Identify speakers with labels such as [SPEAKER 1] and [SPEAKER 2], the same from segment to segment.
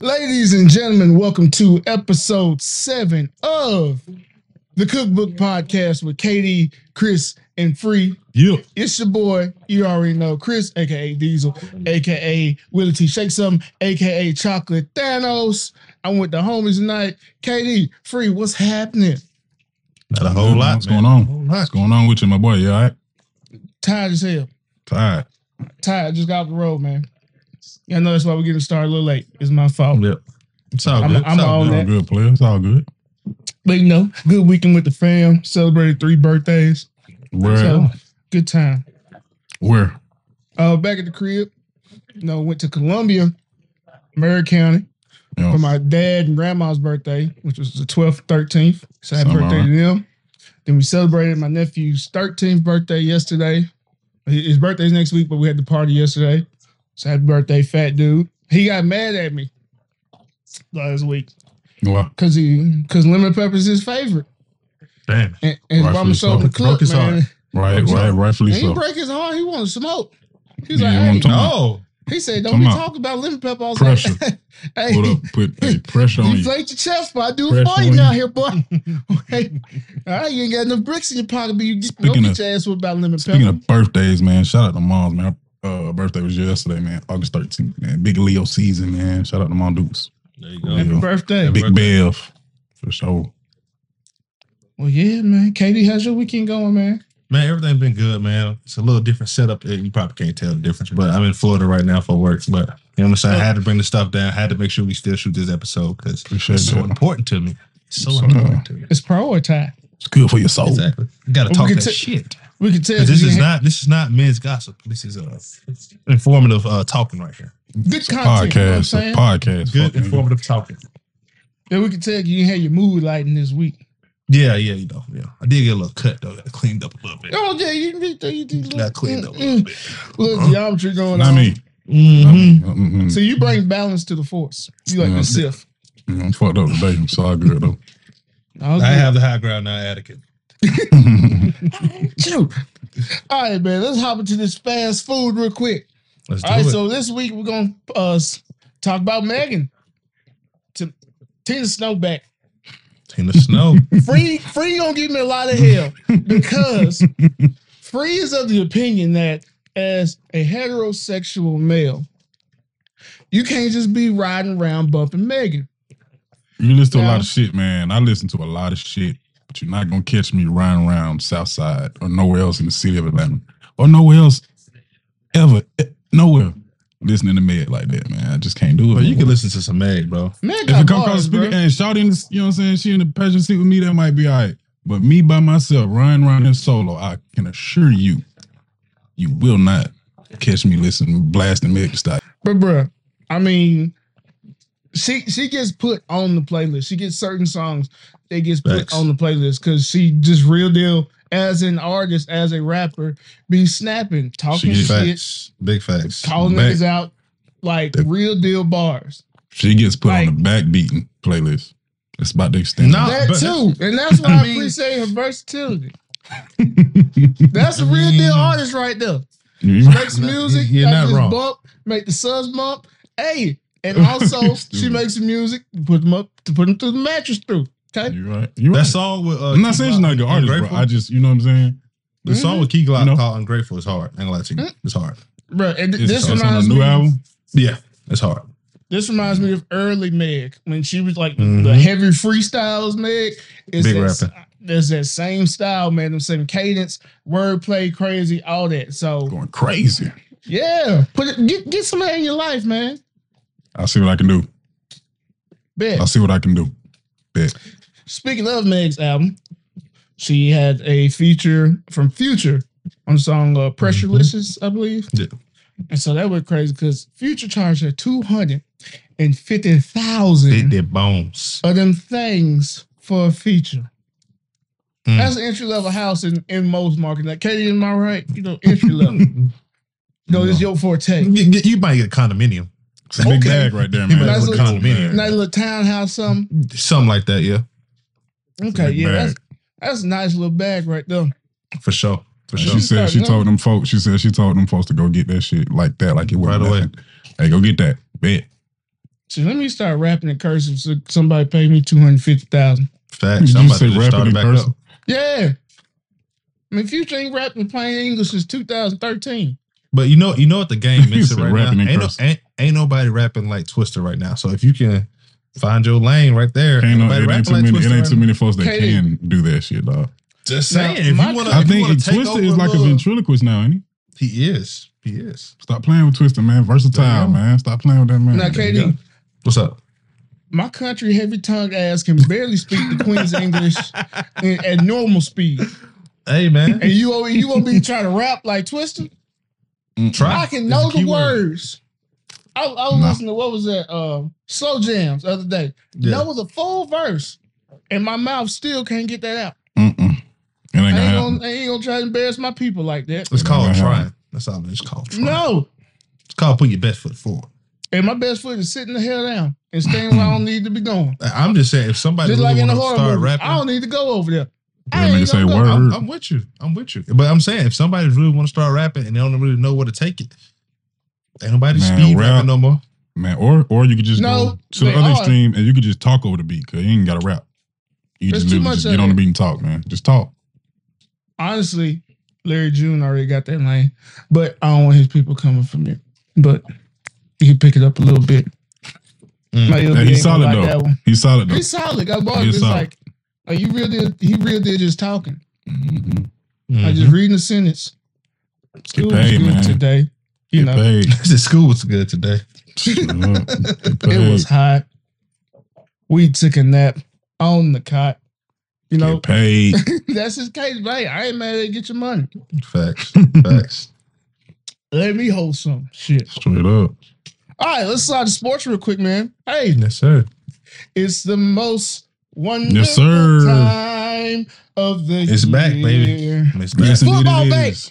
[SPEAKER 1] Ladies and gentlemen, welcome to episode seven of the Cookbook Podcast with Katie, Chris, and Free.
[SPEAKER 2] Yeah.
[SPEAKER 1] It's your boy, you already know, Chris, aka Diesel, aka Willie T. Shake Something, aka Chocolate Thanos. I'm with the homies tonight. KD, Free, what's happening?
[SPEAKER 2] Not a whole lot. What's going on? What's going on with you, my boy? You all right?
[SPEAKER 1] Tired as hell.
[SPEAKER 2] Tired.
[SPEAKER 1] Tired. Just got off the road, man. Yeah, I know that's why we're getting started a little late. It's my fault.
[SPEAKER 2] Yep. It's all
[SPEAKER 1] I'm-
[SPEAKER 2] good.
[SPEAKER 1] I'm
[SPEAKER 2] it's all
[SPEAKER 1] on
[SPEAKER 2] good.
[SPEAKER 1] that.
[SPEAKER 2] good, player. It's all good.
[SPEAKER 1] But you know, good weekend with the fam. Celebrated three birthdays.
[SPEAKER 2] Where?
[SPEAKER 1] So, good time.
[SPEAKER 2] Where?
[SPEAKER 1] Uh, back at the crib, you know, went to Columbia, Murray County
[SPEAKER 2] You know,
[SPEAKER 1] for my dad and grandma's birthday, which was the 12th, 13th. So happy
[SPEAKER 2] Something
[SPEAKER 1] birthday
[SPEAKER 2] alright.
[SPEAKER 1] to them. Then we celebrated my nephew's 13th birthday yesterday. His his birthday's next week, but we had the party yesterday. So happy birthday, fat dude. He got mad at me last week
[SPEAKER 2] well,
[SPEAKER 1] because he because lemon pepper is his favorite.
[SPEAKER 2] damn.
[SPEAKER 1] And, and his
[SPEAKER 2] Rightfully
[SPEAKER 1] mama sold
[SPEAKER 2] so.
[SPEAKER 1] the clip,
[SPEAKER 2] Broke his
[SPEAKER 1] man.
[SPEAKER 2] heart. Right,
[SPEAKER 1] I'm
[SPEAKER 2] right,
[SPEAKER 1] sorry.
[SPEAKER 2] rightfully
[SPEAKER 1] And he
[SPEAKER 2] so.
[SPEAKER 1] break his heart. He wanted to smoke. He's
[SPEAKER 2] Yeah,
[SPEAKER 1] like,
[SPEAKER 2] you
[SPEAKER 1] hey,
[SPEAKER 2] wanna talk-
[SPEAKER 3] No.
[SPEAKER 1] He said, "Don't
[SPEAKER 2] Come
[SPEAKER 1] be
[SPEAKER 2] on.
[SPEAKER 1] talking about lemon pepper." I was
[SPEAKER 2] Pressure.
[SPEAKER 1] like, "Hey,
[SPEAKER 2] Put up, put hey, pressure on
[SPEAKER 1] you
[SPEAKER 2] you.
[SPEAKER 1] played your chest, but I do it
[SPEAKER 2] Pressure
[SPEAKER 1] for you
[SPEAKER 2] on
[SPEAKER 1] now,
[SPEAKER 2] you.
[SPEAKER 1] here, boy. Hey, all right, you ain't got enough bricks in your pocket, but you just don't
[SPEAKER 2] Speaking
[SPEAKER 1] get
[SPEAKER 2] of-
[SPEAKER 1] your ass with about lemon
[SPEAKER 2] Speaking
[SPEAKER 1] pepper."
[SPEAKER 2] of birthdays, man, shout out to moms, man. Uh, birthday was yesterday, man, August 13th, man. Big Leo season, man. Shout out to Mom Dukes.
[SPEAKER 3] There you
[SPEAKER 2] Yeah.
[SPEAKER 3] go.
[SPEAKER 1] Happy birthday.
[SPEAKER 2] Big
[SPEAKER 3] birthday.
[SPEAKER 2] Bev, for sure.
[SPEAKER 1] Well, yeah, man. Katie, how's your weekend going, man?
[SPEAKER 3] Man, everything's been good, man. It's a little different setup. You probably can't tell the difference, but I'm in Florida right now for work. But you know what I'm saying? I had to bring the stuff down. I had to make sure we still shoot this episode because
[SPEAKER 2] Appreciate
[SPEAKER 3] it's so
[SPEAKER 2] that.
[SPEAKER 3] important to me. It's so
[SPEAKER 2] So, uh,
[SPEAKER 3] important to me.
[SPEAKER 1] It's prioritized.
[SPEAKER 2] It's good for your soul.
[SPEAKER 3] Exactly. You gotta
[SPEAKER 1] We
[SPEAKER 3] talk
[SPEAKER 1] can
[SPEAKER 3] that
[SPEAKER 1] ta-
[SPEAKER 3] shit.
[SPEAKER 1] We can tell
[SPEAKER 3] 'Cause This
[SPEAKER 1] you
[SPEAKER 3] is
[SPEAKER 1] had
[SPEAKER 3] not this is not men's gossip. This is uh informative uh talking right here.
[SPEAKER 1] good content. you know what I'm
[SPEAKER 2] Podcast,
[SPEAKER 1] saying?
[SPEAKER 2] podcast.
[SPEAKER 3] Good
[SPEAKER 2] fuck, nigga.
[SPEAKER 3] informative talking.
[SPEAKER 1] Yeah, we can tell you didn't have your mood lighting this week.
[SPEAKER 3] Yeah, yeah, you know, yeah. I did get a little cut though. Got cleaned up a little bit.
[SPEAKER 1] Oh yeah, you did. You did.
[SPEAKER 3] Got cleaned up a little
[SPEAKER 1] Mm,
[SPEAKER 3] bit.
[SPEAKER 1] mm. Little geometry going
[SPEAKER 2] Uh-huh. Not
[SPEAKER 1] on. Mm-hmm.
[SPEAKER 2] me. Mm-hmm. Not
[SPEAKER 3] Mhm.
[SPEAKER 2] me. Mm-mm.
[SPEAKER 1] So you bring balance to the force. You like
[SPEAKER 2] Yeah.
[SPEAKER 1] the Sith.
[SPEAKER 2] Mm, I'm fucked up today. It's all good though.
[SPEAKER 1] All
[SPEAKER 3] I
[SPEAKER 1] good.
[SPEAKER 3] have the high ground now, etiquette.
[SPEAKER 1] Shoot. All right, man. Let's hop into this fast food real quick.
[SPEAKER 3] Let's do
[SPEAKER 1] All right,
[SPEAKER 3] it.
[SPEAKER 1] so this week we're gonna uh s- talk about Megan. To Tina Snowback.
[SPEAKER 3] Tina Snow.
[SPEAKER 1] Free Free gonna give me a lot of hell because Free is of the opinion that as a heterosexual male, you can't just be riding around bumping Megan.
[SPEAKER 2] You listen to a
[SPEAKER 1] Yeah.
[SPEAKER 2] lot of shit, man. I listen to a lot of shit, but you're not gonna catch me riding around Southside or nowhere else in the city of Atlanta or nowhere else ever, eh, nowhere listening to Meg like that, man. I just can't do it.
[SPEAKER 3] Bro, you can listen to some Meg, bro.
[SPEAKER 1] Meg
[SPEAKER 2] If
[SPEAKER 1] got
[SPEAKER 2] it come across
[SPEAKER 1] bars, bro.
[SPEAKER 2] speaker and shout in, the- you know what I'm saying? She in the passenger seat with me, that might be all right. But me by myself, riding around here solo, I can assure you, you will not catch me listening, blasting Meg style.
[SPEAKER 1] But bruh, I mean, she she gets put on the playlist. She gets certain songs that gets put
[SPEAKER 3] Facts.
[SPEAKER 1] on the playlist because she just real deal as an artist, as a rapper, be snapping, talking
[SPEAKER 2] She
[SPEAKER 1] shit,
[SPEAKER 2] gets
[SPEAKER 3] Facts. Big facts.
[SPEAKER 1] calling
[SPEAKER 2] Back.
[SPEAKER 1] niggas out, like
[SPEAKER 2] That-
[SPEAKER 1] real deal bars.
[SPEAKER 2] She gets put on
[SPEAKER 1] Like-
[SPEAKER 2] the back beating playlist. That's about the extent.
[SPEAKER 3] No,
[SPEAKER 1] That
[SPEAKER 3] but-
[SPEAKER 1] too, and that's why I,
[SPEAKER 3] I mean-
[SPEAKER 1] appreciate her versatility. That's a real deal
[SPEAKER 3] mean-
[SPEAKER 1] artist right there.
[SPEAKER 2] You-
[SPEAKER 1] Makes
[SPEAKER 3] You're not-
[SPEAKER 1] music,
[SPEAKER 3] you're
[SPEAKER 1] got
[SPEAKER 3] not
[SPEAKER 1] this
[SPEAKER 3] wrong.
[SPEAKER 1] Bump, make the subs bump. Hey, and also she
[SPEAKER 2] Stupid.
[SPEAKER 1] makes some music, put them up to put them through the mattress through. Okay,
[SPEAKER 2] You right. You
[SPEAKER 3] That
[SPEAKER 2] right.
[SPEAKER 3] song with uh,
[SPEAKER 2] I'm not
[SPEAKER 3] Key
[SPEAKER 2] saying she's
[SPEAKER 3] Glock,
[SPEAKER 2] not a good artist,
[SPEAKER 3] Ungrateful,
[SPEAKER 2] bro. I just, you know what I'm saying?
[SPEAKER 3] the song with Key Glock
[SPEAKER 2] You know?
[SPEAKER 3] called "Ungrateful" is hard. I ain't gonna lie to
[SPEAKER 2] Mm.
[SPEAKER 3] you, it's hard.
[SPEAKER 1] bro. And th-
[SPEAKER 2] It's,
[SPEAKER 1] this
[SPEAKER 2] it's on a
[SPEAKER 1] reminds
[SPEAKER 2] new
[SPEAKER 1] me.
[SPEAKER 2] album.
[SPEAKER 3] Yeah, it's hard.
[SPEAKER 1] This reminds me of early Meg when she was like the
[SPEAKER 2] Mm-hmm.
[SPEAKER 3] Mhm.
[SPEAKER 1] heavy freestyles. Meg is
[SPEAKER 3] Big
[SPEAKER 1] that,
[SPEAKER 3] rapper.
[SPEAKER 1] s- There's that same style, man. Them same cadence, wordplay, crazy, all that. So
[SPEAKER 2] Going crazy.
[SPEAKER 1] yeah, put it, get get some of that in your life, man.
[SPEAKER 2] I'll see what I can do.
[SPEAKER 1] Bet.
[SPEAKER 2] I'll see what I can do. Bet.
[SPEAKER 1] Speaking of Meg's album, she had a feature from Future on the song uh, "Pressurelicious," I believe.
[SPEAKER 3] Mm-hmm. Yeah.
[SPEAKER 1] And so that went crazy because Future charged her two hundred and fifty thousand
[SPEAKER 3] did bones.
[SPEAKER 1] of them things for a feature.
[SPEAKER 3] Mm.
[SPEAKER 1] That's an entry level house in, in most markets. Like Katie, am I right? You know, entry level. you know, it's your forte.
[SPEAKER 3] You, you- you might get a condominium,
[SPEAKER 2] It's a big
[SPEAKER 1] Okay.
[SPEAKER 2] bag right there,
[SPEAKER 3] You
[SPEAKER 2] man.
[SPEAKER 3] might
[SPEAKER 2] That's
[SPEAKER 1] as
[SPEAKER 2] a
[SPEAKER 1] well
[SPEAKER 2] cool
[SPEAKER 3] come in.
[SPEAKER 2] bag.
[SPEAKER 1] Nice little townhouse, something.
[SPEAKER 3] something like that. Yeah,
[SPEAKER 1] Okay,
[SPEAKER 2] big
[SPEAKER 1] yeah,
[SPEAKER 2] bag.
[SPEAKER 1] that's that's a nice little bag right there.
[SPEAKER 3] for sure, for
[SPEAKER 2] She
[SPEAKER 3] sure.
[SPEAKER 2] said she told them folks. She said she told them folks to go get that shit like that, like it was
[SPEAKER 3] Right away.
[SPEAKER 2] Hey, go get that. Bet.
[SPEAKER 1] So let me start rapping in cursive. So somebody pay me two hundred fifty thousand.
[SPEAKER 3] Facts.
[SPEAKER 2] You
[SPEAKER 3] I'm about
[SPEAKER 2] just
[SPEAKER 3] to
[SPEAKER 2] say
[SPEAKER 3] just
[SPEAKER 2] rapping
[SPEAKER 3] start
[SPEAKER 2] in
[SPEAKER 3] back
[SPEAKER 2] cursive?
[SPEAKER 3] up.
[SPEAKER 1] Yeah. I mean, Future ain't rapped in plain English since 2013.
[SPEAKER 3] But you know, you know what the game
[SPEAKER 2] You
[SPEAKER 3] missing
[SPEAKER 2] said
[SPEAKER 3] right now.
[SPEAKER 2] rapping in
[SPEAKER 3] Ain't, no,
[SPEAKER 2] cursive.
[SPEAKER 3] ain't, ain't nobody rapping like Twister right now. So if you can find your lane right there,
[SPEAKER 2] Ain't no,
[SPEAKER 3] nobody
[SPEAKER 2] it ain't
[SPEAKER 3] rapping
[SPEAKER 2] too many. It
[SPEAKER 3] Twister
[SPEAKER 2] ain't
[SPEAKER 3] right
[SPEAKER 2] too
[SPEAKER 3] now.
[SPEAKER 2] many folks that
[SPEAKER 1] Katie.
[SPEAKER 2] can do that shit, dog.
[SPEAKER 3] Just
[SPEAKER 1] Now,
[SPEAKER 3] saying, if
[SPEAKER 1] my-
[SPEAKER 3] you want to,
[SPEAKER 2] I think he, Twister is like a ventriloquist now, ain't he?
[SPEAKER 3] He is. He is.
[SPEAKER 2] Stop playing with Twister, man. Versatile,
[SPEAKER 3] Damn.
[SPEAKER 2] man. Stop playing with that man.
[SPEAKER 1] now,
[SPEAKER 2] There you
[SPEAKER 1] KD,
[SPEAKER 3] What's up?
[SPEAKER 1] my country heavy tongue ass can barely speak the Queen's English in, at normal speed.
[SPEAKER 3] Hey
[SPEAKER 1] And
[SPEAKER 3] man,
[SPEAKER 1] you over- you gonna be trying to rap like Twister?
[SPEAKER 2] go. Mm,
[SPEAKER 3] try.
[SPEAKER 1] I can
[SPEAKER 3] It's
[SPEAKER 1] know
[SPEAKER 3] a
[SPEAKER 1] the
[SPEAKER 3] key word.
[SPEAKER 1] words. I, I was
[SPEAKER 2] Nah.
[SPEAKER 1] listening to what was that? Uh, Slow jams the other day.
[SPEAKER 3] Yeah.
[SPEAKER 1] That was a full verse, and my mouth still can't get that out.
[SPEAKER 2] Mm-mm. It ain't
[SPEAKER 1] I
[SPEAKER 2] gonna
[SPEAKER 1] ain't
[SPEAKER 2] happen.
[SPEAKER 1] gonna, I ain't gonna try to embarrass my people like that.
[SPEAKER 3] It's called
[SPEAKER 2] Yeah.
[SPEAKER 3] trying. That's all. It's called trying.
[SPEAKER 1] No,
[SPEAKER 3] It's called putting your best foot forward.
[SPEAKER 1] and my best foot is sitting the hell down and staying where I don't need to be going.
[SPEAKER 3] I- I'm just saying, if somebody
[SPEAKER 1] Just like
[SPEAKER 3] really
[SPEAKER 1] in the horror
[SPEAKER 3] want to start
[SPEAKER 1] movie, I
[SPEAKER 3] rapping,
[SPEAKER 1] don't need to go over there. I
[SPEAKER 2] That nigga
[SPEAKER 1] ain't
[SPEAKER 2] say
[SPEAKER 1] gonna go.
[SPEAKER 2] word.
[SPEAKER 3] I'm, I'm with you. I'm with you. But I'm saying, if somebody really want to start rapping and they don't really know where to take it, ain't nobody
[SPEAKER 2] Man,
[SPEAKER 3] speed
[SPEAKER 2] rap-
[SPEAKER 3] rapping no more.
[SPEAKER 2] Man, or or you could just
[SPEAKER 1] No,
[SPEAKER 2] go to the
[SPEAKER 1] they
[SPEAKER 2] other
[SPEAKER 1] are.
[SPEAKER 2] extreme and you could just talk over the beat because you ain't got to rap. You
[SPEAKER 1] There's
[SPEAKER 2] just
[SPEAKER 1] too
[SPEAKER 2] literally
[SPEAKER 1] much
[SPEAKER 2] just
[SPEAKER 1] of
[SPEAKER 2] get on the
[SPEAKER 1] it.
[SPEAKER 2] beat and talk, man. Just talk.
[SPEAKER 1] Honestly, Larry June already got that lane, but I don't want his people coming from there. But he can pick it up a little bit.
[SPEAKER 3] Mm.
[SPEAKER 1] My little
[SPEAKER 2] Yeah,
[SPEAKER 1] bit ain't
[SPEAKER 2] he's
[SPEAKER 1] gonna
[SPEAKER 2] solid
[SPEAKER 1] like
[SPEAKER 2] though.
[SPEAKER 1] that one.
[SPEAKER 2] He's solid though.
[SPEAKER 1] He's solid. I bought it.
[SPEAKER 2] He's
[SPEAKER 1] It's
[SPEAKER 2] solid.
[SPEAKER 1] like, like you really did, he really did just talking.
[SPEAKER 2] Mhm.
[SPEAKER 1] I
[SPEAKER 3] Mhm.
[SPEAKER 1] just reading the sentence. School was
[SPEAKER 2] paid,
[SPEAKER 1] good
[SPEAKER 2] man.
[SPEAKER 1] today. You
[SPEAKER 2] Get
[SPEAKER 1] know,
[SPEAKER 2] paid.
[SPEAKER 3] the school was good today.
[SPEAKER 2] Shut up. Get
[SPEAKER 1] it
[SPEAKER 2] paid.
[SPEAKER 1] was hot. We took a nap on the cot. You know,
[SPEAKER 2] Get paid.
[SPEAKER 1] that's his case, but hey, I ain't mad at get your money.
[SPEAKER 3] Facts. Facts.
[SPEAKER 1] Let me hold some shit.
[SPEAKER 2] Straight up.
[SPEAKER 1] All right, let's slide to sports real quick, man. Hey,
[SPEAKER 3] yes, sir.
[SPEAKER 1] it's the most wonderful
[SPEAKER 2] sir.
[SPEAKER 1] time of the
[SPEAKER 3] It's
[SPEAKER 1] year.
[SPEAKER 3] back, baby. It's back.
[SPEAKER 2] Yes, indeed
[SPEAKER 1] Football
[SPEAKER 2] it
[SPEAKER 1] back.
[SPEAKER 2] is.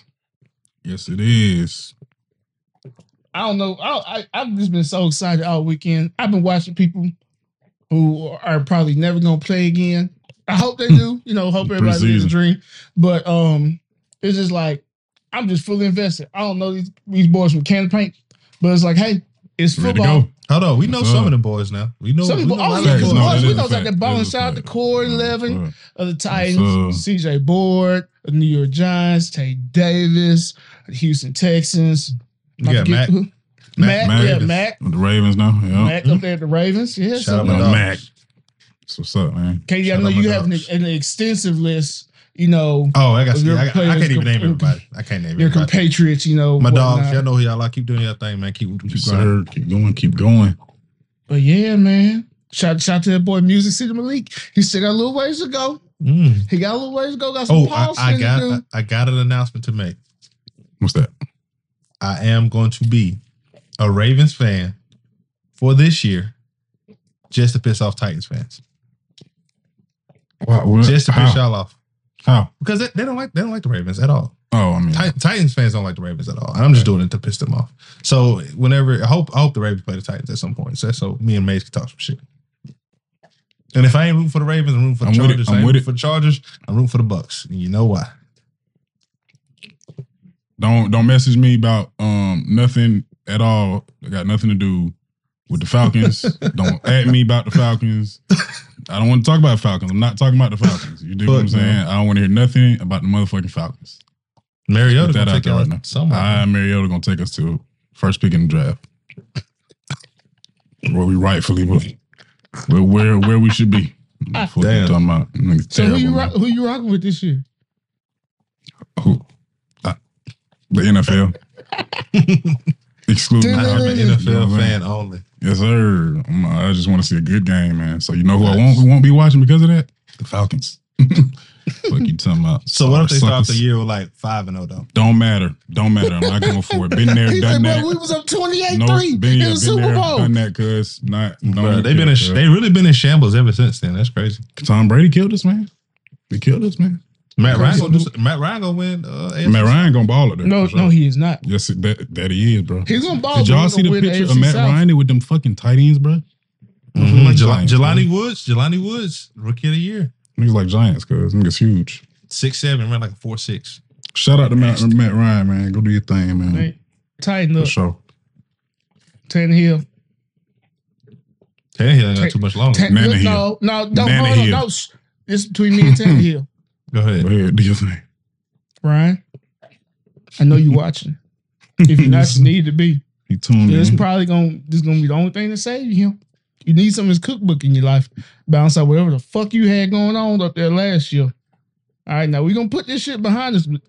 [SPEAKER 2] Yes, it is.
[SPEAKER 1] I don't know. I, I I've just been so excited all weekend. I've been watching people who are probably never gonna play again. I hope they do. You know, hope everybody lives a
[SPEAKER 2] Preseason.
[SPEAKER 1] dream. But um, it's just like I'm just fully invested. I don't know these, these boys from can of paint, but it's like, hey, it's
[SPEAKER 2] Ready to
[SPEAKER 1] football.
[SPEAKER 2] go.
[SPEAKER 3] Hold on. We know
[SPEAKER 2] What's
[SPEAKER 3] some
[SPEAKER 2] up?
[SPEAKER 3] of them boys now. We know.
[SPEAKER 1] Some
[SPEAKER 3] we
[SPEAKER 1] people-
[SPEAKER 3] know
[SPEAKER 1] oh,
[SPEAKER 3] a lot of
[SPEAKER 1] yeah,
[SPEAKER 3] them
[SPEAKER 1] because
[SPEAKER 3] boys.
[SPEAKER 1] boys,
[SPEAKER 2] that
[SPEAKER 1] we
[SPEAKER 2] is a
[SPEAKER 1] know it's like
[SPEAKER 2] fact.
[SPEAKER 1] that ball
[SPEAKER 2] is a
[SPEAKER 1] inside the
[SPEAKER 2] fact.
[SPEAKER 1] core
[SPEAKER 2] That is a
[SPEAKER 1] 11.
[SPEAKER 2] fact.
[SPEAKER 1] Of the
[SPEAKER 2] up?
[SPEAKER 1] Titans, CJ Board, New York Giants, Tay Davis, Houston Texans. I
[SPEAKER 3] You got
[SPEAKER 1] forget
[SPEAKER 3] Mac.
[SPEAKER 1] who- Mac,
[SPEAKER 3] Mac
[SPEAKER 1] yeah,
[SPEAKER 2] Mac.
[SPEAKER 1] Mac.
[SPEAKER 2] The Ravens now. Yeah.
[SPEAKER 1] Mac up there at the Ravens. Yeah,
[SPEAKER 3] Shout out
[SPEAKER 1] so,
[SPEAKER 3] my
[SPEAKER 2] No,
[SPEAKER 3] dogs.
[SPEAKER 2] Mac. That's what's up, man.
[SPEAKER 1] Katie, I
[SPEAKER 3] shout
[SPEAKER 1] know
[SPEAKER 3] out my
[SPEAKER 1] you have an,
[SPEAKER 3] dogs.
[SPEAKER 1] an extensive list, you know,
[SPEAKER 3] Oh, I got.
[SPEAKER 1] Your
[SPEAKER 3] Yeah, I, got- I
[SPEAKER 1] players
[SPEAKER 3] can't even
[SPEAKER 1] com-
[SPEAKER 3] name everybody. I can't name
[SPEAKER 1] your
[SPEAKER 3] everybody.
[SPEAKER 1] compatriots, you know.
[SPEAKER 3] My dogs.
[SPEAKER 1] whatnot.
[SPEAKER 3] Y'all know who y'all are. Keep doing your thing, man. Keep, keep
[SPEAKER 2] Yes,
[SPEAKER 3] grinding.
[SPEAKER 2] sir. Keep going. Keep going.
[SPEAKER 1] But yeah, man. Shout, shout to that boy Music City Malik. He still got a little ways to go.
[SPEAKER 3] Mm.
[SPEAKER 1] He got a little ways to go. Got some
[SPEAKER 3] Oh,
[SPEAKER 1] oh,
[SPEAKER 3] I, I
[SPEAKER 1] to do.
[SPEAKER 3] got. I, I got an announcement to make.
[SPEAKER 2] What's that?
[SPEAKER 3] I am going to be a Ravens fan for this year, just to piss off Titans fans,
[SPEAKER 2] Wow, what?
[SPEAKER 3] just to piss
[SPEAKER 2] How?
[SPEAKER 3] y'all off
[SPEAKER 2] How?
[SPEAKER 3] because they, they don't like they don't like the Ravens at all.
[SPEAKER 2] Oh, I mean,
[SPEAKER 3] Tit- Titans fans don't like the Ravens at all. And I'm just doing it to piss them off. So whenever I hope I hope the Ravens play the Titans at some point. So, so me and Maze can talk some shit. And if I ain't rooting for the Ravens, I'm rooting for the
[SPEAKER 2] I'm with it.
[SPEAKER 3] Chargers. I
[SPEAKER 2] I'm
[SPEAKER 3] ain't
[SPEAKER 2] with
[SPEAKER 3] rooting
[SPEAKER 2] it.
[SPEAKER 3] for the Chargers. I'm rooting for the Bucks. And you know why?
[SPEAKER 2] don't don't message me about um nothing at all. I got nothing to do with the Falcons. don't at me about the Falcons. I don't want to talk about Falcons. I'm not talking about the Falcons. You do what I'm
[SPEAKER 3] Fuck,
[SPEAKER 2] saying?
[SPEAKER 3] man.
[SPEAKER 2] I don't want to hear nothing about the motherfucking Falcons.
[SPEAKER 3] Mariota
[SPEAKER 2] Put that
[SPEAKER 3] gonna
[SPEAKER 2] out
[SPEAKER 3] take
[SPEAKER 2] there
[SPEAKER 3] y'all
[SPEAKER 2] right now.
[SPEAKER 3] somewhere.
[SPEAKER 2] I and Mariota gonna take us to first pick in the draft. where we rightfully believe. Where where where we should be. That's what I'm
[SPEAKER 3] Damn.
[SPEAKER 2] talking about. Nigga's
[SPEAKER 1] Ah, So
[SPEAKER 2] terrible,
[SPEAKER 1] who you
[SPEAKER 2] man.
[SPEAKER 1] rock, who you rocking with this year?
[SPEAKER 2] Who? Uh, the NFL. Excluding
[SPEAKER 1] Dude,
[SPEAKER 3] I'm
[SPEAKER 2] Harvey,
[SPEAKER 3] an
[SPEAKER 1] Yeah,
[SPEAKER 2] you know what I'm
[SPEAKER 3] NFL
[SPEAKER 2] saying?
[SPEAKER 3] fan only.
[SPEAKER 2] Yes, sir. I'm, I just want to see a good game, man. So you know who I
[SPEAKER 3] Nice.
[SPEAKER 2] won't who won't be watching because of that? The Falcons. Fuck you talking about.
[SPEAKER 3] So what if they start
[SPEAKER 2] Suckers.
[SPEAKER 3] the year with like five and oh though?
[SPEAKER 2] Don't matter. Don't matter. I'm not going for it. Been there,
[SPEAKER 1] He
[SPEAKER 2] done
[SPEAKER 1] said, bro, we
[SPEAKER 2] that.
[SPEAKER 1] was up 28
[SPEAKER 2] No,
[SPEAKER 1] 3
[SPEAKER 2] been,
[SPEAKER 1] in
[SPEAKER 2] yeah,
[SPEAKER 1] the
[SPEAKER 2] been
[SPEAKER 1] Super
[SPEAKER 2] there,
[SPEAKER 1] Bowl.
[SPEAKER 2] done that, cuz. Not, don't
[SPEAKER 3] Bruh, they've
[SPEAKER 2] even
[SPEAKER 3] been
[SPEAKER 2] care,
[SPEAKER 3] in
[SPEAKER 2] cuz.
[SPEAKER 3] they really been in shambles ever since then. That's crazy.
[SPEAKER 2] Tom Brady killed us, man. He killed us, man.
[SPEAKER 3] Matt
[SPEAKER 1] Crazy.
[SPEAKER 3] Ryan gonna do, some- Matt Ryan gonna win uh AFC.
[SPEAKER 2] Matt Ryan gonna ball up there.
[SPEAKER 1] No,
[SPEAKER 2] for sure.
[SPEAKER 1] no, he is not.
[SPEAKER 2] Yes, it- that, that he is, bro.
[SPEAKER 1] He's gonna ball. but
[SPEAKER 2] Did y'all
[SPEAKER 1] he's
[SPEAKER 2] see
[SPEAKER 1] gonna
[SPEAKER 2] the
[SPEAKER 1] win
[SPEAKER 2] picture of
[SPEAKER 1] AFC
[SPEAKER 2] Matt
[SPEAKER 1] South.
[SPEAKER 2] Ryan with them fucking tight ends, bro?
[SPEAKER 3] Mhm.
[SPEAKER 2] Like
[SPEAKER 3] Jel-
[SPEAKER 2] Giants,
[SPEAKER 3] Jelani
[SPEAKER 2] man.
[SPEAKER 3] Woods, Jelani Woods, rookie of the year.
[SPEAKER 2] Niggas like Giants, cuz. Niggas huge.
[SPEAKER 3] Six seven, ran like a four six.
[SPEAKER 2] Shout out to Matt, Matt Ryan, man. Go do your thing, man.
[SPEAKER 1] Hey, Tighten
[SPEAKER 2] For
[SPEAKER 1] up,
[SPEAKER 2] sure.
[SPEAKER 1] Tannehill.
[SPEAKER 3] Tannehill ain't got too much longer.
[SPEAKER 1] Ta-
[SPEAKER 2] Nana
[SPEAKER 1] no, no, don't
[SPEAKER 2] Nana
[SPEAKER 1] hold on.
[SPEAKER 2] Hill.
[SPEAKER 1] No, shh. it's between me and Tannehill,
[SPEAKER 3] Go
[SPEAKER 2] Go
[SPEAKER 3] ahead.
[SPEAKER 2] ahead, do your thing.
[SPEAKER 1] Brian. I know you watching. If you're not, you need to be.
[SPEAKER 2] He tuned
[SPEAKER 1] It's
[SPEAKER 2] in.
[SPEAKER 1] probably gonna this gonna be the only thing to save you. You need some of his cookbook in your life. Balance out whatever the fuck you had going on up there last year. All right, now we're gonna put this shit behind us. but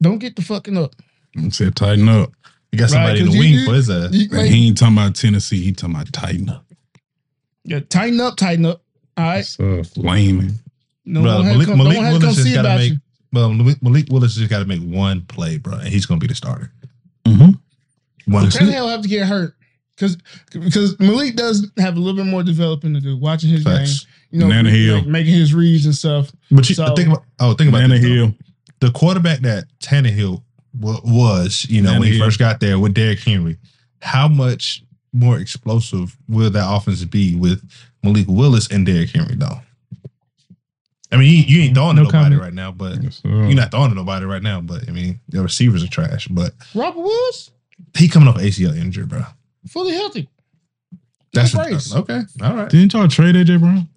[SPEAKER 1] Don't get the fucking up.
[SPEAKER 2] He said tighten up.
[SPEAKER 3] You got
[SPEAKER 1] Right,
[SPEAKER 3] somebody in the
[SPEAKER 1] 'cause you
[SPEAKER 3] wing
[SPEAKER 1] do-
[SPEAKER 3] for his ass.
[SPEAKER 1] You-
[SPEAKER 2] Man,
[SPEAKER 1] like,
[SPEAKER 2] he ain't talking about Tennessee. He talking about tighten up.
[SPEAKER 1] yeah, tighten up, tighten up. All right.
[SPEAKER 2] That's uh, lame. man.
[SPEAKER 1] No
[SPEAKER 3] Bruh,
[SPEAKER 1] one has to
[SPEAKER 3] Malik-
[SPEAKER 1] come,
[SPEAKER 3] Malik
[SPEAKER 1] no one has to come
[SPEAKER 3] Willis has
[SPEAKER 1] see
[SPEAKER 3] gotta
[SPEAKER 1] about
[SPEAKER 3] make-
[SPEAKER 1] you.
[SPEAKER 3] Well, Malik Malik Willis just got to make one play, bro, and he's going to be the starter. Mm-hmm. One.
[SPEAKER 1] Tannehill will have to get hurt. Cause because Malik does have a little bit more developing to do, watching his
[SPEAKER 3] Facts.
[SPEAKER 1] game, you know,
[SPEAKER 2] Nana
[SPEAKER 1] like,
[SPEAKER 2] Hill.
[SPEAKER 1] making his reads and stuff.
[SPEAKER 3] But you
[SPEAKER 1] So-
[SPEAKER 3] think about oh, think about this, though.
[SPEAKER 2] Tannehill.
[SPEAKER 3] the quarterback that Tannehill wa- was, you know, when he
[SPEAKER 2] Tannehill.
[SPEAKER 3] first got there with Derrick Henry, how much more explosive will that offense be with Malik Willis and Derrick Henry, though? I mean, you, you ain't throwing
[SPEAKER 1] No
[SPEAKER 3] to nobody
[SPEAKER 1] comment.
[SPEAKER 3] right now, but
[SPEAKER 2] Yes, sir.
[SPEAKER 3] you're not throwing to nobody right now. But I mean, the receivers are trash. But
[SPEAKER 1] Robert Woods,
[SPEAKER 3] he coming off ACL injury, bro.
[SPEAKER 1] fully healthy.
[SPEAKER 3] That's
[SPEAKER 1] Good praise.
[SPEAKER 3] okay. All right.
[SPEAKER 2] Didn't y'all trade AJ Brown?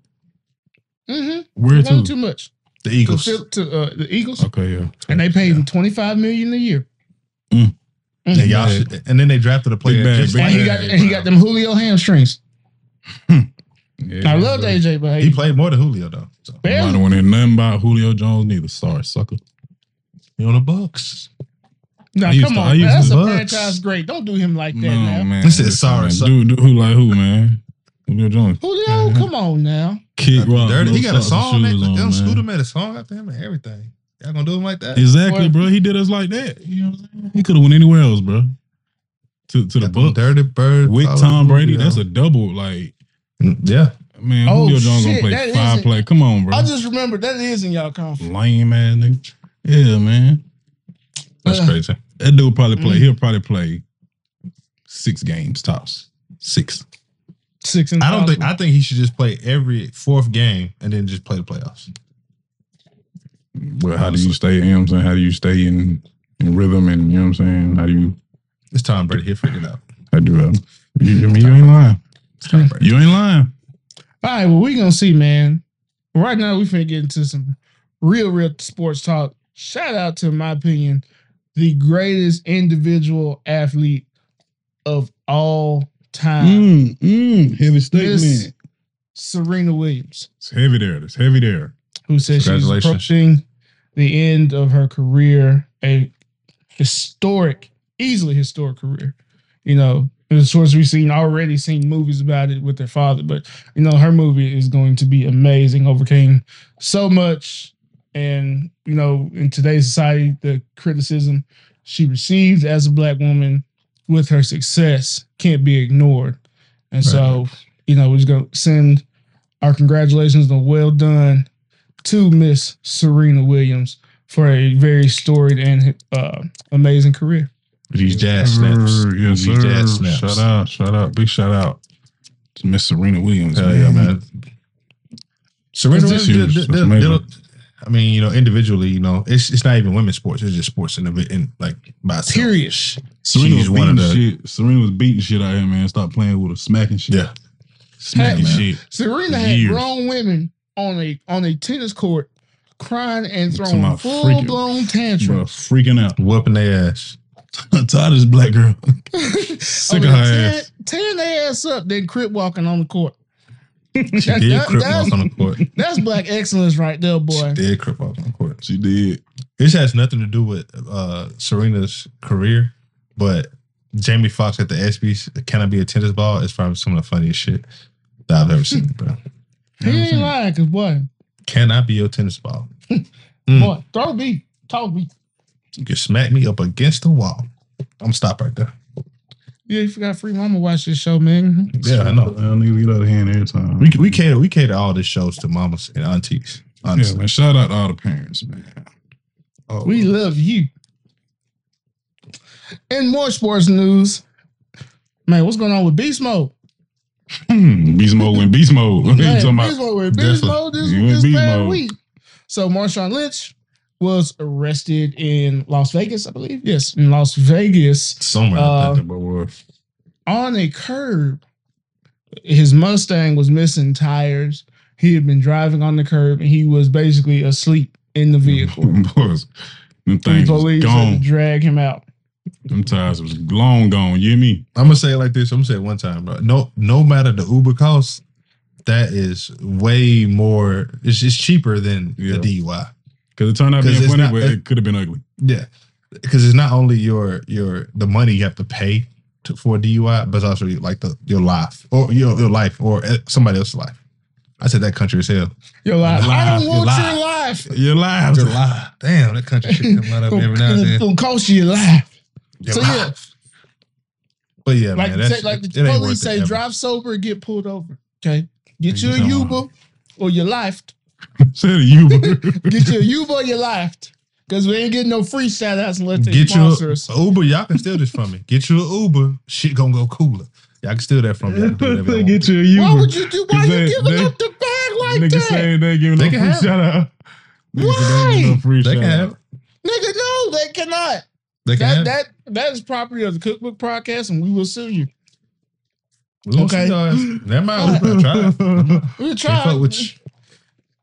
[SPEAKER 1] Mm-hmm.
[SPEAKER 2] Where
[SPEAKER 1] Not
[SPEAKER 2] to?
[SPEAKER 1] too much.
[SPEAKER 3] The
[SPEAKER 1] to,
[SPEAKER 3] Eagles.
[SPEAKER 1] Phil- to uh, the Eagles,
[SPEAKER 2] Okay, yeah.
[SPEAKER 1] and they paid him twenty five million a year.
[SPEAKER 2] Mm.
[SPEAKER 1] Mhm.
[SPEAKER 3] And, y'all
[SPEAKER 2] Big
[SPEAKER 3] should- and then they drafted a player.
[SPEAKER 2] Big bag,
[SPEAKER 3] just
[SPEAKER 2] big
[SPEAKER 3] like
[SPEAKER 1] And he got
[SPEAKER 3] that.
[SPEAKER 1] and he got them Julio hamstrings.
[SPEAKER 2] Yeah,
[SPEAKER 1] I love
[SPEAKER 2] that.
[SPEAKER 1] AJ, but hey,
[SPEAKER 3] He played more than Julio though. So
[SPEAKER 2] I
[SPEAKER 1] barely.
[SPEAKER 2] don't want to hear nothing about Julio Jones neither. Sorry, sucker.
[SPEAKER 3] he on the Bucks.
[SPEAKER 2] I
[SPEAKER 1] Now
[SPEAKER 2] used
[SPEAKER 1] come
[SPEAKER 2] to- I
[SPEAKER 1] on,
[SPEAKER 2] used
[SPEAKER 1] man, that's
[SPEAKER 2] to
[SPEAKER 1] a
[SPEAKER 3] Bucks.
[SPEAKER 1] franchise great. Don't do him like that now.
[SPEAKER 2] man.
[SPEAKER 3] He said, sorry,
[SPEAKER 2] Listen,
[SPEAKER 3] suck.
[SPEAKER 2] Dude, dude, who like who, man? Julio Jones.
[SPEAKER 1] Julio,
[SPEAKER 2] Mhm.
[SPEAKER 1] come on now.
[SPEAKER 2] Kick rock.
[SPEAKER 3] Dirty.
[SPEAKER 2] no
[SPEAKER 3] He got a
[SPEAKER 2] socks,
[SPEAKER 3] song.
[SPEAKER 2] shoes
[SPEAKER 3] That,
[SPEAKER 2] on,
[SPEAKER 3] them
[SPEAKER 2] man.
[SPEAKER 3] Scooter made a song after him and everything. Y'all gonna do him like that?
[SPEAKER 2] Exactly,
[SPEAKER 1] What?
[SPEAKER 2] bro. He did us like that. You know what I'm saying? He could have went anywhere else, bro. To to the
[SPEAKER 3] Got them
[SPEAKER 2] book
[SPEAKER 3] Dirty Bird
[SPEAKER 2] with
[SPEAKER 3] follow
[SPEAKER 2] Tom
[SPEAKER 3] Julio.
[SPEAKER 2] Brady. That's a double. Like
[SPEAKER 3] Mm, yeah.
[SPEAKER 2] man,
[SPEAKER 1] Oh,
[SPEAKER 2] Julio Jones
[SPEAKER 1] shit,
[SPEAKER 2] gonna
[SPEAKER 1] that
[SPEAKER 2] play
[SPEAKER 1] is
[SPEAKER 2] five
[SPEAKER 1] it.
[SPEAKER 2] play. Come on, bro.
[SPEAKER 1] I just remember that is in y'all conference.
[SPEAKER 2] Lame ass nigga. Yeah, man.
[SPEAKER 3] That's
[SPEAKER 1] Ugh.
[SPEAKER 3] crazy.
[SPEAKER 2] That dude probably play.
[SPEAKER 1] Mm.
[SPEAKER 2] He'll probably play six games tops. Six.
[SPEAKER 1] Six and
[SPEAKER 3] I don't think. I think he should just play every fourth game and then just play the playoffs.
[SPEAKER 2] Well, how do you stay? You know what I'm saying? How do you stay in in rhythm? And you know what I'm saying? How do you?
[SPEAKER 3] It's Tom Brady. He'll figure it out.
[SPEAKER 2] How do that? You, I mean, you ain't lying.
[SPEAKER 3] It's Tom Brady.
[SPEAKER 2] You ain't lying.
[SPEAKER 1] All right, well we gonna see, man. Right now we finna get into some real, real sports talk. Shout out to, in my opinion, the greatest individual athlete of all time.
[SPEAKER 2] Mm, mm, heavy
[SPEAKER 1] Miss Serena Williams,
[SPEAKER 2] It's heavy there. It's heavy there.
[SPEAKER 1] who says she's
[SPEAKER 3] Congratulations.
[SPEAKER 1] approaching the end of her career, a historic, easily historic career. You know, in the source we've seen already seen movies about it with their father, but you know, her movie is going to be amazing. Overcame so much, and you know, in today's society, the criticism she received as a black woman with her success can't be ignored. And so, you know, we're just gonna send our congratulations and well done to Miss Serena Williams for a very storied and uh, amazing career.
[SPEAKER 3] These jazz snaps.
[SPEAKER 2] Err, Yes,
[SPEAKER 3] These
[SPEAKER 2] sir.
[SPEAKER 3] jazz snaps.
[SPEAKER 2] Shout out. Shout out. Big shout out to Miss Serena Williams.
[SPEAKER 3] Hell yeah, man. Serena Williams.
[SPEAKER 2] That's huge.
[SPEAKER 3] did- did-
[SPEAKER 2] That's amazing.
[SPEAKER 3] did- I mean, you know, individually, you know, it's it's not even women's sports. It's just sports in, the, in like by itself.
[SPEAKER 1] Period.
[SPEAKER 2] Serena
[SPEAKER 3] She's
[SPEAKER 2] was
[SPEAKER 3] one
[SPEAKER 2] beating
[SPEAKER 3] of the-
[SPEAKER 2] shit. Serena was beating shit out here, man. Stop playing with her, smacking shit.
[SPEAKER 3] Yeah.
[SPEAKER 2] Smacking
[SPEAKER 3] Hey, man.
[SPEAKER 2] shit.
[SPEAKER 1] Serena had
[SPEAKER 2] Years.
[SPEAKER 1] grown women on a on a tennis court crying and
[SPEAKER 2] Talking
[SPEAKER 1] throwing
[SPEAKER 2] about
[SPEAKER 1] full
[SPEAKER 2] freaking-
[SPEAKER 1] blown
[SPEAKER 2] Bro,
[SPEAKER 1] tantrums.
[SPEAKER 2] freaking out.
[SPEAKER 3] Whooping their ass.
[SPEAKER 2] I'm tired of this black girl.
[SPEAKER 1] Sick
[SPEAKER 2] of her ass.
[SPEAKER 1] Tearing their ass up, then crip walking on the court.
[SPEAKER 3] She
[SPEAKER 1] That-
[SPEAKER 3] did
[SPEAKER 1] that-
[SPEAKER 3] crip
[SPEAKER 1] that-
[SPEAKER 3] walk on the court.
[SPEAKER 1] That's black excellence right there,
[SPEAKER 3] She
[SPEAKER 1] boy.
[SPEAKER 3] did crip walk on the court.
[SPEAKER 2] She did.
[SPEAKER 3] This has nothing to do with uh, Serena's career, but Jamie Foxx at the ESPYS "Can I Be a Tennis Ball" is probably some of the funniest shit that I've ever seen, bro.
[SPEAKER 1] He ain't lying, cause boy,
[SPEAKER 3] Can I be your tennis ball?
[SPEAKER 2] Hmm.
[SPEAKER 3] Mm.
[SPEAKER 1] boy, throw me, talk me.
[SPEAKER 3] You can smack me up against the wall. I'm stop right there.
[SPEAKER 1] Yeah, you forgot free mama watch this show, man.
[SPEAKER 3] Yeah, I know.
[SPEAKER 2] I need to get out of hand every time.
[SPEAKER 3] We we cater we cater all the shows to mamas and aunties.
[SPEAKER 2] yeah,
[SPEAKER 3] Honestly,
[SPEAKER 2] man. Shout out to all the parents, man. Oh,
[SPEAKER 1] We love you. And more sports news. Man, what's going on with Beast Mode?
[SPEAKER 2] Hmm, beast mode went beast mode. What you
[SPEAKER 1] Man,
[SPEAKER 2] talking about?
[SPEAKER 1] Beast Mode went Beast
[SPEAKER 3] Definitely.
[SPEAKER 1] Mode this,
[SPEAKER 2] You went
[SPEAKER 1] this
[SPEAKER 2] Beast
[SPEAKER 1] past
[SPEAKER 2] Mode.
[SPEAKER 1] week. So Marshawn Lynch was arrested in Las Vegas, I believe. Yes, in Las Vegas
[SPEAKER 3] somewhere.
[SPEAKER 1] Uh,
[SPEAKER 3] out there.
[SPEAKER 2] That boy was-
[SPEAKER 1] on a curb his Mustang was missing tires. He had been driving on the curb and he was basically asleep in the vehicle.
[SPEAKER 2] Boys,
[SPEAKER 1] The
[SPEAKER 2] them things was
[SPEAKER 1] police had to
[SPEAKER 2] gone.
[SPEAKER 1] drag him out.
[SPEAKER 2] Them tires was long gone. You hear me?
[SPEAKER 3] I'm gonna say it like this. I'm gonna say it one time, bro. No, no matter the Uber cost, that is way more. It's it's cheaper than
[SPEAKER 2] Yeah.
[SPEAKER 3] the DUI.
[SPEAKER 2] Because it turned out
[SPEAKER 3] 'Cause
[SPEAKER 2] being
[SPEAKER 3] it's
[SPEAKER 2] funny,
[SPEAKER 3] not-
[SPEAKER 2] but it could have been ugly.
[SPEAKER 3] Yeah, because it's not only your your the money you have to pay to, for a DUI, but it's also like the your life or your, your life or eh, somebody else's life. I said that country is hell.
[SPEAKER 1] You're like, I
[SPEAKER 2] Live,
[SPEAKER 1] don't want
[SPEAKER 3] live.
[SPEAKER 1] your life.
[SPEAKER 2] Your lives.
[SPEAKER 3] Your life. Damn, that country shit come out of every now and
[SPEAKER 1] It's
[SPEAKER 3] then.
[SPEAKER 1] gonna cost you your life.
[SPEAKER 3] Your
[SPEAKER 1] So, yeah.
[SPEAKER 3] life. But yeah,
[SPEAKER 1] like
[SPEAKER 3] man,
[SPEAKER 1] the,
[SPEAKER 3] that's,
[SPEAKER 1] ta- like
[SPEAKER 3] it-
[SPEAKER 1] the
[SPEAKER 3] it ain't worth
[SPEAKER 1] police
[SPEAKER 3] it
[SPEAKER 1] say,
[SPEAKER 3] ever.
[SPEAKER 1] drive sober, and get pulled over. Okay, get
[SPEAKER 2] You
[SPEAKER 1] you a
[SPEAKER 2] don't
[SPEAKER 1] Uber or your life.
[SPEAKER 2] Said you.
[SPEAKER 1] Get you a Uber or your life. Because we ain't getting no free shout outs unless they
[SPEAKER 3] Get you
[SPEAKER 1] sponsor
[SPEAKER 3] a
[SPEAKER 1] us.
[SPEAKER 3] Uber. Y'all can steal this from me. Get you a Uber. Shit gonna go cooler. Y'all can steal that from me. Y'all can do whatever y'all want.
[SPEAKER 2] Get you a
[SPEAKER 1] Why
[SPEAKER 2] Uber.
[SPEAKER 1] would you do? Why
[SPEAKER 2] Is
[SPEAKER 1] you
[SPEAKER 2] that-
[SPEAKER 1] giving
[SPEAKER 2] that-
[SPEAKER 1] up the bag like
[SPEAKER 2] Nigga
[SPEAKER 1] that?
[SPEAKER 2] saying they ain't giving
[SPEAKER 3] They
[SPEAKER 2] no
[SPEAKER 3] can
[SPEAKER 2] free
[SPEAKER 3] have it.
[SPEAKER 2] shout out. Nigga said ain't giving
[SPEAKER 1] Why?
[SPEAKER 2] no free
[SPEAKER 3] They can
[SPEAKER 2] shout-out.
[SPEAKER 3] have it.
[SPEAKER 1] Nigga, no, they cannot.
[SPEAKER 3] They can
[SPEAKER 1] That
[SPEAKER 3] have it.
[SPEAKER 1] that that is property of the cookbook podcast, and we will sue you.
[SPEAKER 3] We won't see
[SPEAKER 1] Okay.
[SPEAKER 3] y'all. Never mind. Uber. Try it.
[SPEAKER 1] We'll
[SPEAKER 3] Can't
[SPEAKER 1] try.
[SPEAKER 3] fuck with you.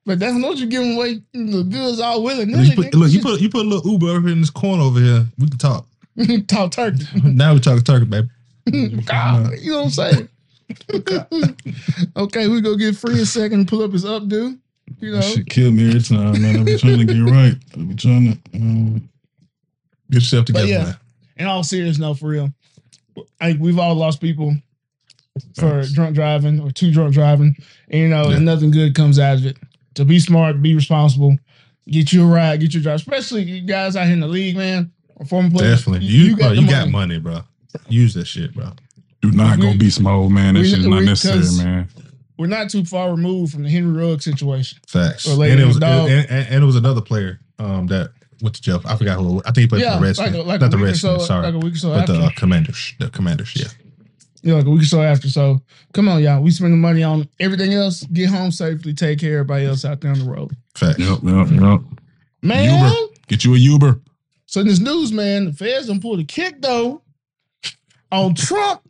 [SPEAKER 1] But that's not you giving away the goods all willing.
[SPEAKER 3] Look, you put, look, you put you put a little Uber over in this corner over here. We can talk.
[SPEAKER 1] put tall turkey.
[SPEAKER 3] Now we talking turkey, baby.
[SPEAKER 1] God, you know what I'm saying? okay, we go get free a second and pull up his updo. You know,
[SPEAKER 2] That shit kill me every time, man. I be trying to get right. I be trying to. Um,
[SPEAKER 3] Get yourself together,
[SPEAKER 1] yeah.
[SPEAKER 3] man.
[SPEAKER 1] in all seriousness, no, for real. I we've all lost people for drunk driving or too drunk driving. And, you know,
[SPEAKER 3] Yeah.
[SPEAKER 1] and nothing good comes out of it. So be smart, be responsible, get you a ride, get your drive. Especially you guys out here in the league, man, or former players.
[SPEAKER 3] Definitely. You, bro,
[SPEAKER 1] the
[SPEAKER 3] you got money, bro. Use that shit, bro.
[SPEAKER 2] do not go
[SPEAKER 1] We-
[SPEAKER 2] be small, man. That
[SPEAKER 1] we-
[SPEAKER 2] shit's not
[SPEAKER 1] we-
[SPEAKER 2] necessary,
[SPEAKER 1] 'cause-
[SPEAKER 2] man.
[SPEAKER 1] We're not too far removed from the Henry Rugg situation.
[SPEAKER 3] Facts.
[SPEAKER 1] Or lady
[SPEAKER 3] And it
[SPEAKER 1] with
[SPEAKER 3] was
[SPEAKER 1] a dog.
[SPEAKER 3] and, and, and it was another player um that went to jail. I forgot who. it was. I think he played
[SPEAKER 1] yeah,
[SPEAKER 3] for the Redskins.
[SPEAKER 1] like, a, like
[SPEAKER 3] Not
[SPEAKER 1] a
[SPEAKER 3] the
[SPEAKER 1] week or so,
[SPEAKER 3] Redskins. Sorry.
[SPEAKER 1] like a week or so
[SPEAKER 3] but
[SPEAKER 1] after.
[SPEAKER 3] the uh, Commanders. The Commanders. Yeah.
[SPEAKER 1] you know, like a week or so after. So come on, y'all. We spend the money on everything else. Get home safely. Take care of everybody else out there on the road.
[SPEAKER 3] Facts.
[SPEAKER 2] Yep, yep, yep.
[SPEAKER 1] Man.
[SPEAKER 2] Uber. Get you a Uber.
[SPEAKER 1] So in this news, man, the feds done pulled a kick though on Trump.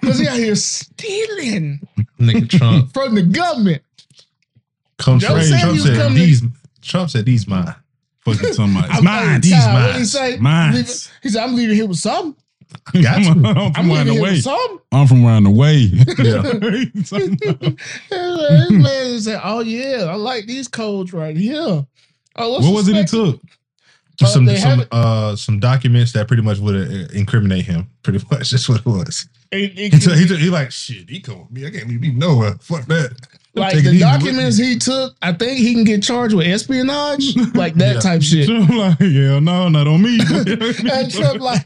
[SPEAKER 1] Because he out here stealing
[SPEAKER 3] Nigga Trump.
[SPEAKER 1] from the government.
[SPEAKER 3] Come
[SPEAKER 1] Joe
[SPEAKER 3] Trump,
[SPEAKER 1] said he
[SPEAKER 3] Trump
[SPEAKER 1] was
[SPEAKER 3] said
[SPEAKER 1] coming-
[SPEAKER 3] these. Trump said these mine.
[SPEAKER 2] Fucking somebody.
[SPEAKER 1] I'm
[SPEAKER 2] Mine.
[SPEAKER 1] third
[SPEAKER 2] These
[SPEAKER 1] time. What'd he
[SPEAKER 2] mine.
[SPEAKER 1] say?
[SPEAKER 2] Mine.
[SPEAKER 1] He said, I'm leaving here with something.
[SPEAKER 3] Got you.
[SPEAKER 2] I'm
[SPEAKER 1] I'm
[SPEAKER 2] from around
[SPEAKER 1] leaving
[SPEAKER 2] the
[SPEAKER 1] here
[SPEAKER 2] way.
[SPEAKER 1] with something.
[SPEAKER 2] I'm from around the way.
[SPEAKER 1] this man said, Oh yeah, I like these codes right here. Oh, what's
[SPEAKER 2] what was it he
[SPEAKER 1] suspected-
[SPEAKER 2] took?
[SPEAKER 1] Uh,
[SPEAKER 3] some
[SPEAKER 1] they
[SPEAKER 3] some
[SPEAKER 1] haven't-
[SPEAKER 3] uh some documents that pretty much would uh, incriminate him. Pretty much, that's what it was.
[SPEAKER 1] It- it
[SPEAKER 3] He
[SPEAKER 1] can-
[SPEAKER 3] took, he, took, he like shit. He come with me. I can't leave him nowhere. Fuck that. I'm
[SPEAKER 1] like
[SPEAKER 3] taking
[SPEAKER 1] the
[SPEAKER 3] these with
[SPEAKER 1] documents
[SPEAKER 3] me.
[SPEAKER 1] he took, I think he can get charged with espionage, like that
[SPEAKER 3] Yeah.
[SPEAKER 1] type shit.
[SPEAKER 2] So I'm like, yeah, no, not on me.
[SPEAKER 1] And Trump like,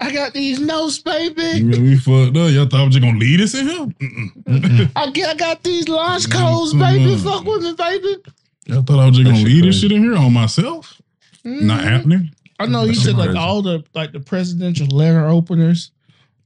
[SPEAKER 1] I got these notes,
[SPEAKER 2] You
[SPEAKER 1] baby.
[SPEAKER 2] really fucked up. Y'all thought I was just gonna lead us in here? Mm-mm.
[SPEAKER 3] Mm-mm.
[SPEAKER 1] I got, I got these launch codes, baby.
[SPEAKER 2] Mhm.
[SPEAKER 1] Fuck with me, baby.
[SPEAKER 2] Y'all thought I was just
[SPEAKER 3] That
[SPEAKER 2] gonna
[SPEAKER 3] shit
[SPEAKER 2] lead this
[SPEAKER 3] crazy.
[SPEAKER 2] shit in here on myself?
[SPEAKER 1] Mhm.
[SPEAKER 2] Not
[SPEAKER 3] Mm-hmm.
[SPEAKER 2] happening.
[SPEAKER 1] I know you
[SPEAKER 3] That's
[SPEAKER 1] said like
[SPEAKER 3] crazy.
[SPEAKER 1] all the like the presidential letter openers,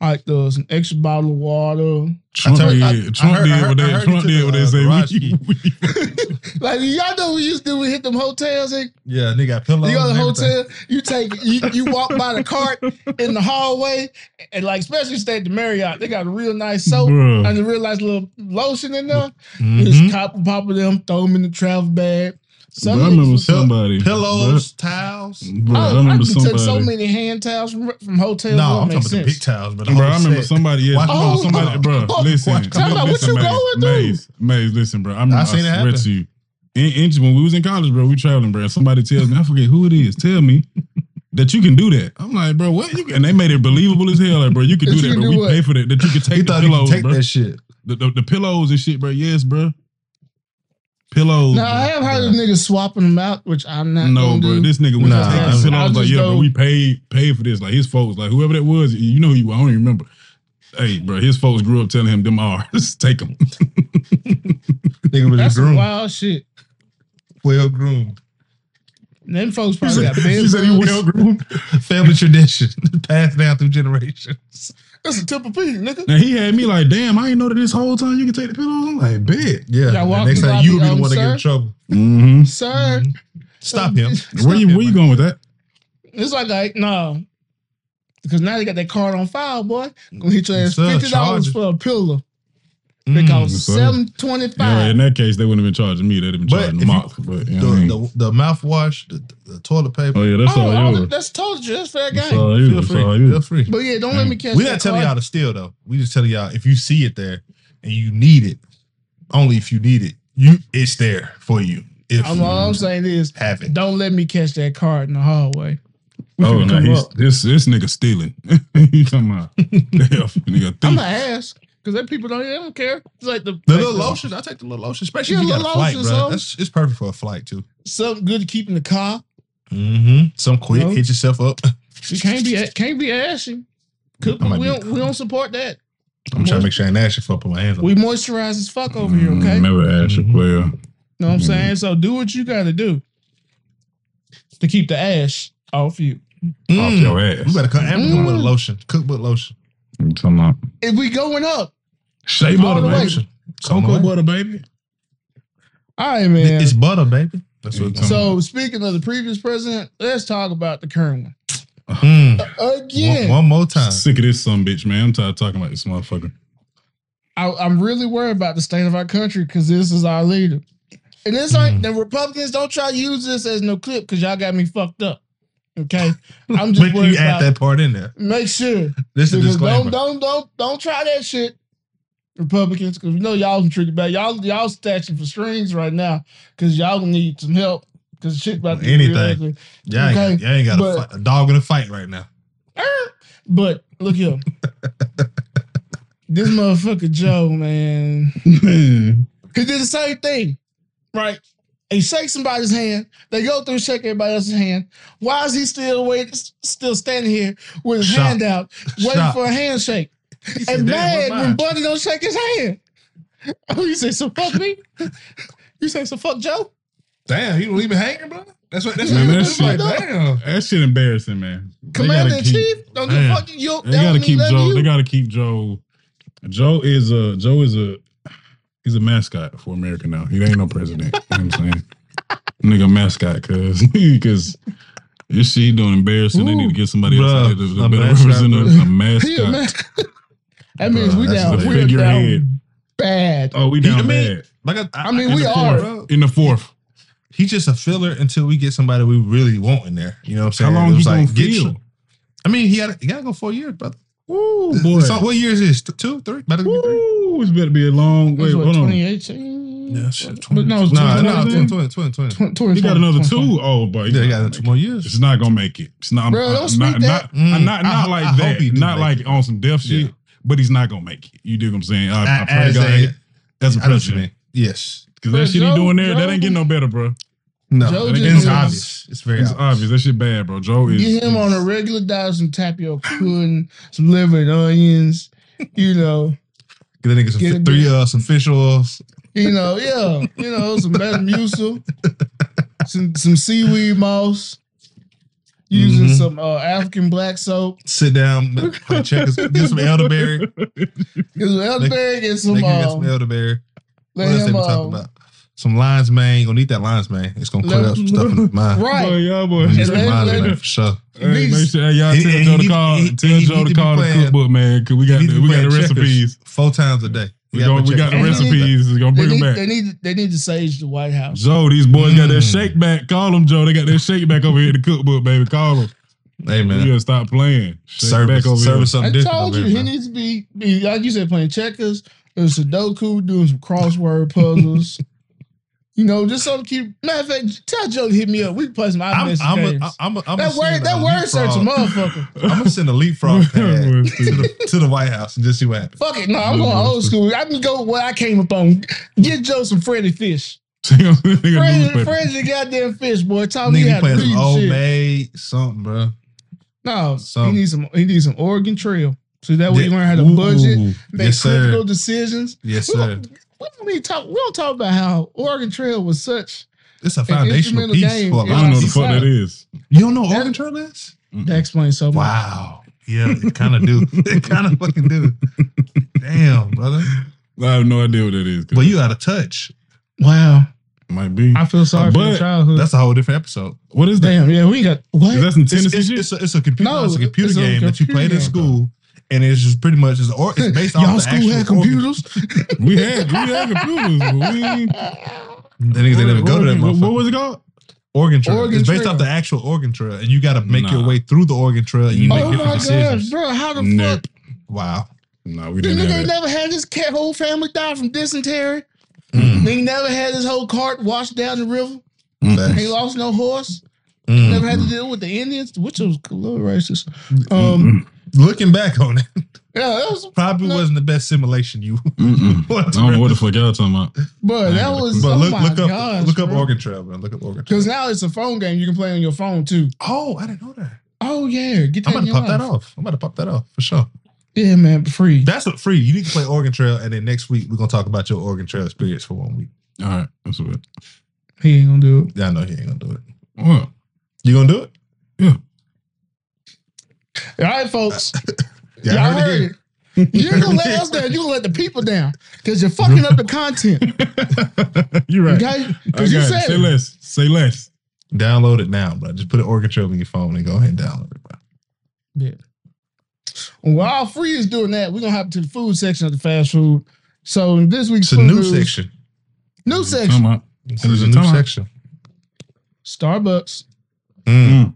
[SPEAKER 1] like there was an extra bottle of water.
[SPEAKER 2] Trump
[SPEAKER 3] told-
[SPEAKER 2] did.
[SPEAKER 3] I- I
[SPEAKER 2] Trump
[SPEAKER 3] heard- I
[SPEAKER 2] did
[SPEAKER 3] heard-
[SPEAKER 2] what
[SPEAKER 3] I
[SPEAKER 2] they.
[SPEAKER 3] heard
[SPEAKER 2] Trump
[SPEAKER 3] he
[SPEAKER 2] did
[SPEAKER 3] took
[SPEAKER 2] what
[SPEAKER 3] a,
[SPEAKER 2] they
[SPEAKER 3] uh,
[SPEAKER 2] say.
[SPEAKER 3] garage
[SPEAKER 2] We,
[SPEAKER 3] key.
[SPEAKER 2] we,
[SPEAKER 1] Like y'all know we used to do. We hit them hotels and
[SPEAKER 3] Yeah, nigga got pillows.
[SPEAKER 1] You go to
[SPEAKER 3] and
[SPEAKER 1] the
[SPEAKER 3] everything.
[SPEAKER 1] hotel, you take you, you walk by the cart in the hallway, and like especially stay at the Marriott, they got a real nice soap
[SPEAKER 2] Bruh.
[SPEAKER 1] and a real nice little lotion in there.
[SPEAKER 2] Mm-hmm.
[SPEAKER 3] Mhm.
[SPEAKER 1] Just cop a pop of them, throw them in the travel bag. Some
[SPEAKER 2] Bruh, I remember
[SPEAKER 1] niggas-
[SPEAKER 2] somebody.
[SPEAKER 3] Pillows,
[SPEAKER 2] Mm-hmm.
[SPEAKER 3] towels.
[SPEAKER 2] Bruh, bruh,
[SPEAKER 1] Oh,
[SPEAKER 2] I
[SPEAKER 1] I, done
[SPEAKER 2] remember somebody.
[SPEAKER 1] took so many hand towels from, from hotels.
[SPEAKER 3] No,
[SPEAKER 1] No,
[SPEAKER 3] I'm talking
[SPEAKER 1] makes
[SPEAKER 3] about the
[SPEAKER 1] sense.
[SPEAKER 3] big towels, but the
[SPEAKER 2] Bro,
[SPEAKER 3] whole
[SPEAKER 2] I remember
[SPEAKER 3] set.
[SPEAKER 2] somebody. Yeah,
[SPEAKER 3] Watch-
[SPEAKER 2] oh,
[SPEAKER 1] oh,
[SPEAKER 2] somebody.
[SPEAKER 3] oh,
[SPEAKER 2] bro,
[SPEAKER 3] oh,
[SPEAKER 2] listen.
[SPEAKER 3] watch-
[SPEAKER 1] Tell me what
[SPEAKER 2] listen,
[SPEAKER 1] you
[SPEAKER 2] Maze,
[SPEAKER 1] going through.
[SPEAKER 2] Maze, Maze, listen, bro. I remember. I,
[SPEAKER 3] I seen it
[SPEAKER 2] swear
[SPEAKER 3] happen.
[SPEAKER 2] to you. In, in- when we was in college, bro, we traveling, bro. and Somebody tells me, I forget who it is. Tell me that you can do that. I'm like, bro, what? You can, and they made it believable as hell, like, bro. You can
[SPEAKER 1] That
[SPEAKER 2] do
[SPEAKER 1] you
[SPEAKER 2] that,
[SPEAKER 1] can
[SPEAKER 2] bro.
[SPEAKER 1] do
[SPEAKER 2] we
[SPEAKER 1] what?
[SPEAKER 2] pay for that. That you can take
[SPEAKER 3] He
[SPEAKER 2] the
[SPEAKER 3] thought he could
[SPEAKER 2] pillows,
[SPEAKER 3] take
[SPEAKER 2] bro.
[SPEAKER 3] that shit.
[SPEAKER 2] The, the, the pillows and shit, bro. Yes, bro. Pillows.
[SPEAKER 1] Now I
[SPEAKER 2] bro.
[SPEAKER 1] have heard of niggas swapping them out, which I'm not.
[SPEAKER 2] No,
[SPEAKER 1] gonna
[SPEAKER 2] bro.
[SPEAKER 1] do.
[SPEAKER 2] This nigga was
[SPEAKER 3] Nah,
[SPEAKER 2] taking
[SPEAKER 3] I'll
[SPEAKER 2] shit off.
[SPEAKER 1] just
[SPEAKER 2] Like, yeah,
[SPEAKER 1] go-
[SPEAKER 2] bro, we paid paid for this. Like his folks, like whoever that was, you know who you. I don't even remember. Hey, bro, his folks grew up telling him them ours. Take them.
[SPEAKER 3] Nigga was
[SPEAKER 1] That's
[SPEAKER 3] just
[SPEAKER 1] some
[SPEAKER 3] groomed.
[SPEAKER 1] wild shit.
[SPEAKER 3] Well groomed.
[SPEAKER 1] And them folks
[SPEAKER 2] He
[SPEAKER 1] probably
[SPEAKER 2] said,
[SPEAKER 1] got
[SPEAKER 2] he
[SPEAKER 1] bed
[SPEAKER 2] said he
[SPEAKER 1] bugs.
[SPEAKER 2] well groomed.
[SPEAKER 3] Family tradition passed down through generations.
[SPEAKER 1] That's a tip of Peter, nigga.
[SPEAKER 2] Now he had me like, damn, I ain't know that this whole time you can take the pillows. I'm like, bet.
[SPEAKER 3] Yeah.
[SPEAKER 1] Y'all
[SPEAKER 3] and
[SPEAKER 1] walking
[SPEAKER 3] Next
[SPEAKER 1] by
[SPEAKER 3] time you
[SPEAKER 1] the,
[SPEAKER 3] be the
[SPEAKER 1] um,
[SPEAKER 3] one to get in
[SPEAKER 1] sir?
[SPEAKER 3] trouble.
[SPEAKER 2] Mm-hmm.
[SPEAKER 1] Sir,
[SPEAKER 3] Stop him.
[SPEAKER 2] Where you
[SPEAKER 3] Stop
[SPEAKER 2] where
[SPEAKER 3] him.
[SPEAKER 2] you going with that?
[SPEAKER 1] It's like, like no. Because now they got that card on file, boy. Gonna hit your ass
[SPEAKER 3] Sir,
[SPEAKER 1] fifty dollars
[SPEAKER 3] charges.
[SPEAKER 1] for a pillow. They cost
[SPEAKER 2] so-
[SPEAKER 1] seven twenty
[SPEAKER 2] Mm, Yeah,
[SPEAKER 1] five.
[SPEAKER 2] in that case, they wouldn't have been charging me. They'd have been
[SPEAKER 3] But
[SPEAKER 2] charging
[SPEAKER 3] if you-
[SPEAKER 2] Mock. But you
[SPEAKER 3] The,
[SPEAKER 2] know what I mean?
[SPEAKER 3] the, the mouthwash, the, the toilet paper.
[SPEAKER 2] oh yeah, that's
[SPEAKER 1] Oh, all
[SPEAKER 2] all
[SPEAKER 1] the,
[SPEAKER 2] you.
[SPEAKER 1] that's told you. That's fair
[SPEAKER 2] That's
[SPEAKER 1] game.
[SPEAKER 2] all Mm. you.
[SPEAKER 3] Feel
[SPEAKER 2] That's
[SPEAKER 3] free.
[SPEAKER 2] all you.
[SPEAKER 3] Feel free.
[SPEAKER 1] But yeah, don't let me catch.
[SPEAKER 3] We
[SPEAKER 1] that
[SPEAKER 3] not telling
[SPEAKER 1] card.
[SPEAKER 3] y'all to steal though. We just telling y'all if you see it there and you need it, only if you need it, you it's there for you. If
[SPEAKER 1] I'm, all I'm saying is,
[SPEAKER 3] you have it.
[SPEAKER 1] don't let me catch that card in the hallway. We
[SPEAKER 2] Oh
[SPEAKER 1] finna
[SPEAKER 2] no,
[SPEAKER 1] come
[SPEAKER 2] he's,
[SPEAKER 1] up.
[SPEAKER 2] this this nigga stealing. you talking about? Damn, nigga
[SPEAKER 1] I'm
[SPEAKER 2] thief.
[SPEAKER 1] gonna ask because that people don't. They don't care. It's like the,
[SPEAKER 3] The
[SPEAKER 1] like
[SPEAKER 3] little
[SPEAKER 1] the-
[SPEAKER 3] lotion, I take the little lotion, especially
[SPEAKER 1] Yeah,
[SPEAKER 3] if you got a
[SPEAKER 1] little
[SPEAKER 3] flight,
[SPEAKER 1] lotions,
[SPEAKER 3] bro.
[SPEAKER 1] huh?
[SPEAKER 3] That's it's perfect for a flight too.
[SPEAKER 1] something good to keep in the car.
[SPEAKER 3] Mm-hmm. Some quick,
[SPEAKER 1] No.
[SPEAKER 3] hit yourself up.
[SPEAKER 1] You can't be can't be ashy. Cook,
[SPEAKER 3] I
[SPEAKER 1] we
[SPEAKER 3] might be-
[SPEAKER 1] don't we don't support that.
[SPEAKER 3] I'm trying to make sure I ain't ask you for put my hands on.
[SPEAKER 1] We moisturize as fuck over here.
[SPEAKER 2] Mm,
[SPEAKER 1] Okay, know
[SPEAKER 2] Never ask your
[SPEAKER 3] Mhm.
[SPEAKER 2] player.
[SPEAKER 1] what I'm
[SPEAKER 3] mm.
[SPEAKER 2] Mhm.
[SPEAKER 1] saying? So do what you got to do to keep the ash off you.
[SPEAKER 3] Mm.
[SPEAKER 2] Off your ass.
[SPEAKER 3] You better cut Amazon with a
[SPEAKER 1] Mm.
[SPEAKER 3] lotion, cookbook lotion,
[SPEAKER 2] You talking about?
[SPEAKER 1] If we going up,
[SPEAKER 2] Shea
[SPEAKER 1] All
[SPEAKER 2] butter,
[SPEAKER 1] the way.
[SPEAKER 2] baby.
[SPEAKER 3] lotion.
[SPEAKER 2] Cocoa butter, baby.
[SPEAKER 1] all right, man.
[SPEAKER 3] It's butter, baby. That's what.
[SPEAKER 2] It's-
[SPEAKER 1] so speaking of the previous president, let's talk about the current one
[SPEAKER 3] Mm.
[SPEAKER 1] again.
[SPEAKER 3] One, one more time.
[SPEAKER 2] Sick of this some bitch, man. I'm tired of talking about this motherfucker.
[SPEAKER 1] I, I'm really worried about the state of our country because this is our leader. And this ain't
[SPEAKER 3] Mm.
[SPEAKER 1] the Republicans don't try to use this as no clip because y'all got me fucked up. Okay. I'm
[SPEAKER 3] But
[SPEAKER 1] just
[SPEAKER 3] you
[SPEAKER 1] worried
[SPEAKER 3] add
[SPEAKER 1] about
[SPEAKER 3] that part in there.
[SPEAKER 1] make sure.
[SPEAKER 3] This is a
[SPEAKER 1] Because
[SPEAKER 3] disclaimer.
[SPEAKER 1] don't don't don't don't try that shit. Republicans, because we know y'all some tricky bad. Y'all y'all stashing for strings right now because y'all gonna need some help because shit about to get real
[SPEAKER 3] Anything.
[SPEAKER 1] ugly.
[SPEAKER 3] Y'all ain't,
[SPEAKER 1] okay,
[SPEAKER 3] y'all ain't got a,
[SPEAKER 1] but-
[SPEAKER 3] fight, a dog in a fight right now.
[SPEAKER 1] Er, But look here, this motherfucker Joe man. Cause did the same thing, right? He shakes somebody's hand. They go through and shake everybody else's hand. Why is he still waiting, still standing here with his
[SPEAKER 3] Shocked.
[SPEAKER 1] hand out, waiting
[SPEAKER 3] Shocked.
[SPEAKER 1] for a handshake?
[SPEAKER 3] He said,
[SPEAKER 1] And
[SPEAKER 3] "Damn,
[SPEAKER 1] mad
[SPEAKER 3] where
[SPEAKER 1] when
[SPEAKER 3] mine?"
[SPEAKER 1] Buddy don't shake his hand. Oh, you say so fuck me? you say so fuck Joe?
[SPEAKER 3] Damn, he don't leave it hanging, bro. That's what. That's
[SPEAKER 2] Man,
[SPEAKER 3] what
[SPEAKER 2] that
[SPEAKER 3] it's like.
[SPEAKER 1] shit-
[SPEAKER 3] Damn.
[SPEAKER 2] That shit embarrassing, man. They gotta
[SPEAKER 1] Commander in
[SPEAKER 2] keep-
[SPEAKER 1] chief, don't give
[SPEAKER 3] Man.
[SPEAKER 1] a fuck you. you
[SPEAKER 2] They gotta keep Joe. They
[SPEAKER 1] You.
[SPEAKER 2] gotta keep Joe. Joe is a Joe is a he's a mascot for America now. He ain't no president. you know what I'm saying? Nigga mascot, cause cause this shit he doing embarrassing. they need to get somebody
[SPEAKER 3] Bruh,
[SPEAKER 2] else out there to, to
[SPEAKER 3] a
[SPEAKER 2] better
[SPEAKER 3] mascot,
[SPEAKER 2] represent
[SPEAKER 3] bruh.
[SPEAKER 2] a, a mascot.
[SPEAKER 1] He a man. that means we
[SPEAKER 3] Bruh, that's
[SPEAKER 1] down.
[SPEAKER 2] the
[SPEAKER 1] We're
[SPEAKER 2] figurehead.
[SPEAKER 1] down bad.
[SPEAKER 2] Oh, we
[SPEAKER 3] He- I
[SPEAKER 2] down
[SPEAKER 3] mean-
[SPEAKER 2] bad.
[SPEAKER 3] Like I,
[SPEAKER 1] I mean,
[SPEAKER 3] in
[SPEAKER 1] we
[SPEAKER 3] the
[SPEAKER 1] are.
[SPEAKER 3] fourth,
[SPEAKER 2] in the fourth.
[SPEAKER 3] He's just a filler until we get somebody we really want in there. You know what I'm
[SPEAKER 2] How
[SPEAKER 3] saying?
[SPEAKER 2] long
[SPEAKER 3] It
[SPEAKER 2] he
[SPEAKER 3] was
[SPEAKER 2] gonna
[SPEAKER 3] get
[SPEAKER 2] feel?
[SPEAKER 3] you- I mean, he got he got to go four years, brother.
[SPEAKER 2] Ooh,
[SPEAKER 3] This-
[SPEAKER 2] boy.
[SPEAKER 3] this- what year is this? Th- Two, three? About to be three.
[SPEAKER 2] Ooh, it's better be a long wait.
[SPEAKER 1] That's what,
[SPEAKER 2] Hold on.
[SPEAKER 1] 2018?
[SPEAKER 3] Yeah, shit.
[SPEAKER 1] But no, it's
[SPEAKER 3] nah,
[SPEAKER 1] 20,
[SPEAKER 3] nah,
[SPEAKER 2] 20,
[SPEAKER 3] 20, 20, 20.
[SPEAKER 1] Twen-
[SPEAKER 2] He got
[SPEAKER 1] 2020,
[SPEAKER 2] another two.
[SPEAKER 1] 2020.
[SPEAKER 2] Oh, boy.
[SPEAKER 3] Yeah, he got two more years.
[SPEAKER 2] It's not gonna make it. It's not.
[SPEAKER 1] Bro,
[SPEAKER 2] uh,
[SPEAKER 1] don't speak
[SPEAKER 2] not,
[SPEAKER 1] that.
[SPEAKER 2] Not, uh, not,
[SPEAKER 3] Mm. I
[SPEAKER 2] not
[SPEAKER 3] ho-
[SPEAKER 2] like
[SPEAKER 3] I hope
[SPEAKER 2] that.
[SPEAKER 3] he do
[SPEAKER 2] Not
[SPEAKER 3] make
[SPEAKER 2] like
[SPEAKER 3] it.
[SPEAKER 2] on some deaf shit.
[SPEAKER 3] Yeah.
[SPEAKER 2] But he's not gonna make it. You dig what I'm saying? I, I, pray to
[SPEAKER 3] As
[SPEAKER 2] God
[SPEAKER 3] a-
[SPEAKER 2] as a
[SPEAKER 3] I know what you
[SPEAKER 2] president,
[SPEAKER 3] mean. Yes.
[SPEAKER 2] because
[SPEAKER 1] But
[SPEAKER 2] that shit
[SPEAKER 1] Joe-
[SPEAKER 2] he doing there, that
[SPEAKER 1] Joe-
[SPEAKER 2] ain't getting no better, bro.
[SPEAKER 3] No,
[SPEAKER 1] Joe
[SPEAKER 3] and
[SPEAKER 1] just
[SPEAKER 3] it's
[SPEAKER 1] is-
[SPEAKER 3] obvious. It's very
[SPEAKER 2] It's
[SPEAKER 3] obvious.
[SPEAKER 2] obvious that shit bad, bro. Joe is.
[SPEAKER 1] Get him
[SPEAKER 2] is-
[SPEAKER 1] on a regular diet, some tapioca pudding, some liver and onions. You know,
[SPEAKER 3] Get that nigga some
[SPEAKER 1] Get
[SPEAKER 3] fi-
[SPEAKER 1] it
[SPEAKER 3] three
[SPEAKER 1] done.
[SPEAKER 3] uh, some fish oils.
[SPEAKER 1] you know, yeah, you know, some Metamucil, some some seaweed moss, using
[SPEAKER 3] Mhm.
[SPEAKER 1] some uh, African black soap,
[SPEAKER 3] Sit down, play checkers, get some elderberry.
[SPEAKER 1] get some elderberry, get
[SPEAKER 3] They
[SPEAKER 1] some.
[SPEAKER 3] can get
[SPEAKER 1] Uh,
[SPEAKER 3] some elderberry.
[SPEAKER 1] let
[SPEAKER 3] what else they
[SPEAKER 1] him,
[SPEAKER 3] been
[SPEAKER 1] uh,
[SPEAKER 3] talking about? Some lion's mane. Gonna need that lion's mane. It's gonna clear
[SPEAKER 1] Let-
[SPEAKER 3] up some stuff in his mind.
[SPEAKER 2] Boy,
[SPEAKER 1] right.
[SPEAKER 2] yeah, boy.
[SPEAKER 3] It's
[SPEAKER 1] And
[SPEAKER 3] some
[SPEAKER 1] let-
[SPEAKER 3] lion's
[SPEAKER 1] let-
[SPEAKER 3] mane for sure.
[SPEAKER 2] Hey,
[SPEAKER 1] He's-
[SPEAKER 2] make sure hey, y'all
[SPEAKER 3] He-
[SPEAKER 2] tell
[SPEAKER 3] he
[SPEAKER 2] Joe
[SPEAKER 3] need-
[SPEAKER 2] to call.
[SPEAKER 3] he-
[SPEAKER 2] tell
[SPEAKER 3] he
[SPEAKER 2] Joe
[SPEAKER 3] need
[SPEAKER 2] to
[SPEAKER 3] to
[SPEAKER 2] call
[SPEAKER 3] be
[SPEAKER 2] the
[SPEAKER 3] playing-
[SPEAKER 2] cookbook, man, because we got
[SPEAKER 3] He need
[SPEAKER 2] the,
[SPEAKER 3] to
[SPEAKER 2] we
[SPEAKER 3] be
[SPEAKER 2] got the
[SPEAKER 3] playing checkers
[SPEAKER 2] recipes.
[SPEAKER 3] four times a day.
[SPEAKER 2] We, got- we got
[SPEAKER 1] And
[SPEAKER 2] the
[SPEAKER 1] he need-
[SPEAKER 2] recipes. It's gonna
[SPEAKER 1] They
[SPEAKER 2] bring them
[SPEAKER 1] need,
[SPEAKER 2] back.
[SPEAKER 1] they need they need to sage the White House.
[SPEAKER 2] Joe, these boys got that
[SPEAKER 3] Mm.
[SPEAKER 2] shake back. Call them, Joe. They got that shake back over here in the cookbook, baby. Call them.
[SPEAKER 3] Hey
[SPEAKER 2] You
[SPEAKER 3] man,
[SPEAKER 2] gotta stop playing. Shake
[SPEAKER 3] service,
[SPEAKER 2] back over
[SPEAKER 3] service
[SPEAKER 1] I
[SPEAKER 2] here.
[SPEAKER 3] something different.
[SPEAKER 1] told
[SPEAKER 3] over
[SPEAKER 1] you
[SPEAKER 3] here,
[SPEAKER 1] he
[SPEAKER 3] man.
[SPEAKER 1] needs to be, be like you said, playing checkers, doing Sudoku, doing some crossword puzzles. You know, just something cute. Matter of fact, tell Joe to hit me up. We can play some
[SPEAKER 3] I'm,
[SPEAKER 1] iMessage
[SPEAKER 3] I'm, a,
[SPEAKER 1] games.
[SPEAKER 3] I'm, a, I'm
[SPEAKER 1] that word, that word search, a motherfucker.
[SPEAKER 3] I'm gonna send a leapfrog pad to,
[SPEAKER 2] Word
[SPEAKER 3] the, to the White House and just see what happens.
[SPEAKER 1] Fuck it, no, I'm going old school. I can go with what I came up on. Get Joe some Freddy Fish.
[SPEAKER 2] Nigga,
[SPEAKER 1] Freddy,
[SPEAKER 2] newspaper.
[SPEAKER 1] Freddy the goddamn fish, boy. Tell me
[SPEAKER 3] Nigga,
[SPEAKER 1] how to
[SPEAKER 3] he playing
[SPEAKER 1] read
[SPEAKER 3] some old
[SPEAKER 1] shit.
[SPEAKER 3] maid something, bro.
[SPEAKER 1] No,
[SPEAKER 3] Some-
[SPEAKER 1] he needs some. He needs some Oregon Trail. So that way you learn how to
[SPEAKER 3] Ooh,
[SPEAKER 1] budget, make
[SPEAKER 3] Yes,
[SPEAKER 1] critical
[SPEAKER 3] sir.
[SPEAKER 1] decisions.
[SPEAKER 3] Yes,
[SPEAKER 1] We
[SPEAKER 3] sir.
[SPEAKER 1] don't, we don't need to talk. We don't talk about how Oregon Trail was such
[SPEAKER 3] It's a
[SPEAKER 1] instrumental
[SPEAKER 3] foundational piece
[SPEAKER 1] game
[SPEAKER 3] for a
[SPEAKER 1] is
[SPEAKER 3] lot
[SPEAKER 2] I don't know
[SPEAKER 3] of
[SPEAKER 2] what the
[SPEAKER 3] people.
[SPEAKER 2] fuck that is.
[SPEAKER 3] You don't know Oregon Trail is?
[SPEAKER 1] That explains so much.
[SPEAKER 3] Wow. Yeah, it kind of do. it kind of fucking do. Damn, brother.
[SPEAKER 2] I have no idea what that is.
[SPEAKER 3] But you out of touch.
[SPEAKER 1] Wow.
[SPEAKER 2] might be.
[SPEAKER 1] I feel sorry for
[SPEAKER 2] But
[SPEAKER 1] your childhood.
[SPEAKER 3] That's a whole different episode.
[SPEAKER 2] What is that?
[SPEAKER 1] Damn, yeah, we got what?
[SPEAKER 2] Is that some
[SPEAKER 3] It's,
[SPEAKER 2] Tennessee
[SPEAKER 3] it's,
[SPEAKER 2] shit?
[SPEAKER 3] it's a, it's a computer,
[SPEAKER 1] No,
[SPEAKER 3] it's a computer
[SPEAKER 1] it's a
[SPEAKER 3] game that you
[SPEAKER 1] computer
[SPEAKER 3] played in
[SPEAKER 1] game.
[SPEAKER 3] school, and it's just pretty much it's, or, it's based off
[SPEAKER 1] Y'all
[SPEAKER 3] the
[SPEAKER 1] school had
[SPEAKER 3] actual organ-
[SPEAKER 1] computers?
[SPEAKER 2] We had we had computers, but we ain't-
[SPEAKER 3] That niggas they never
[SPEAKER 2] what-
[SPEAKER 3] go to that
[SPEAKER 2] what- What
[SPEAKER 3] motherfucker.
[SPEAKER 2] was it called?
[SPEAKER 3] Organ trail.
[SPEAKER 1] Organ
[SPEAKER 3] it's based
[SPEAKER 1] Trail.
[SPEAKER 3] off the actual organ trail, and you got to make your
[SPEAKER 2] Nah.
[SPEAKER 3] way through the organ trail. And you
[SPEAKER 2] Nah.
[SPEAKER 3] make
[SPEAKER 1] oh my
[SPEAKER 3] different
[SPEAKER 1] gosh,
[SPEAKER 3] decisions.
[SPEAKER 1] bro! How the
[SPEAKER 2] Nope.
[SPEAKER 1] fuck?
[SPEAKER 3] Wow.
[SPEAKER 2] No, we
[SPEAKER 1] The
[SPEAKER 2] didn't
[SPEAKER 1] nigga ain't
[SPEAKER 2] have that.
[SPEAKER 1] never had his cat whole family die from dysentery.
[SPEAKER 3] Mm.
[SPEAKER 1] They never had his whole cart washed down the river. Ain't
[SPEAKER 3] Facts.
[SPEAKER 1] lost no horse.
[SPEAKER 3] Mm.
[SPEAKER 1] Never had to deal with the Indians, which was a little racist. Um,
[SPEAKER 3] Looking back on it,
[SPEAKER 1] yeah, that was,
[SPEAKER 3] probably
[SPEAKER 1] No.
[SPEAKER 3] wasn't the best simulation you.
[SPEAKER 2] Mm-mm.
[SPEAKER 3] I
[SPEAKER 1] Oh
[SPEAKER 2] I don't know what the fuck y'all talking about.
[SPEAKER 1] but that was.
[SPEAKER 3] But
[SPEAKER 1] oh
[SPEAKER 3] look,
[SPEAKER 1] my
[SPEAKER 3] look up,
[SPEAKER 1] gosh,
[SPEAKER 3] look up
[SPEAKER 1] bro.
[SPEAKER 3] Organ Trail, man. Look up Organ Trail.
[SPEAKER 1] Because now it's a phone game you can play on your phone too.
[SPEAKER 3] Oh, I didn't know that.
[SPEAKER 1] Oh yeah, get that.
[SPEAKER 3] I'm about
[SPEAKER 1] in
[SPEAKER 3] to
[SPEAKER 1] your
[SPEAKER 3] pop that
[SPEAKER 1] life.
[SPEAKER 3] off. I'm about to pop that off for sure.
[SPEAKER 1] Yeah, man, free.
[SPEAKER 3] That's what free. You need to play Organ Trail, and then next week we're gonna talk about your Organ Trail experience for one week.
[SPEAKER 2] All right, that's what.
[SPEAKER 1] He ain't gonna do it.
[SPEAKER 3] Yeah, I know he ain't gonna do it.
[SPEAKER 2] Well,
[SPEAKER 3] You gonna do it?
[SPEAKER 1] All right, folks.
[SPEAKER 3] Yeah,
[SPEAKER 1] Y'all heard it. You're gonna let us down. You're gonna let the people down because you're fucking up the content.
[SPEAKER 2] you're right.
[SPEAKER 1] Okay? Because you
[SPEAKER 2] Okay,
[SPEAKER 1] said
[SPEAKER 2] say
[SPEAKER 1] it.
[SPEAKER 2] less. Say less.
[SPEAKER 3] Download it now, bro. Just put an Organ Trail on your phone and go ahead and download it, bro.
[SPEAKER 1] Yeah. While Free is doing that, we're gonna hop to the food section of the fast food. So in this week's
[SPEAKER 3] It's a
[SPEAKER 1] food
[SPEAKER 3] new
[SPEAKER 1] news-
[SPEAKER 3] section. Mm-hmm.
[SPEAKER 1] New
[SPEAKER 2] Mm, Come
[SPEAKER 1] section.
[SPEAKER 2] on.
[SPEAKER 3] It's
[SPEAKER 2] There's
[SPEAKER 3] a
[SPEAKER 2] a
[SPEAKER 3] new
[SPEAKER 2] time.
[SPEAKER 3] section.
[SPEAKER 1] Starbucks.
[SPEAKER 3] Mm.
[SPEAKER 2] Mm.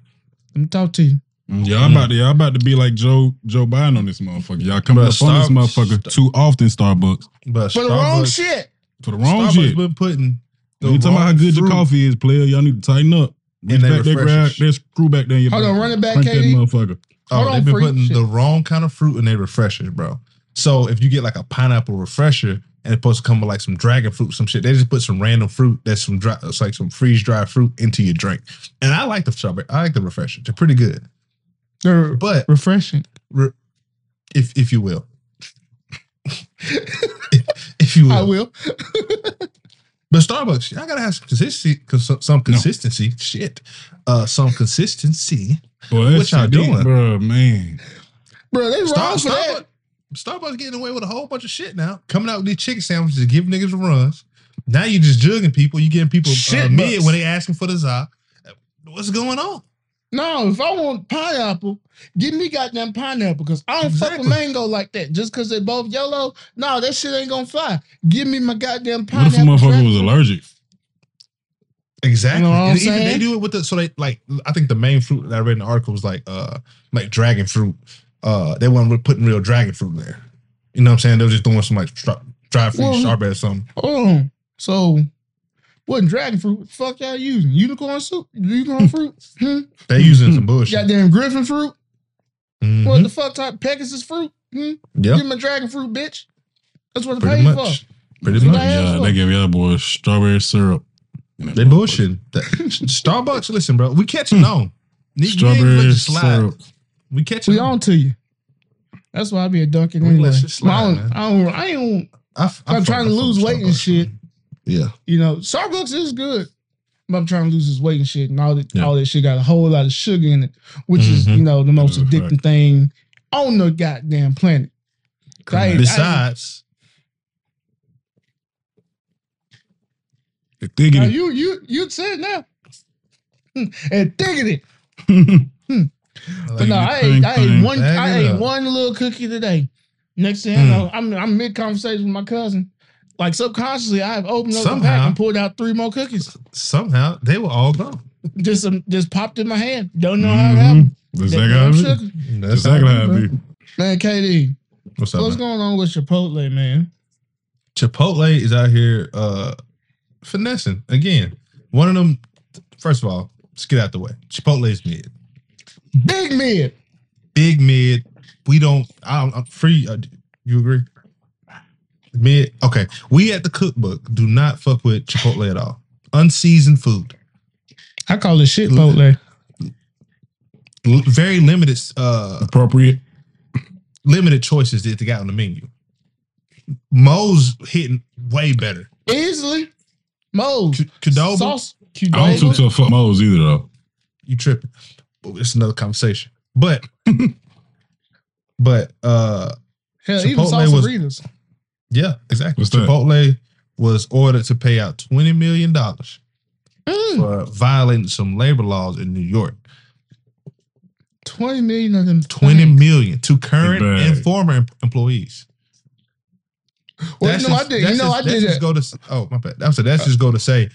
[SPEAKER 1] Let me talk to you.
[SPEAKER 2] Y'all Mm. about to y'all about to be like Joe Joe Biden on this motherfucker. Y'all coming
[SPEAKER 3] Bruh,
[SPEAKER 2] up on this
[SPEAKER 3] Star-
[SPEAKER 2] motherfucker too often. Starbucks
[SPEAKER 3] But
[SPEAKER 1] For the wrong
[SPEAKER 3] Starbucks-
[SPEAKER 1] shit.
[SPEAKER 2] for the wrong
[SPEAKER 3] Starbucks
[SPEAKER 2] shit.
[SPEAKER 3] been putting. the
[SPEAKER 2] You talking about
[SPEAKER 3] wrong
[SPEAKER 2] how good your
[SPEAKER 3] fruit-
[SPEAKER 2] coffee is, player? Y'all need to tighten up.
[SPEAKER 3] And they
[SPEAKER 2] Reach back that grab,
[SPEAKER 3] refreshers.
[SPEAKER 2] that screw back down your
[SPEAKER 1] Hold
[SPEAKER 2] back.
[SPEAKER 1] on, run it back,
[SPEAKER 2] Crank
[SPEAKER 1] Katie.
[SPEAKER 2] that motherfucker.
[SPEAKER 1] Hold
[SPEAKER 3] Oh,
[SPEAKER 1] on,
[SPEAKER 3] they've been
[SPEAKER 1] free
[SPEAKER 3] putting
[SPEAKER 1] shit.
[SPEAKER 3] the wrong kind of fruit in their refreshers, bro. So if you get like a pineapple refresher and it's supposed to come with like some dragon fruit, some shit, they just put some random fruit that's some dry, it's like some freeze dried fruit into your drink. And I like the strawberry, I like the refresher. They're pretty good,
[SPEAKER 1] They're
[SPEAKER 3] but
[SPEAKER 1] refreshing.
[SPEAKER 3] re- if if you will, if, if you will,
[SPEAKER 1] I will.
[SPEAKER 3] But Starbucks, y'all gotta have some consistency, cons- some consistency, shit, uh, some consistency.
[SPEAKER 2] Boy, that
[SPEAKER 3] What y'all
[SPEAKER 2] shit
[SPEAKER 3] doing?
[SPEAKER 2] bro? Man,
[SPEAKER 1] Bro, they wrong for
[SPEAKER 3] Starbucks,
[SPEAKER 1] that.
[SPEAKER 3] Starbucks getting away with a whole bunch of shit now. Coming out with these chicken sandwiches, to give niggas runs. Now you just jugging people. You getting people uh,
[SPEAKER 1] Shit
[SPEAKER 3] mid
[SPEAKER 1] bucks.
[SPEAKER 3] when they asking for the za. What's going on?
[SPEAKER 1] No, if I want pineapple, give me goddamn pineapple because I don't fuck
[SPEAKER 3] Exactly.
[SPEAKER 1] with mango like that. Just because they both yellow, no, that shit ain't gonna fly. Give me my goddamn
[SPEAKER 2] what if a
[SPEAKER 1] pineapple.
[SPEAKER 2] motherfucker
[SPEAKER 1] drink.
[SPEAKER 2] was allergic?
[SPEAKER 3] Exactly.
[SPEAKER 1] You know what I'm
[SPEAKER 3] and even
[SPEAKER 1] saying?
[SPEAKER 3] they do it with the so they like I think the main fruit that I read in the article was like uh like dragon fruit. Uh they weren't putting real dragon fruit there. You know what I'm saying? They were just doing some like stra- dried fruit
[SPEAKER 1] Well,
[SPEAKER 3] strawberry or something.
[SPEAKER 1] Hold on. So, wasn't dragon fruit? What the fuck y'all using? Unicorn soup? Unicorn fruit? Hmm?
[SPEAKER 3] They using some bullshit.
[SPEAKER 1] Goddamn griffin fruit?
[SPEAKER 3] Mhm.
[SPEAKER 1] What the fuck type Pegasus fruit? Hmm?
[SPEAKER 3] Mm-hmm. Yep,
[SPEAKER 1] Give me dragon fruit, bitch. That's what I
[SPEAKER 3] pretty
[SPEAKER 1] paid for.
[SPEAKER 3] much. Pretty
[SPEAKER 1] What
[SPEAKER 3] much.
[SPEAKER 1] the hell?
[SPEAKER 2] Yeah, they gave y'all boys strawberry syrup.
[SPEAKER 3] They bullshit. That- Starbucks, listen, bro. We catching on. Ne- you ain't let
[SPEAKER 2] Strawberry
[SPEAKER 3] it slide.
[SPEAKER 2] syrup.
[SPEAKER 3] We catching
[SPEAKER 1] We
[SPEAKER 3] on.
[SPEAKER 1] on to you. That's why I be a dunking
[SPEAKER 3] We let
[SPEAKER 1] anyway.
[SPEAKER 3] shit slide,
[SPEAKER 1] I
[SPEAKER 3] man.
[SPEAKER 1] don't, I don't, I don't,
[SPEAKER 3] I f- I
[SPEAKER 1] I'm
[SPEAKER 3] fuck-
[SPEAKER 1] trying to
[SPEAKER 3] I fuck
[SPEAKER 1] lose
[SPEAKER 3] with
[SPEAKER 1] weight and
[SPEAKER 3] Starbucks,
[SPEAKER 1] shit.
[SPEAKER 3] man. Yeah.
[SPEAKER 1] you know, Starbucks is good. But I'm trying to lose this weight and shit, and all that,
[SPEAKER 3] Yeah.
[SPEAKER 1] all that shit got a whole lot of sugar in it, which is,
[SPEAKER 3] Mhm.
[SPEAKER 1] you know, the most
[SPEAKER 2] is a fact.
[SPEAKER 1] addicting thing on the goddamn planet. 'Cause I ain't- I ain't-
[SPEAKER 3] Besides,
[SPEAKER 1] Now,
[SPEAKER 2] The thiggity.
[SPEAKER 1] you you you said now. And diggity. But no, I ate, I ate one I
[SPEAKER 3] Bag it
[SPEAKER 1] ate
[SPEAKER 3] up.
[SPEAKER 1] one little cookie today. Next thing I
[SPEAKER 3] Mm.
[SPEAKER 1] know, I'm I'm mid conversation with my cousin. Like subconsciously, I've opened up the pack
[SPEAKER 3] Somehow.
[SPEAKER 1] and pulled out three more cookies.
[SPEAKER 3] somehow they were all gone.
[SPEAKER 1] Just um, just popped in my hand. Don't know how it
[SPEAKER 3] Mm-hmm.
[SPEAKER 2] Mhm.
[SPEAKER 1] happened.
[SPEAKER 2] That's
[SPEAKER 1] That damn sugar.
[SPEAKER 2] Exactly how it be.
[SPEAKER 3] That's
[SPEAKER 2] That's Exactly how
[SPEAKER 3] it
[SPEAKER 2] it
[SPEAKER 3] is.
[SPEAKER 2] be.
[SPEAKER 1] Man, KD,
[SPEAKER 3] What's up,
[SPEAKER 1] what's
[SPEAKER 3] man?
[SPEAKER 1] going on with Chipotle, man?
[SPEAKER 3] Chipotle is out here uh finessing again. One of them. First of all, just get out the way. Chipotle is mid,
[SPEAKER 1] Big mid.
[SPEAKER 3] big mid. We don't. I'm, I'm free. Uh, you agree? Mid. Okay. We at the cookbook do not fuck with Chipotle at all. Unseasoned food.
[SPEAKER 1] I call it shit
[SPEAKER 3] Chipotle. L- very limited. Uh,
[SPEAKER 2] Appropriate.
[SPEAKER 3] limited choices that they got on the menu. Moe's hitting way better.
[SPEAKER 1] Easily. Mold.
[SPEAKER 3] Qu- Qdoba,
[SPEAKER 1] Sauce.
[SPEAKER 2] I don't
[SPEAKER 1] Qdoba.
[SPEAKER 2] took to fuck Moe's either though.
[SPEAKER 3] you tripping? But it's another conversation. But but uh
[SPEAKER 1] Hell, even
[SPEAKER 3] Chipotle
[SPEAKER 1] sauce
[SPEAKER 3] was-
[SPEAKER 1] Ritas.
[SPEAKER 3] yeah, exactly.
[SPEAKER 2] What's that?
[SPEAKER 3] Chipotle was ordered to pay out twenty million dollars
[SPEAKER 1] Mm.
[SPEAKER 3] for violating some labor laws in New York.
[SPEAKER 1] Twenty million of them.
[SPEAKER 3] Twenty
[SPEAKER 1] things.
[SPEAKER 3] million to current
[SPEAKER 2] Big bag.
[SPEAKER 3] and former em- employees.
[SPEAKER 1] Well,
[SPEAKER 3] That's
[SPEAKER 1] you know,
[SPEAKER 3] just-
[SPEAKER 1] I did.
[SPEAKER 3] that's
[SPEAKER 1] You know,
[SPEAKER 3] just-
[SPEAKER 1] I
[SPEAKER 3] that's
[SPEAKER 1] did
[SPEAKER 3] just
[SPEAKER 1] that.
[SPEAKER 3] Go to s- oh my bad. I'm sorry. That's just go to say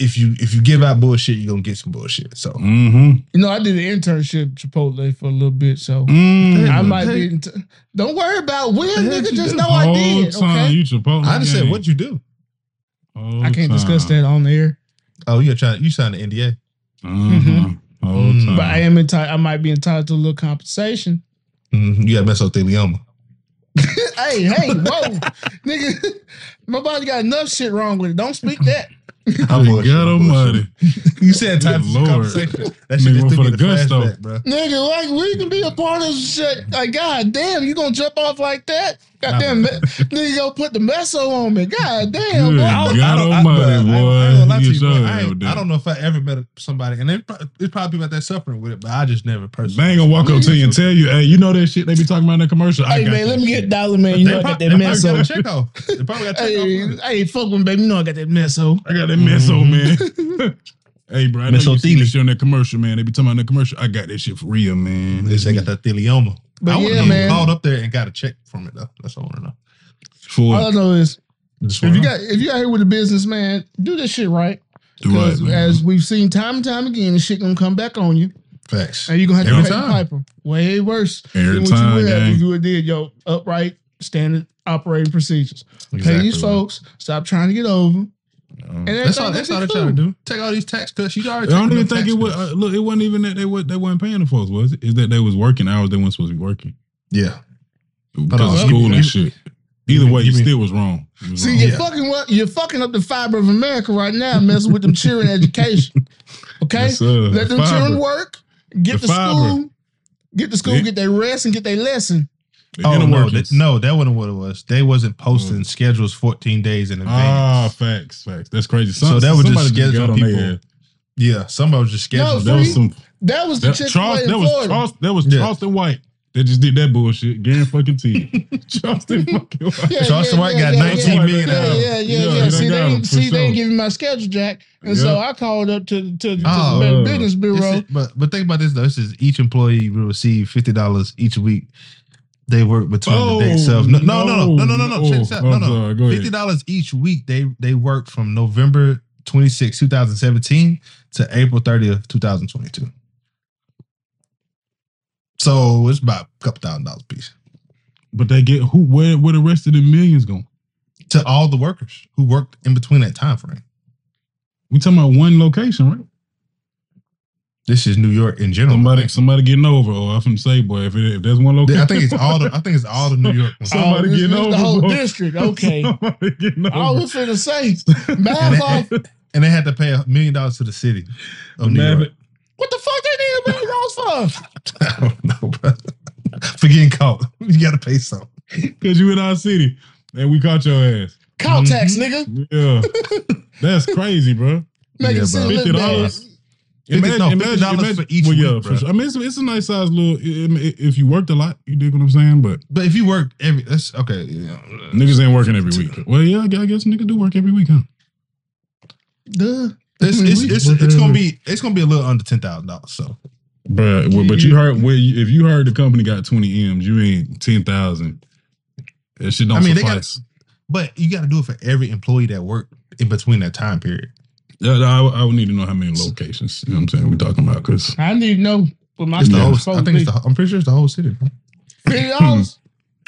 [SPEAKER 3] if you if you give out bullshit, you're gonna get some bullshit. So
[SPEAKER 2] Mm-hmm.
[SPEAKER 1] You know, I did an internship at Chipotle for a little bit, so
[SPEAKER 2] mm
[SPEAKER 1] I
[SPEAKER 3] the
[SPEAKER 1] might
[SPEAKER 3] heck-
[SPEAKER 1] be. Int- don't worry about when,
[SPEAKER 3] the heck
[SPEAKER 1] nigga.
[SPEAKER 3] you
[SPEAKER 1] Just
[SPEAKER 3] do?
[SPEAKER 1] know I
[SPEAKER 2] Whole
[SPEAKER 1] did.
[SPEAKER 2] time
[SPEAKER 1] Okay.
[SPEAKER 2] you Chipotle
[SPEAKER 3] I just said
[SPEAKER 2] gang.
[SPEAKER 3] what'd you do?
[SPEAKER 2] Whole
[SPEAKER 1] I can't discuss
[SPEAKER 2] time.
[SPEAKER 1] that on the air,
[SPEAKER 3] Oh, you're trying. You signed the NDA.
[SPEAKER 2] Uh-huh. Whole
[SPEAKER 3] Mm.
[SPEAKER 2] time.
[SPEAKER 1] but I am entitled. I might be entitled to a little compensation.
[SPEAKER 3] Mhm, You got mesothelioma.
[SPEAKER 1] hey, hey, whoa, nigga. My body got enough shit wrong with it. Don't speak that.
[SPEAKER 3] I'm
[SPEAKER 2] Good
[SPEAKER 3] bullshitting,
[SPEAKER 2] God
[SPEAKER 3] I'm bullshitting.
[SPEAKER 2] Almighty.
[SPEAKER 3] You said time
[SPEAKER 2] Good
[SPEAKER 3] for
[SPEAKER 2] Lord.
[SPEAKER 3] compensation. That
[SPEAKER 2] Nigga
[SPEAKER 3] shit
[SPEAKER 2] went
[SPEAKER 3] just
[SPEAKER 2] for
[SPEAKER 3] took me the
[SPEAKER 2] the gusto.
[SPEAKER 3] flashback, bro.
[SPEAKER 1] Nigga, like we can be a part of some shit. Like, god damn, you gonna jump off like that? God damn, me- nigga, go put the meso on me. God damn, boy.
[SPEAKER 2] Good God
[SPEAKER 1] I-
[SPEAKER 3] I don't- I-
[SPEAKER 2] Almighty,
[SPEAKER 3] but I ain't- I ain't
[SPEAKER 2] boy.
[SPEAKER 3] gonna lie to
[SPEAKER 2] You
[SPEAKER 3] you, bro.
[SPEAKER 2] sure
[SPEAKER 3] I
[SPEAKER 2] with
[SPEAKER 3] ain't-
[SPEAKER 2] that.
[SPEAKER 3] I don't know if I ever met somebody, and it, it's probably about that suffering with it, but I just never
[SPEAKER 2] They
[SPEAKER 3] personally.
[SPEAKER 2] ain't gonna walk up to you and tell you, hey, you know that shit they be talking about in the commercial. I
[SPEAKER 1] Hey
[SPEAKER 2] got
[SPEAKER 1] man, let
[SPEAKER 2] that
[SPEAKER 1] me
[SPEAKER 2] shit.
[SPEAKER 1] get dollar man. You know I got
[SPEAKER 3] probably,
[SPEAKER 1] that
[SPEAKER 3] they probably got a
[SPEAKER 1] meso.
[SPEAKER 3] check off. They probably got a check off.
[SPEAKER 1] Hey, hey, fuck with baby. You know I got that meso.
[SPEAKER 2] I got that meso,
[SPEAKER 1] Mm-hmm.
[SPEAKER 2] man. hey, bro, I know you seen
[SPEAKER 3] Mesothelioma.
[SPEAKER 2] this shit on that commercial, man. They be talking about in the commercial. I got that shit for real, man.
[SPEAKER 3] They say got that thelioma.
[SPEAKER 1] But
[SPEAKER 3] I would've
[SPEAKER 1] yeah,
[SPEAKER 3] been
[SPEAKER 1] man.
[SPEAKER 3] called up there and got a check from it though. That's all I want to know.
[SPEAKER 2] for
[SPEAKER 1] All I know is if
[SPEAKER 3] Just wanna
[SPEAKER 2] Uh-huh.
[SPEAKER 1] you
[SPEAKER 3] know.
[SPEAKER 1] got if you out here with a business, man, do this shit right.
[SPEAKER 2] do
[SPEAKER 1] Because
[SPEAKER 2] right, man.
[SPEAKER 1] as we've seen time and time again, the shit gonna come back on you,
[SPEAKER 3] facts,
[SPEAKER 1] and you're gonna have to
[SPEAKER 2] Every
[SPEAKER 1] pay the
[SPEAKER 2] time.
[SPEAKER 1] piper. Way worse
[SPEAKER 2] Every
[SPEAKER 1] than what
[SPEAKER 2] time,
[SPEAKER 1] you would have
[SPEAKER 2] gang.
[SPEAKER 1] if you would did your upright standard operating procedures. Pay these folks. Stop trying to get over. 'em,
[SPEAKER 2] Um,
[SPEAKER 1] And
[SPEAKER 3] That's all. That's all they're trying to
[SPEAKER 1] do.
[SPEAKER 3] do. Take all these tax cuts. You
[SPEAKER 2] I
[SPEAKER 3] already.
[SPEAKER 2] don't
[SPEAKER 3] taking
[SPEAKER 2] even
[SPEAKER 3] them
[SPEAKER 2] think
[SPEAKER 3] tax
[SPEAKER 2] it was.
[SPEAKER 3] cuts.
[SPEAKER 2] Uh, look, it wasn't even that they were they weren't paying the folks, was it? Is that they was working hours they weren't supposed to be working
[SPEAKER 3] Yeah.
[SPEAKER 2] because of
[SPEAKER 3] on,
[SPEAKER 2] school
[SPEAKER 3] give me-
[SPEAKER 2] and shit. Either
[SPEAKER 3] me-
[SPEAKER 2] way, you
[SPEAKER 3] give me-
[SPEAKER 2] still was wrong. You was
[SPEAKER 1] See,
[SPEAKER 2] wrong.
[SPEAKER 1] you're
[SPEAKER 3] Yeah.
[SPEAKER 1] fucking what you're fucking up the fiber of America right now, messing with them children education. Okay,
[SPEAKER 2] Yes, sir.
[SPEAKER 1] let
[SPEAKER 2] The
[SPEAKER 1] them children
[SPEAKER 2] fiber.
[SPEAKER 1] work, get
[SPEAKER 2] The
[SPEAKER 1] to
[SPEAKER 2] fiber.
[SPEAKER 1] school, get to school,
[SPEAKER 2] Yeah.
[SPEAKER 1] get their rest, and get their lesson.
[SPEAKER 2] The Mm.
[SPEAKER 3] Oh
[SPEAKER 2] inner
[SPEAKER 3] no,
[SPEAKER 2] workings.
[SPEAKER 3] that, no, that wasn't what it was. They wasn't posting schedules 14 days in advance.
[SPEAKER 2] Ah, facts, facts. That's crazy.
[SPEAKER 3] So that was just
[SPEAKER 2] somebody got
[SPEAKER 3] scheduled
[SPEAKER 2] on their
[SPEAKER 3] people.
[SPEAKER 2] ass.
[SPEAKER 3] yeah, somebody was just
[SPEAKER 1] No,
[SPEAKER 3] scheduling.
[SPEAKER 2] That was some.
[SPEAKER 1] That was the
[SPEAKER 2] That,
[SPEAKER 1] chick
[SPEAKER 2] Charles,
[SPEAKER 1] in
[SPEAKER 2] that
[SPEAKER 1] Florida.
[SPEAKER 2] was Charles, that was
[SPEAKER 3] Yeah.
[SPEAKER 2] Charleston White. They just did that bullshit. Garen fucking T. Charleston fucking White.
[SPEAKER 1] Yeah,
[SPEAKER 3] Charleston White got 19 million
[SPEAKER 1] Yeah,
[SPEAKER 3] hours.
[SPEAKER 1] yeah, yeah,
[SPEAKER 2] Yeah,
[SPEAKER 1] yeah. See,
[SPEAKER 2] they got
[SPEAKER 1] they
[SPEAKER 2] 'em,
[SPEAKER 1] didn't,
[SPEAKER 2] for
[SPEAKER 1] see, they
[SPEAKER 2] sure.
[SPEAKER 1] didn't give me my schedule, Jack, and so
[SPEAKER 2] Yeah.
[SPEAKER 1] I called up to to, to, to
[SPEAKER 3] Oh.
[SPEAKER 1] the Better Business Bureau. Oh,
[SPEAKER 3] It's- But but think about this though. This is each employee will receive fifty dollars each week. They work between
[SPEAKER 2] Oh,
[SPEAKER 3] the dates of no no no no no no no. no. Check this out. No
[SPEAKER 2] I'm
[SPEAKER 3] no.
[SPEAKER 2] sorry. Go ahead.
[SPEAKER 3] Fifty dollars each week. They they worked from November twenty sixth, two thousand seventeen, to April thirtieth, two thousand twenty two. So it's about a couple thousand dollars a piece
[SPEAKER 2] But they get who? Where? Where the rest of the millions going?
[SPEAKER 3] to all the workers who worked in between that time frame.
[SPEAKER 2] We talking about one location, right?
[SPEAKER 3] This is New York in general.
[SPEAKER 2] Somebody, somebody getting over. Or I'm finna say, boy, if, it, if there's one location,
[SPEAKER 3] I think it's all the I think it's all the New York. ones.
[SPEAKER 2] So- somebody
[SPEAKER 1] this-
[SPEAKER 2] getting
[SPEAKER 1] this
[SPEAKER 2] over,
[SPEAKER 1] the whole
[SPEAKER 2] bro.
[SPEAKER 1] district. Okay,
[SPEAKER 2] somebody getting over.
[SPEAKER 1] I was finna say,
[SPEAKER 3] And
[SPEAKER 1] math
[SPEAKER 3] it-
[SPEAKER 1] off.
[SPEAKER 3] and they had to pay a million dollars to the city of New
[SPEAKER 2] Maverick-
[SPEAKER 3] York.
[SPEAKER 1] What the fuck they need a million dollars for?
[SPEAKER 3] I don't know, bro. For getting caught, you got to pay something.
[SPEAKER 2] Cause you in our city and we caught your ass.
[SPEAKER 1] Call
[SPEAKER 2] Mm-hmm.
[SPEAKER 1] tax,
[SPEAKER 3] Mhm.
[SPEAKER 1] nigga.
[SPEAKER 2] Yeah, that's crazy, bro.
[SPEAKER 1] Make
[SPEAKER 3] Yeah,
[SPEAKER 1] it seem a
[SPEAKER 3] bro.
[SPEAKER 1] little bad.
[SPEAKER 2] $50.
[SPEAKER 3] Fifty- no, $50 for each
[SPEAKER 2] yeah,
[SPEAKER 3] week,
[SPEAKER 2] for
[SPEAKER 3] bro.
[SPEAKER 2] sure. I mean, it's, it's a nice size little. i- i- if you worked a lot, you dig what I'm saying. But
[SPEAKER 3] But if you work every, that's okay. you know.
[SPEAKER 2] niggas ain't working every week. Well, yeah, I gu- I guess niggas do work every week, huh?
[SPEAKER 1] Duh.
[SPEAKER 3] It's,
[SPEAKER 2] Every
[SPEAKER 3] it's,
[SPEAKER 2] week.
[SPEAKER 3] it's, it's gonna be it's gonna be a little under ten thousand dollars. So
[SPEAKER 2] Bruh, well, but you heard well, you- if you heard the company got 20 m's, you ain't 10,000. That shit don't
[SPEAKER 3] I mean, they got-
[SPEAKER 2] suffice.
[SPEAKER 3] but you gotta do it for every employee that worked in between that time period.
[SPEAKER 2] Yeah, I, I would need to know how many locations. You know what I'm saying? We're talking about because
[SPEAKER 1] I need to know what my
[SPEAKER 3] It's the
[SPEAKER 2] Yeah.
[SPEAKER 1] stuff
[SPEAKER 3] whole,
[SPEAKER 1] is supposed
[SPEAKER 3] I think
[SPEAKER 1] to be.
[SPEAKER 3] it's the I'm pretty sure it's the whole city. bro.
[SPEAKER 1] Fifty dollars.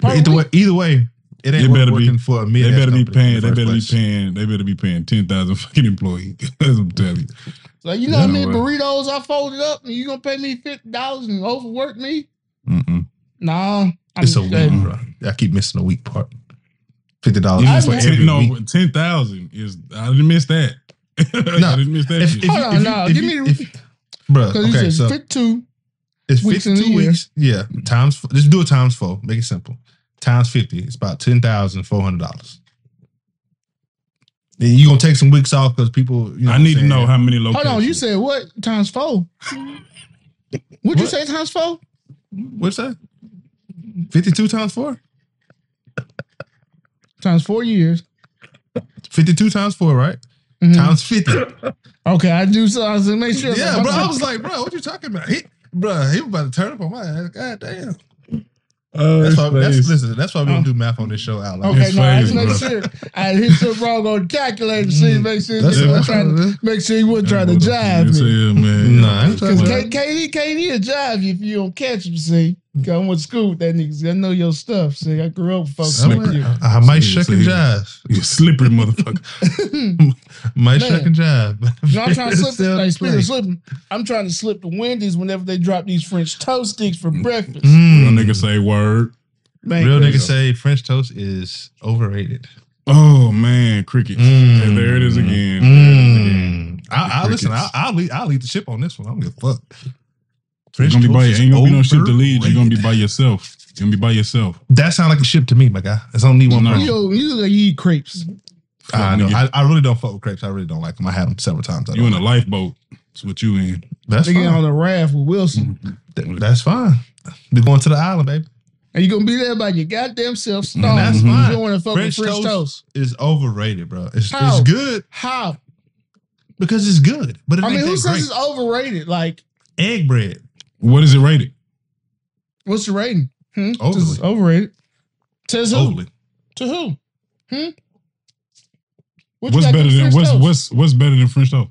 [SPEAKER 3] But either way, either way, it
[SPEAKER 2] They
[SPEAKER 3] ain't worth
[SPEAKER 2] better be-
[SPEAKER 3] working for a
[SPEAKER 2] they
[SPEAKER 3] million.
[SPEAKER 2] better be paying. They better be paying. They better be paying 10,000 fucking employees. That's what I'm telling you.
[SPEAKER 1] Like you know how
[SPEAKER 2] Yeah,
[SPEAKER 1] many
[SPEAKER 2] well.
[SPEAKER 1] burritos I folded up, and you gonna pay me fifty dollars and overwork me?
[SPEAKER 2] Mm-mm.
[SPEAKER 1] Nah, I'm
[SPEAKER 3] It's a
[SPEAKER 1] just
[SPEAKER 3] week,
[SPEAKER 1] saying.
[SPEAKER 3] bro. I keep missing the week part. Fifty dollars
[SPEAKER 1] I
[SPEAKER 3] for
[SPEAKER 2] Even for
[SPEAKER 1] know-
[SPEAKER 2] ten,
[SPEAKER 3] every
[SPEAKER 2] no,
[SPEAKER 3] week.
[SPEAKER 2] but 10,000 is, I didn't miss that. I
[SPEAKER 3] No,
[SPEAKER 2] didn't miss that
[SPEAKER 3] If,
[SPEAKER 2] shit.
[SPEAKER 3] if
[SPEAKER 1] Hold
[SPEAKER 3] you,
[SPEAKER 1] on,
[SPEAKER 3] if
[SPEAKER 1] no,
[SPEAKER 3] you, if
[SPEAKER 1] give
[SPEAKER 3] you,
[SPEAKER 1] me-
[SPEAKER 3] if, bro.
[SPEAKER 1] uh, Cause you
[SPEAKER 3] Okay,
[SPEAKER 1] said
[SPEAKER 3] so
[SPEAKER 1] fifty-two.
[SPEAKER 3] It's
[SPEAKER 1] Weeks in
[SPEAKER 3] 52
[SPEAKER 1] a year.
[SPEAKER 3] weeks. Yeah. Times, f- just do it times four. Make it simple. Times 50. It's about $10,400. Then you're going to take some weeks off because people, you know.
[SPEAKER 2] I
[SPEAKER 3] what I'm
[SPEAKER 2] need to
[SPEAKER 3] saying?
[SPEAKER 2] know how many
[SPEAKER 1] Hold
[SPEAKER 2] locations.
[SPEAKER 1] on, you said what times four? Would you
[SPEAKER 3] What?
[SPEAKER 1] say times four?
[SPEAKER 3] What's that? 52 times four?
[SPEAKER 1] Times four years.
[SPEAKER 3] 52 times four, right?
[SPEAKER 1] Mhm.
[SPEAKER 3] Times 50.
[SPEAKER 1] Okay, I do so. I was to make sure.
[SPEAKER 3] yeah, bro. I was like, bro, what you talking about? He, Bruh, he was about to turn up on my ass. God damn.
[SPEAKER 2] Uh,
[SPEAKER 3] That's
[SPEAKER 2] his
[SPEAKER 3] why, that's,
[SPEAKER 2] face.
[SPEAKER 3] listen, that's why we don't do math on this show out loud.
[SPEAKER 1] Okay,
[SPEAKER 2] It's
[SPEAKER 1] no, I just
[SPEAKER 2] funny,
[SPEAKER 1] make sure I hit something wrong on calculator. See, make sure
[SPEAKER 3] Mm. That's
[SPEAKER 1] you
[SPEAKER 3] what I'm
[SPEAKER 1] weren't trying to
[SPEAKER 3] trying
[SPEAKER 1] make sure you wouldn't try to jive
[SPEAKER 2] Yes,
[SPEAKER 1] me.
[SPEAKER 2] yeah, man.
[SPEAKER 3] Nah, I ain't
[SPEAKER 1] Cause
[SPEAKER 3] trying to-
[SPEAKER 1] K- KD KD will jive you if you don't catch him. See,
[SPEAKER 3] Hmm.
[SPEAKER 1] 'Cause I went to school with that nigga. see, I know your stuff. See, I grew up with folks
[SPEAKER 3] I,
[SPEAKER 1] like
[SPEAKER 2] Slick.
[SPEAKER 1] you.
[SPEAKER 3] might- I might
[SPEAKER 2] See,
[SPEAKER 3] shuck and
[SPEAKER 2] see.
[SPEAKER 3] jive.
[SPEAKER 2] You slippery motherfucker.
[SPEAKER 1] Man.
[SPEAKER 3] Might shuck and jive.
[SPEAKER 1] No, I'm trying to slip.
[SPEAKER 3] Still
[SPEAKER 1] Like, speaking
[SPEAKER 3] play.
[SPEAKER 1] of slipping, I'm trying to slip the Wendy's whenever they drop these French toast sticks for breakfast.
[SPEAKER 2] Real
[SPEAKER 3] Mm.
[SPEAKER 2] nigga say word.
[SPEAKER 1] Man,
[SPEAKER 3] Real
[SPEAKER 2] There you
[SPEAKER 3] nigga
[SPEAKER 2] go.
[SPEAKER 3] say French toast is overrated.
[SPEAKER 2] Oh man, crickets.
[SPEAKER 3] Mm.
[SPEAKER 2] And there it is again.
[SPEAKER 3] Mm. I, I listen. I,
[SPEAKER 2] Crickets.
[SPEAKER 3] I'll lead. I'll lead the ship on this one. I don't give a fuck.
[SPEAKER 2] You're gonna be by,
[SPEAKER 3] toast
[SPEAKER 2] ain't gonna be no
[SPEAKER 3] is
[SPEAKER 2] shit to lead. You're gonna be by
[SPEAKER 3] overrated.
[SPEAKER 2] yourself. You're gonna be by yourself.
[SPEAKER 3] That sound like a ship to me, my guy. It's only one
[SPEAKER 2] No.
[SPEAKER 3] person.
[SPEAKER 1] you you you eat crepes.
[SPEAKER 3] I know.
[SPEAKER 2] nigga.
[SPEAKER 3] I, I really don't fuck with crepes. I really don't like them. I had them several times. I
[SPEAKER 2] You
[SPEAKER 3] don't
[SPEAKER 2] in a lifeboat. That's what you in.
[SPEAKER 3] That's
[SPEAKER 1] Nigga
[SPEAKER 3] fine.
[SPEAKER 1] on a raft with Wilson.
[SPEAKER 3] Th- That's fine. They're going to the island, baby.
[SPEAKER 1] And you're gonna be there by your goddamn self starving.
[SPEAKER 3] Mm, that's
[SPEAKER 1] You
[SPEAKER 3] fine.
[SPEAKER 1] don't want to fuck with
[SPEAKER 3] French
[SPEAKER 1] French
[SPEAKER 3] toast.
[SPEAKER 1] toast.
[SPEAKER 3] It's overrated, bro. It's,
[SPEAKER 1] How?
[SPEAKER 3] it's good
[SPEAKER 1] How?
[SPEAKER 3] because it's good, but it
[SPEAKER 1] I mean,
[SPEAKER 3] ain't
[SPEAKER 1] who
[SPEAKER 3] that great.
[SPEAKER 1] says it's overrated? Like,
[SPEAKER 3] Egg bread.
[SPEAKER 2] What is it rated?
[SPEAKER 1] what's the rating? Hmm?
[SPEAKER 3] Overly.
[SPEAKER 1] This is overrated. Says who?
[SPEAKER 3] Overly.
[SPEAKER 1] To who? Hmm? What you
[SPEAKER 2] What's
[SPEAKER 1] got
[SPEAKER 2] better
[SPEAKER 1] against
[SPEAKER 2] than
[SPEAKER 1] French
[SPEAKER 2] what's
[SPEAKER 1] toast?
[SPEAKER 2] what's what's better than French toast?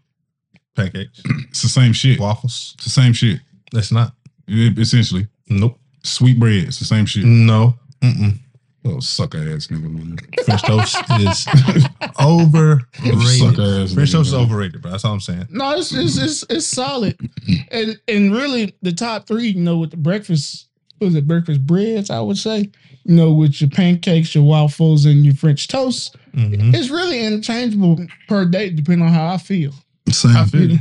[SPEAKER 3] Pancakes.
[SPEAKER 2] It's the same shit.
[SPEAKER 3] Waffles.
[SPEAKER 2] It's the same shit.
[SPEAKER 3] That's not.
[SPEAKER 2] It- essentially,
[SPEAKER 3] Nope. Mm.
[SPEAKER 2] sweet bread. It's the same shit.
[SPEAKER 3] No. Mm-mm.
[SPEAKER 2] Oh, sucker ass nigga. Man.
[SPEAKER 3] French toast is overrated.
[SPEAKER 2] Sucker ass.
[SPEAKER 3] French
[SPEAKER 2] nigga,
[SPEAKER 3] toast is
[SPEAKER 2] man.
[SPEAKER 3] overrated, bro. That's all I'm saying.
[SPEAKER 1] No, it's it's, it's it's solid, and and really the top three, you know, with the breakfast, what is it breakfast breads? I would say, you know, with your pancakes, your waffles, and your French toast,
[SPEAKER 3] Mhm.
[SPEAKER 1] it's really interchangeable per day, depending on how I feel.
[SPEAKER 3] I
[SPEAKER 2] Same.
[SPEAKER 3] feel you. Mm-hmm.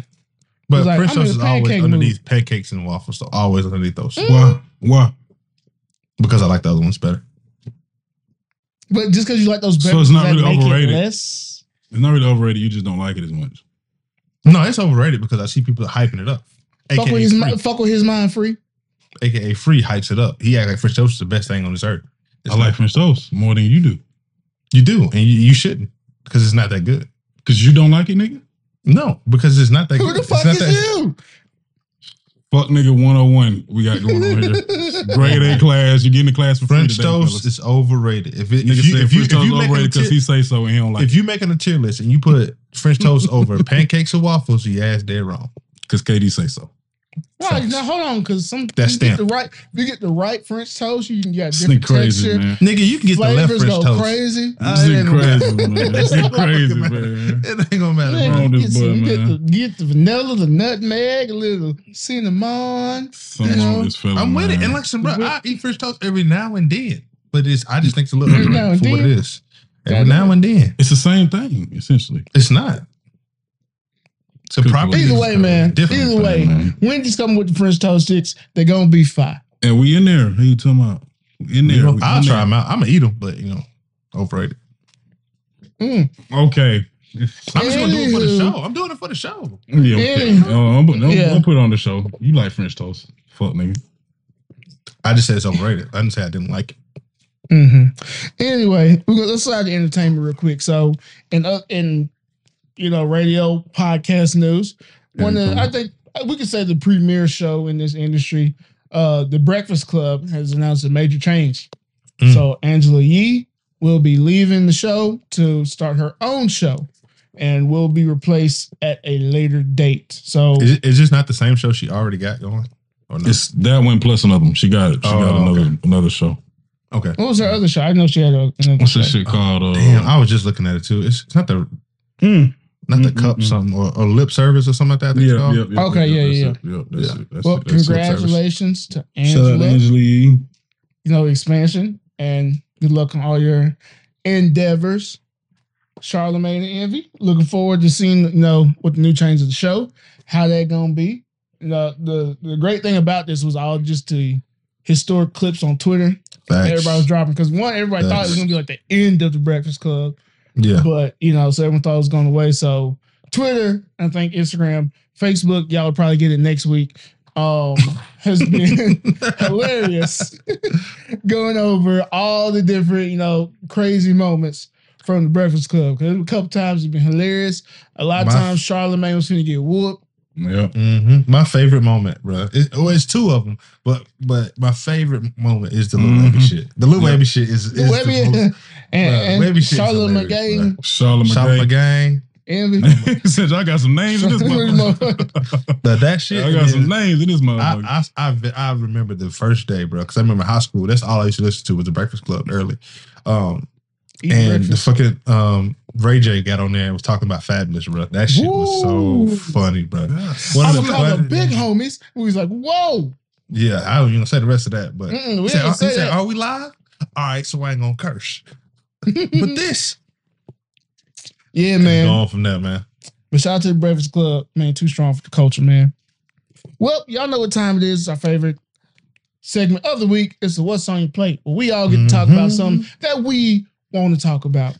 [SPEAKER 3] But
[SPEAKER 1] It's like,
[SPEAKER 3] French
[SPEAKER 1] I'm in the
[SPEAKER 3] toast is always
[SPEAKER 1] pancake Mm.
[SPEAKER 3] underneath pancakes and waffles. So always underneath those.
[SPEAKER 2] Why? Why?
[SPEAKER 3] Because I like the other ones better.
[SPEAKER 1] But just because you like those
[SPEAKER 2] So
[SPEAKER 1] beverages,
[SPEAKER 2] it's not
[SPEAKER 1] that
[SPEAKER 2] really
[SPEAKER 1] make it
[SPEAKER 2] overrated.
[SPEAKER 1] less.
[SPEAKER 2] It's not really overrated. You just don't like it as much.
[SPEAKER 3] No, it's overrated because I see people hyping it up.
[SPEAKER 1] Fuck with,
[SPEAKER 3] AKA
[SPEAKER 1] his,
[SPEAKER 3] free.
[SPEAKER 1] mi- fuck with his mind free.
[SPEAKER 3] AKA free hypes it up. He act like French toast is the best thing on this earth. It's
[SPEAKER 2] I
[SPEAKER 3] not.
[SPEAKER 2] like French toast more than you do
[SPEAKER 3] You do, and you, you shouldn't because it's not that good.
[SPEAKER 2] because you don't like it, nigga.
[SPEAKER 3] No, because it's not that
[SPEAKER 1] Who
[SPEAKER 3] good.
[SPEAKER 1] the
[SPEAKER 3] It's
[SPEAKER 1] fuck
[SPEAKER 3] not
[SPEAKER 1] is
[SPEAKER 3] that-
[SPEAKER 1] you?
[SPEAKER 2] Fuck nigga 101 we got going on here. Grade A class. You get in the class for free
[SPEAKER 3] French
[SPEAKER 2] today,
[SPEAKER 3] toast
[SPEAKER 2] fellas.
[SPEAKER 3] is overrated. If, it,
[SPEAKER 2] Nigga
[SPEAKER 3] if, you,
[SPEAKER 2] said
[SPEAKER 3] if, you,
[SPEAKER 2] French
[SPEAKER 3] if,
[SPEAKER 2] toast
[SPEAKER 3] you making a
[SPEAKER 2] overrated because
[SPEAKER 3] tier,
[SPEAKER 2] he say so and he don't like
[SPEAKER 3] if you making a tier list and you put French toast over pancakes and waffles, you ass dead wrong.
[SPEAKER 2] because KD say so.
[SPEAKER 1] Right, now hold on, because some
[SPEAKER 3] That's
[SPEAKER 1] you get the
[SPEAKER 3] stamp.
[SPEAKER 1] right, if you get the right French toast, you can get
[SPEAKER 2] This
[SPEAKER 1] different
[SPEAKER 2] nigga crazy,
[SPEAKER 1] texture.
[SPEAKER 2] man.
[SPEAKER 3] Nigga, you can get the left
[SPEAKER 1] Flavors
[SPEAKER 3] French
[SPEAKER 1] go
[SPEAKER 3] toast.
[SPEAKER 1] crazy.
[SPEAKER 3] I
[SPEAKER 2] This
[SPEAKER 3] ain't
[SPEAKER 2] nigga
[SPEAKER 3] gonna-
[SPEAKER 2] crazy, man. This nigga crazy, man.
[SPEAKER 3] It ain't gonna matter,
[SPEAKER 1] Man,
[SPEAKER 3] bro.
[SPEAKER 2] wrong with
[SPEAKER 1] get,
[SPEAKER 2] this boy,
[SPEAKER 1] some, get,
[SPEAKER 2] man?
[SPEAKER 1] the, get the vanilla, the nutmeg, a little cinnamon.
[SPEAKER 2] Something wrong with this fella.
[SPEAKER 3] I'm with it.
[SPEAKER 2] man.
[SPEAKER 3] And like some bro, I eat French toast every now and then. But it's I just think it's a little
[SPEAKER 1] Every now
[SPEAKER 3] overrated
[SPEAKER 1] and
[SPEAKER 3] for what it
[SPEAKER 1] then?
[SPEAKER 3] is. Every
[SPEAKER 1] Goddamn.
[SPEAKER 3] now and then.
[SPEAKER 2] it's the same thing, essentially.
[SPEAKER 3] It's not. It's a
[SPEAKER 2] Good
[SPEAKER 3] proper
[SPEAKER 2] lord.
[SPEAKER 1] Either way, man.
[SPEAKER 3] Different
[SPEAKER 1] Either
[SPEAKER 3] thing,
[SPEAKER 1] way,
[SPEAKER 2] man.
[SPEAKER 1] Wendy's coming with the French toast sticks. They're gonna be fine.
[SPEAKER 2] And we in there. Who you talking about? We in there.
[SPEAKER 3] You know,
[SPEAKER 2] We in
[SPEAKER 3] I'll
[SPEAKER 2] there.
[SPEAKER 3] try them out. I'm gonna eat them, but you know, overrated.
[SPEAKER 1] Mm.
[SPEAKER 2] Okay.
[SPEAKER 3] I'm just gonna do it for the
[SPEAKER 1] Anywho.
[SPEAKER 3] show. I'm doing it Oh, for the show.
[SPEAKER 2] Yeah. Okay.
[SPEAKER 1] Yeah.
[SPEAKER 2] Uh, I'm, I'm,
[SPEAKER 1] Yeah.
[SPEAKER 2] I'm put it on the show. You like French toast? Fuck nigga.
[SPEAKER 3] I just said it's overrated. I didn't say I didn't like it.
[SPEAKER 1] hmm Anyway, we're gonna, let's slide to entertainment real quick. So, in uh, in you know radio podcast news, one
[SPEAKER 2] Mm-hmm.
[SPEAKER 1] of the- I think uh, we could say the premier show in this industry, uh, The Breakfast Club has announced a major change.
[SPEAKER 3] Mm.
[SPEAKER 1] So Angela Yee will be leaving the show to start her own show, and will be replaced at a later date. So
[SPEAKER 3] Is it- Is this not the same show she already got going? Or no?
[SPEAKER 2] It's that one plus another one. She got it. She got
[SPEAKER 3] Oh,
[SPEAKER 2] another
[SPEAKER 3] okay.
[SPEAKER 2] another show.
[SPEAKER 3] okay.
[SPEAKER 1] what was her other show? I know she had a, another
[SPEAKER 2] What's that
[SPEAKER 1] show.
[SPEAKER 2] shit called? Uh,
[SPEAKER 3] Damn, I was just looking at it too. It's, it's not the
[SPEAKER 1] Mm.
[SPEAKER 3] not the
[SPEAKER 2] Mm,
[SPEAKER 3] cup
[SPEAKER 2] mm, mm.
[SPEAKER 3] something or, or lip service or something like that. I think it's
[SPEAKER 2] yeah,
[SPEAKER 3] called.
[SPEAKER 2] yeah, yeah.
[SPEAKER 1] Okay, yeah,
[SPEAKER 2] that's It. Yep, that's
[SPEAKER 3] Yeah.
[SPEAKER 2] it. That's
[SPEAKER 1] Well,
[SPEAKER 2] it. That's it.
[SPEAKER 1] congratulations to
[SPEAKER 2] Shout out to
[SPEAKER 1] Angela.
[SPEAKER 2] Angela Yee.
[SPEAKER 1] you know, expansion and good luck on all your endeavors. Charlemagne and Envy. Looking forward to seeing, you know, what the new change of the show, how that gonna be. You know, the the great thing about this was all just the historic clips on Twitter.
[SPEAKER 3] Facts.
[SPEAKER 1] Everybody was dropping because one, everybody thought it was
[SPEAKER 3] Facts.
[SPEAKER 1] gonna be like the end of the Breakfast Club,
[SPEAKER 3] yeah.
[SPEAKER 1] but you know, so everyone thought it was going away. So Twitter, I think Instagram, Facebook, y'all will probably get it next week. Um, has been hilarious going over all the different, you know, crazy moments from the Breakfast Club. Because a couple times it's been hilarious. A lot of
[SPEAKER 3] My-
[SPEAKER 1] times Charlemagne was going to get whooped.
[SPEAKER 2] Yeah.
[SPEAKER 3] hmm My favorite moment, bro. It, oh, it's two of them, but but my favorite moment is the Lil
[SPEAKER 2] Mhm.
[SPEAKER 3] Baby shit. The Lil
[SPEAKER 2] Yeah.
[SPEAKER 3] Baby shit is, is
[SPEAKER 1] Webby
[SPEAKER 3] the
[SPEAKER 1] and,
[SPEAKER 3] most,
[SPEAKER 1] and
[SPEAKER 3] Webby shit's
[SPEAKER 1] Charlotte
[SPEAKER 3] hilarious,
[SPEAKER 1] McGay
[SPEAKER 2] Charlamagne.
[SPEAKER 3] Shot Gang.
[SPEAKER 1] envy.
[SPEAKER 2] he said, I got some names in this motherfucker.
[SPEAKER 3] The, that shit.
[SPEAKER 2] I got
[SPEAKER 3] is-
[SPEAKER 2] some names in this motherfucker.
[SPEAKER 3] I, I, I, I remember the first day, bro, because I remember high school. That's all I used to listen to was the Breakfast Club early. Um,
[SPEAKER 1] Eat
[SPEAKER 3] and
[SPEAKER 1] breakfast.
[SPEAKER 3] the fucking um, Ray J got on there and was talking about fabulous, bro. That shit
[SPEAKER 1] Woo.
[SPEAKER 3] was so funny, bro.
[SPEAKER 2] What
[SPEAKER 1] I'm
[SPEAKER 3] One of
[SPEAKER 1] gonna
[SPEAKER 3] the
[SPEAKER 1] call the
[SPEAKER 3] fun-
[SPEAKER 1] big homies. We was like, whoa.
[SPEAKER 3] Yeah, I don't even say the rest of that, but
[SPEAKER 1] Mm-mm, Mm, we
[SPEAKER 3] he said, uh,
[SPEAKER 1] didn't
[SPEAKER 3] he
[SPEAKER 1] say
[SPEAKER 3] said,
[SPEAKER 1] that.
[SPEAKER 3] "Are we live? All right, so I ain't gonna curse." but this,
[SPEAKER 1] yeah,
[SPEAKER 3] man,
[SPEAKER 1] Mm-hmm. man.
[SPEAKER 3] going from that, man.
[SPEAKER 1] But shout out to the Breakfast Club, man. Too strong for the culture, man. Well, y'all know what time it is. It's our favorite segment of the week. It's the What's on Your Plate. Where we all get to talk
[SPEAKER 2] Mm-hmm.
[SPEAKER 1] about
[SPEAKER 3] Mhm.
[SPEAKER 1] something that we want to talk about.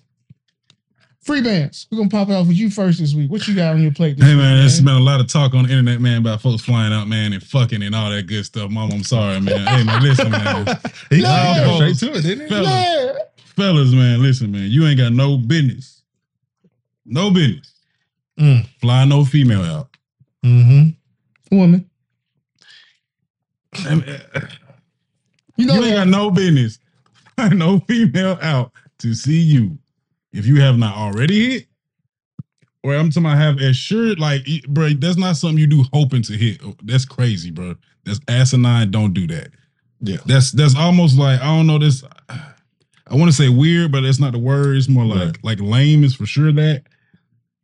[SPEAKER 1] Free bands. We're gonna pop it off with you first this week. What you got on your plate? This
[SPEAKER 2] Hey man,
[SPEAKER 1] week,
[SPEAKER 2] there's been a lot of talk on the internet, man, about folks flying out, man, and fucking and all that good stuff. Mom, I'm sorry, man. Hey man, listen, man.
[SPEAKER 3] He
[SPEAKER 1] No.
[SPEAKER 3] got straight to it, didn't he?
[SPEAKER 2] Fellas.
[SPEAKER 1] Yeah.
[SPEAKER 2] Fellas, man, listen, man. You ain't got no business. No business.
[SPEAKER 3] Mm.
[SPEAKER 2] Fly no female out.
[SPEAKER 3] Mm-hmm.
[SPEAKER 1] Woman.
[SPEAKER 2] I mean,
[SPEAKER 1] You know
[SPEAKER 2] You ain't
[SPEAKER 1] that.
[SPEAKER 2] got no business. flying no female out to see you. If you have not already hit, or I'm talking about have assured, like, e- bro, that's not something you do hoping to hit. Oh, That's crazy, bro. That's asinine. Don't do that.
[SPEAKER 3] Yeah.
[SPEAKER 2] That's that's almost like I don't know this. I want to say weird, but it's not the word. It's more like like lame is for sure that,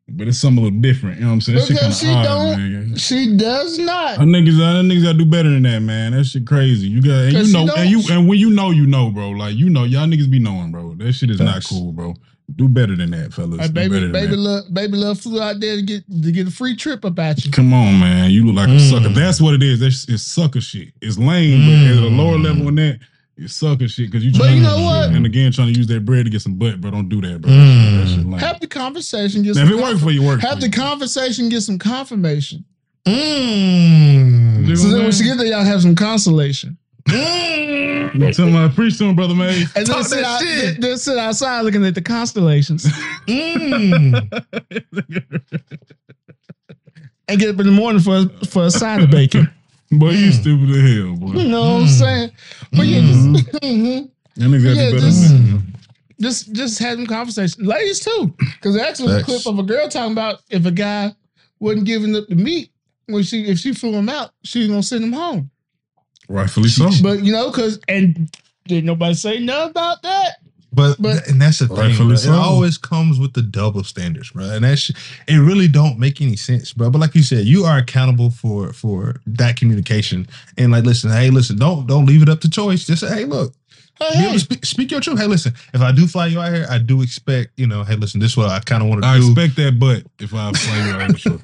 [SPEAKER 2] but it's something a little different. You know what I'm saying? That shit
[SPEAKER 1] Because
[SPEAKER 2] kinda
[SPEAKER 1] she
[SPEAKER 2] odd,
[SPEAKER 1] don't-
[SPEAKER 2] man.
[SPEAKER 1] She does
[SPEAKER 2] Our
[SPEAKER 1] not.
[SPEAKER 2] niggas, our niggas gotta do better than that, man. That shit crazy. You got and
[SPEAKER 1] 'Cause
[SPEAKER 2] you
[SPEAKER 1] she
[SPEAKER 2] know
[SPEAKER 1] don't-
[SPEAKER 2] and you and when you know, you know, bro. Like you know, y'all niggas be knowing, bro. That shit is not
[SPEAKER 3] Facts.
[SPEAKER 2] cool, bro. Do better than that, fellas.
[SPEAKER 1] Like,
[SPEAKER 2] do better
[SPEAKER 1] baby,
[SPEAKER 2] than
[SPEAKER 1] baby,
[SPEAKER 2] that.
[SPEAKER 1] love, baby, love flew out there to get to get a free trip up at you.
[SPEAKER 2] Come on, man. You look like a
[SPEAKER 3] Mm.
[SPEAKER 2] sucker. That's what it is. That's it's sucker shit. It's lame, but at a lower
[SPEAKER 3] Mm.
[SPEAKER 2] level than that, it's sucker shit. Cause you
[SPEAKER 1] But
[SPEAKER 2] trying
[SPEAKER 1] you know what?
[SPEAKER 2] and again trying to use that bread to get some butt, bro. Don't do that, bro.
[SPEAKER 3] Mm.
[SPEAKER 2] That shit lame.
[SPEAKER 1] Have the conversation. Get
[SPEAKER 2] Now,
[SPEAKER 1] some
[SPEAKER 2] if it works for you, work.
[SPEAKER 1] Have the conversation. Get some confirmation.
[SPEAKER 3] Mm.
[SPEAKER 1] So then when she
[SPEAKER 3] Mm-hmm.
[SPEAKER 1] get there, y'all have some consolation.
[SPEAKER 3] Mm.
[SPEAKER 2] Tell my preach to him, brother, man.
[SPEAKER 1] And then
[SPEAKER 3] Talk
[SPEAKER 1] sit,
[SPEAKER 3] that
[SPEAKER 1] out,
[SPEAKER 3] shit.
[SPEAKER 1] then- then sit outside looking at the constellations
[SPEAKER 3] Mm.
[SPEAKER 1] and get up in the morning for for a side of bacon.
[SPEAKER 2] boy, you
[SPEAKER 1] Mm.
[SPEAKER 2] stupid as hell,
[SPEAKER 1] You
[SPEAKER 2] boy.
[SPEAKER 1] know what I'm
[SPEAKER 3] Mm.
[SPEAKER 1] saying? But yeah,
[SPEAKER 3] Mm-hmm.
[SPEAKER 1] just, mhm.
[SPEAKER 2] Them niggas gotta
[SPEAKER 1] Yeah,
[SPEAKER 2] do better
[SPEAKER 1] this-
[SPEAKER 2] than that.
[SPEAKER 1] just just have some conversation, ladies too. Because actually, was a
[SPEAKER 3] Facts.
[SPEAKER 1] clip of a girl talking about if a guy wasn't giving up the meat when she if she flew him out, she was gonna send him home.
[SPEAKER 2] Rightfully so.
[SPEAKER 1] But you know, because and did nobody say nothing about that?
[SPEAKER 3] But,
[SPEAKER 1] But-
[SPEAKER 3] and that's the thing.
[SPEAKER 2] Rightfully
[SPEAKER 3] Bro. It
[SPEAKER 2] so.
[SPEAKER 3] always comes with the double standards, bro. And that shit, it really don't make any sense, bro. But like you said, you are accountable for for that communication. And like, listen, hey, listen, don't don't leave it up to choice. Just say, hey, look,
[SPEAKER 1] Hey,
[SPEAKER 3] be able
[SPEAKER 1] hey.
[SPEAKER 3] to speak, speak your truth. Hey, listen, if I do fly you out here, I do expect, you know, hey, listen, this is what I kind of want to
[SPEAKER 2] I
[SPEAKER 3] do.
[SPEAKER 2] expect that butt if I play you out for sure.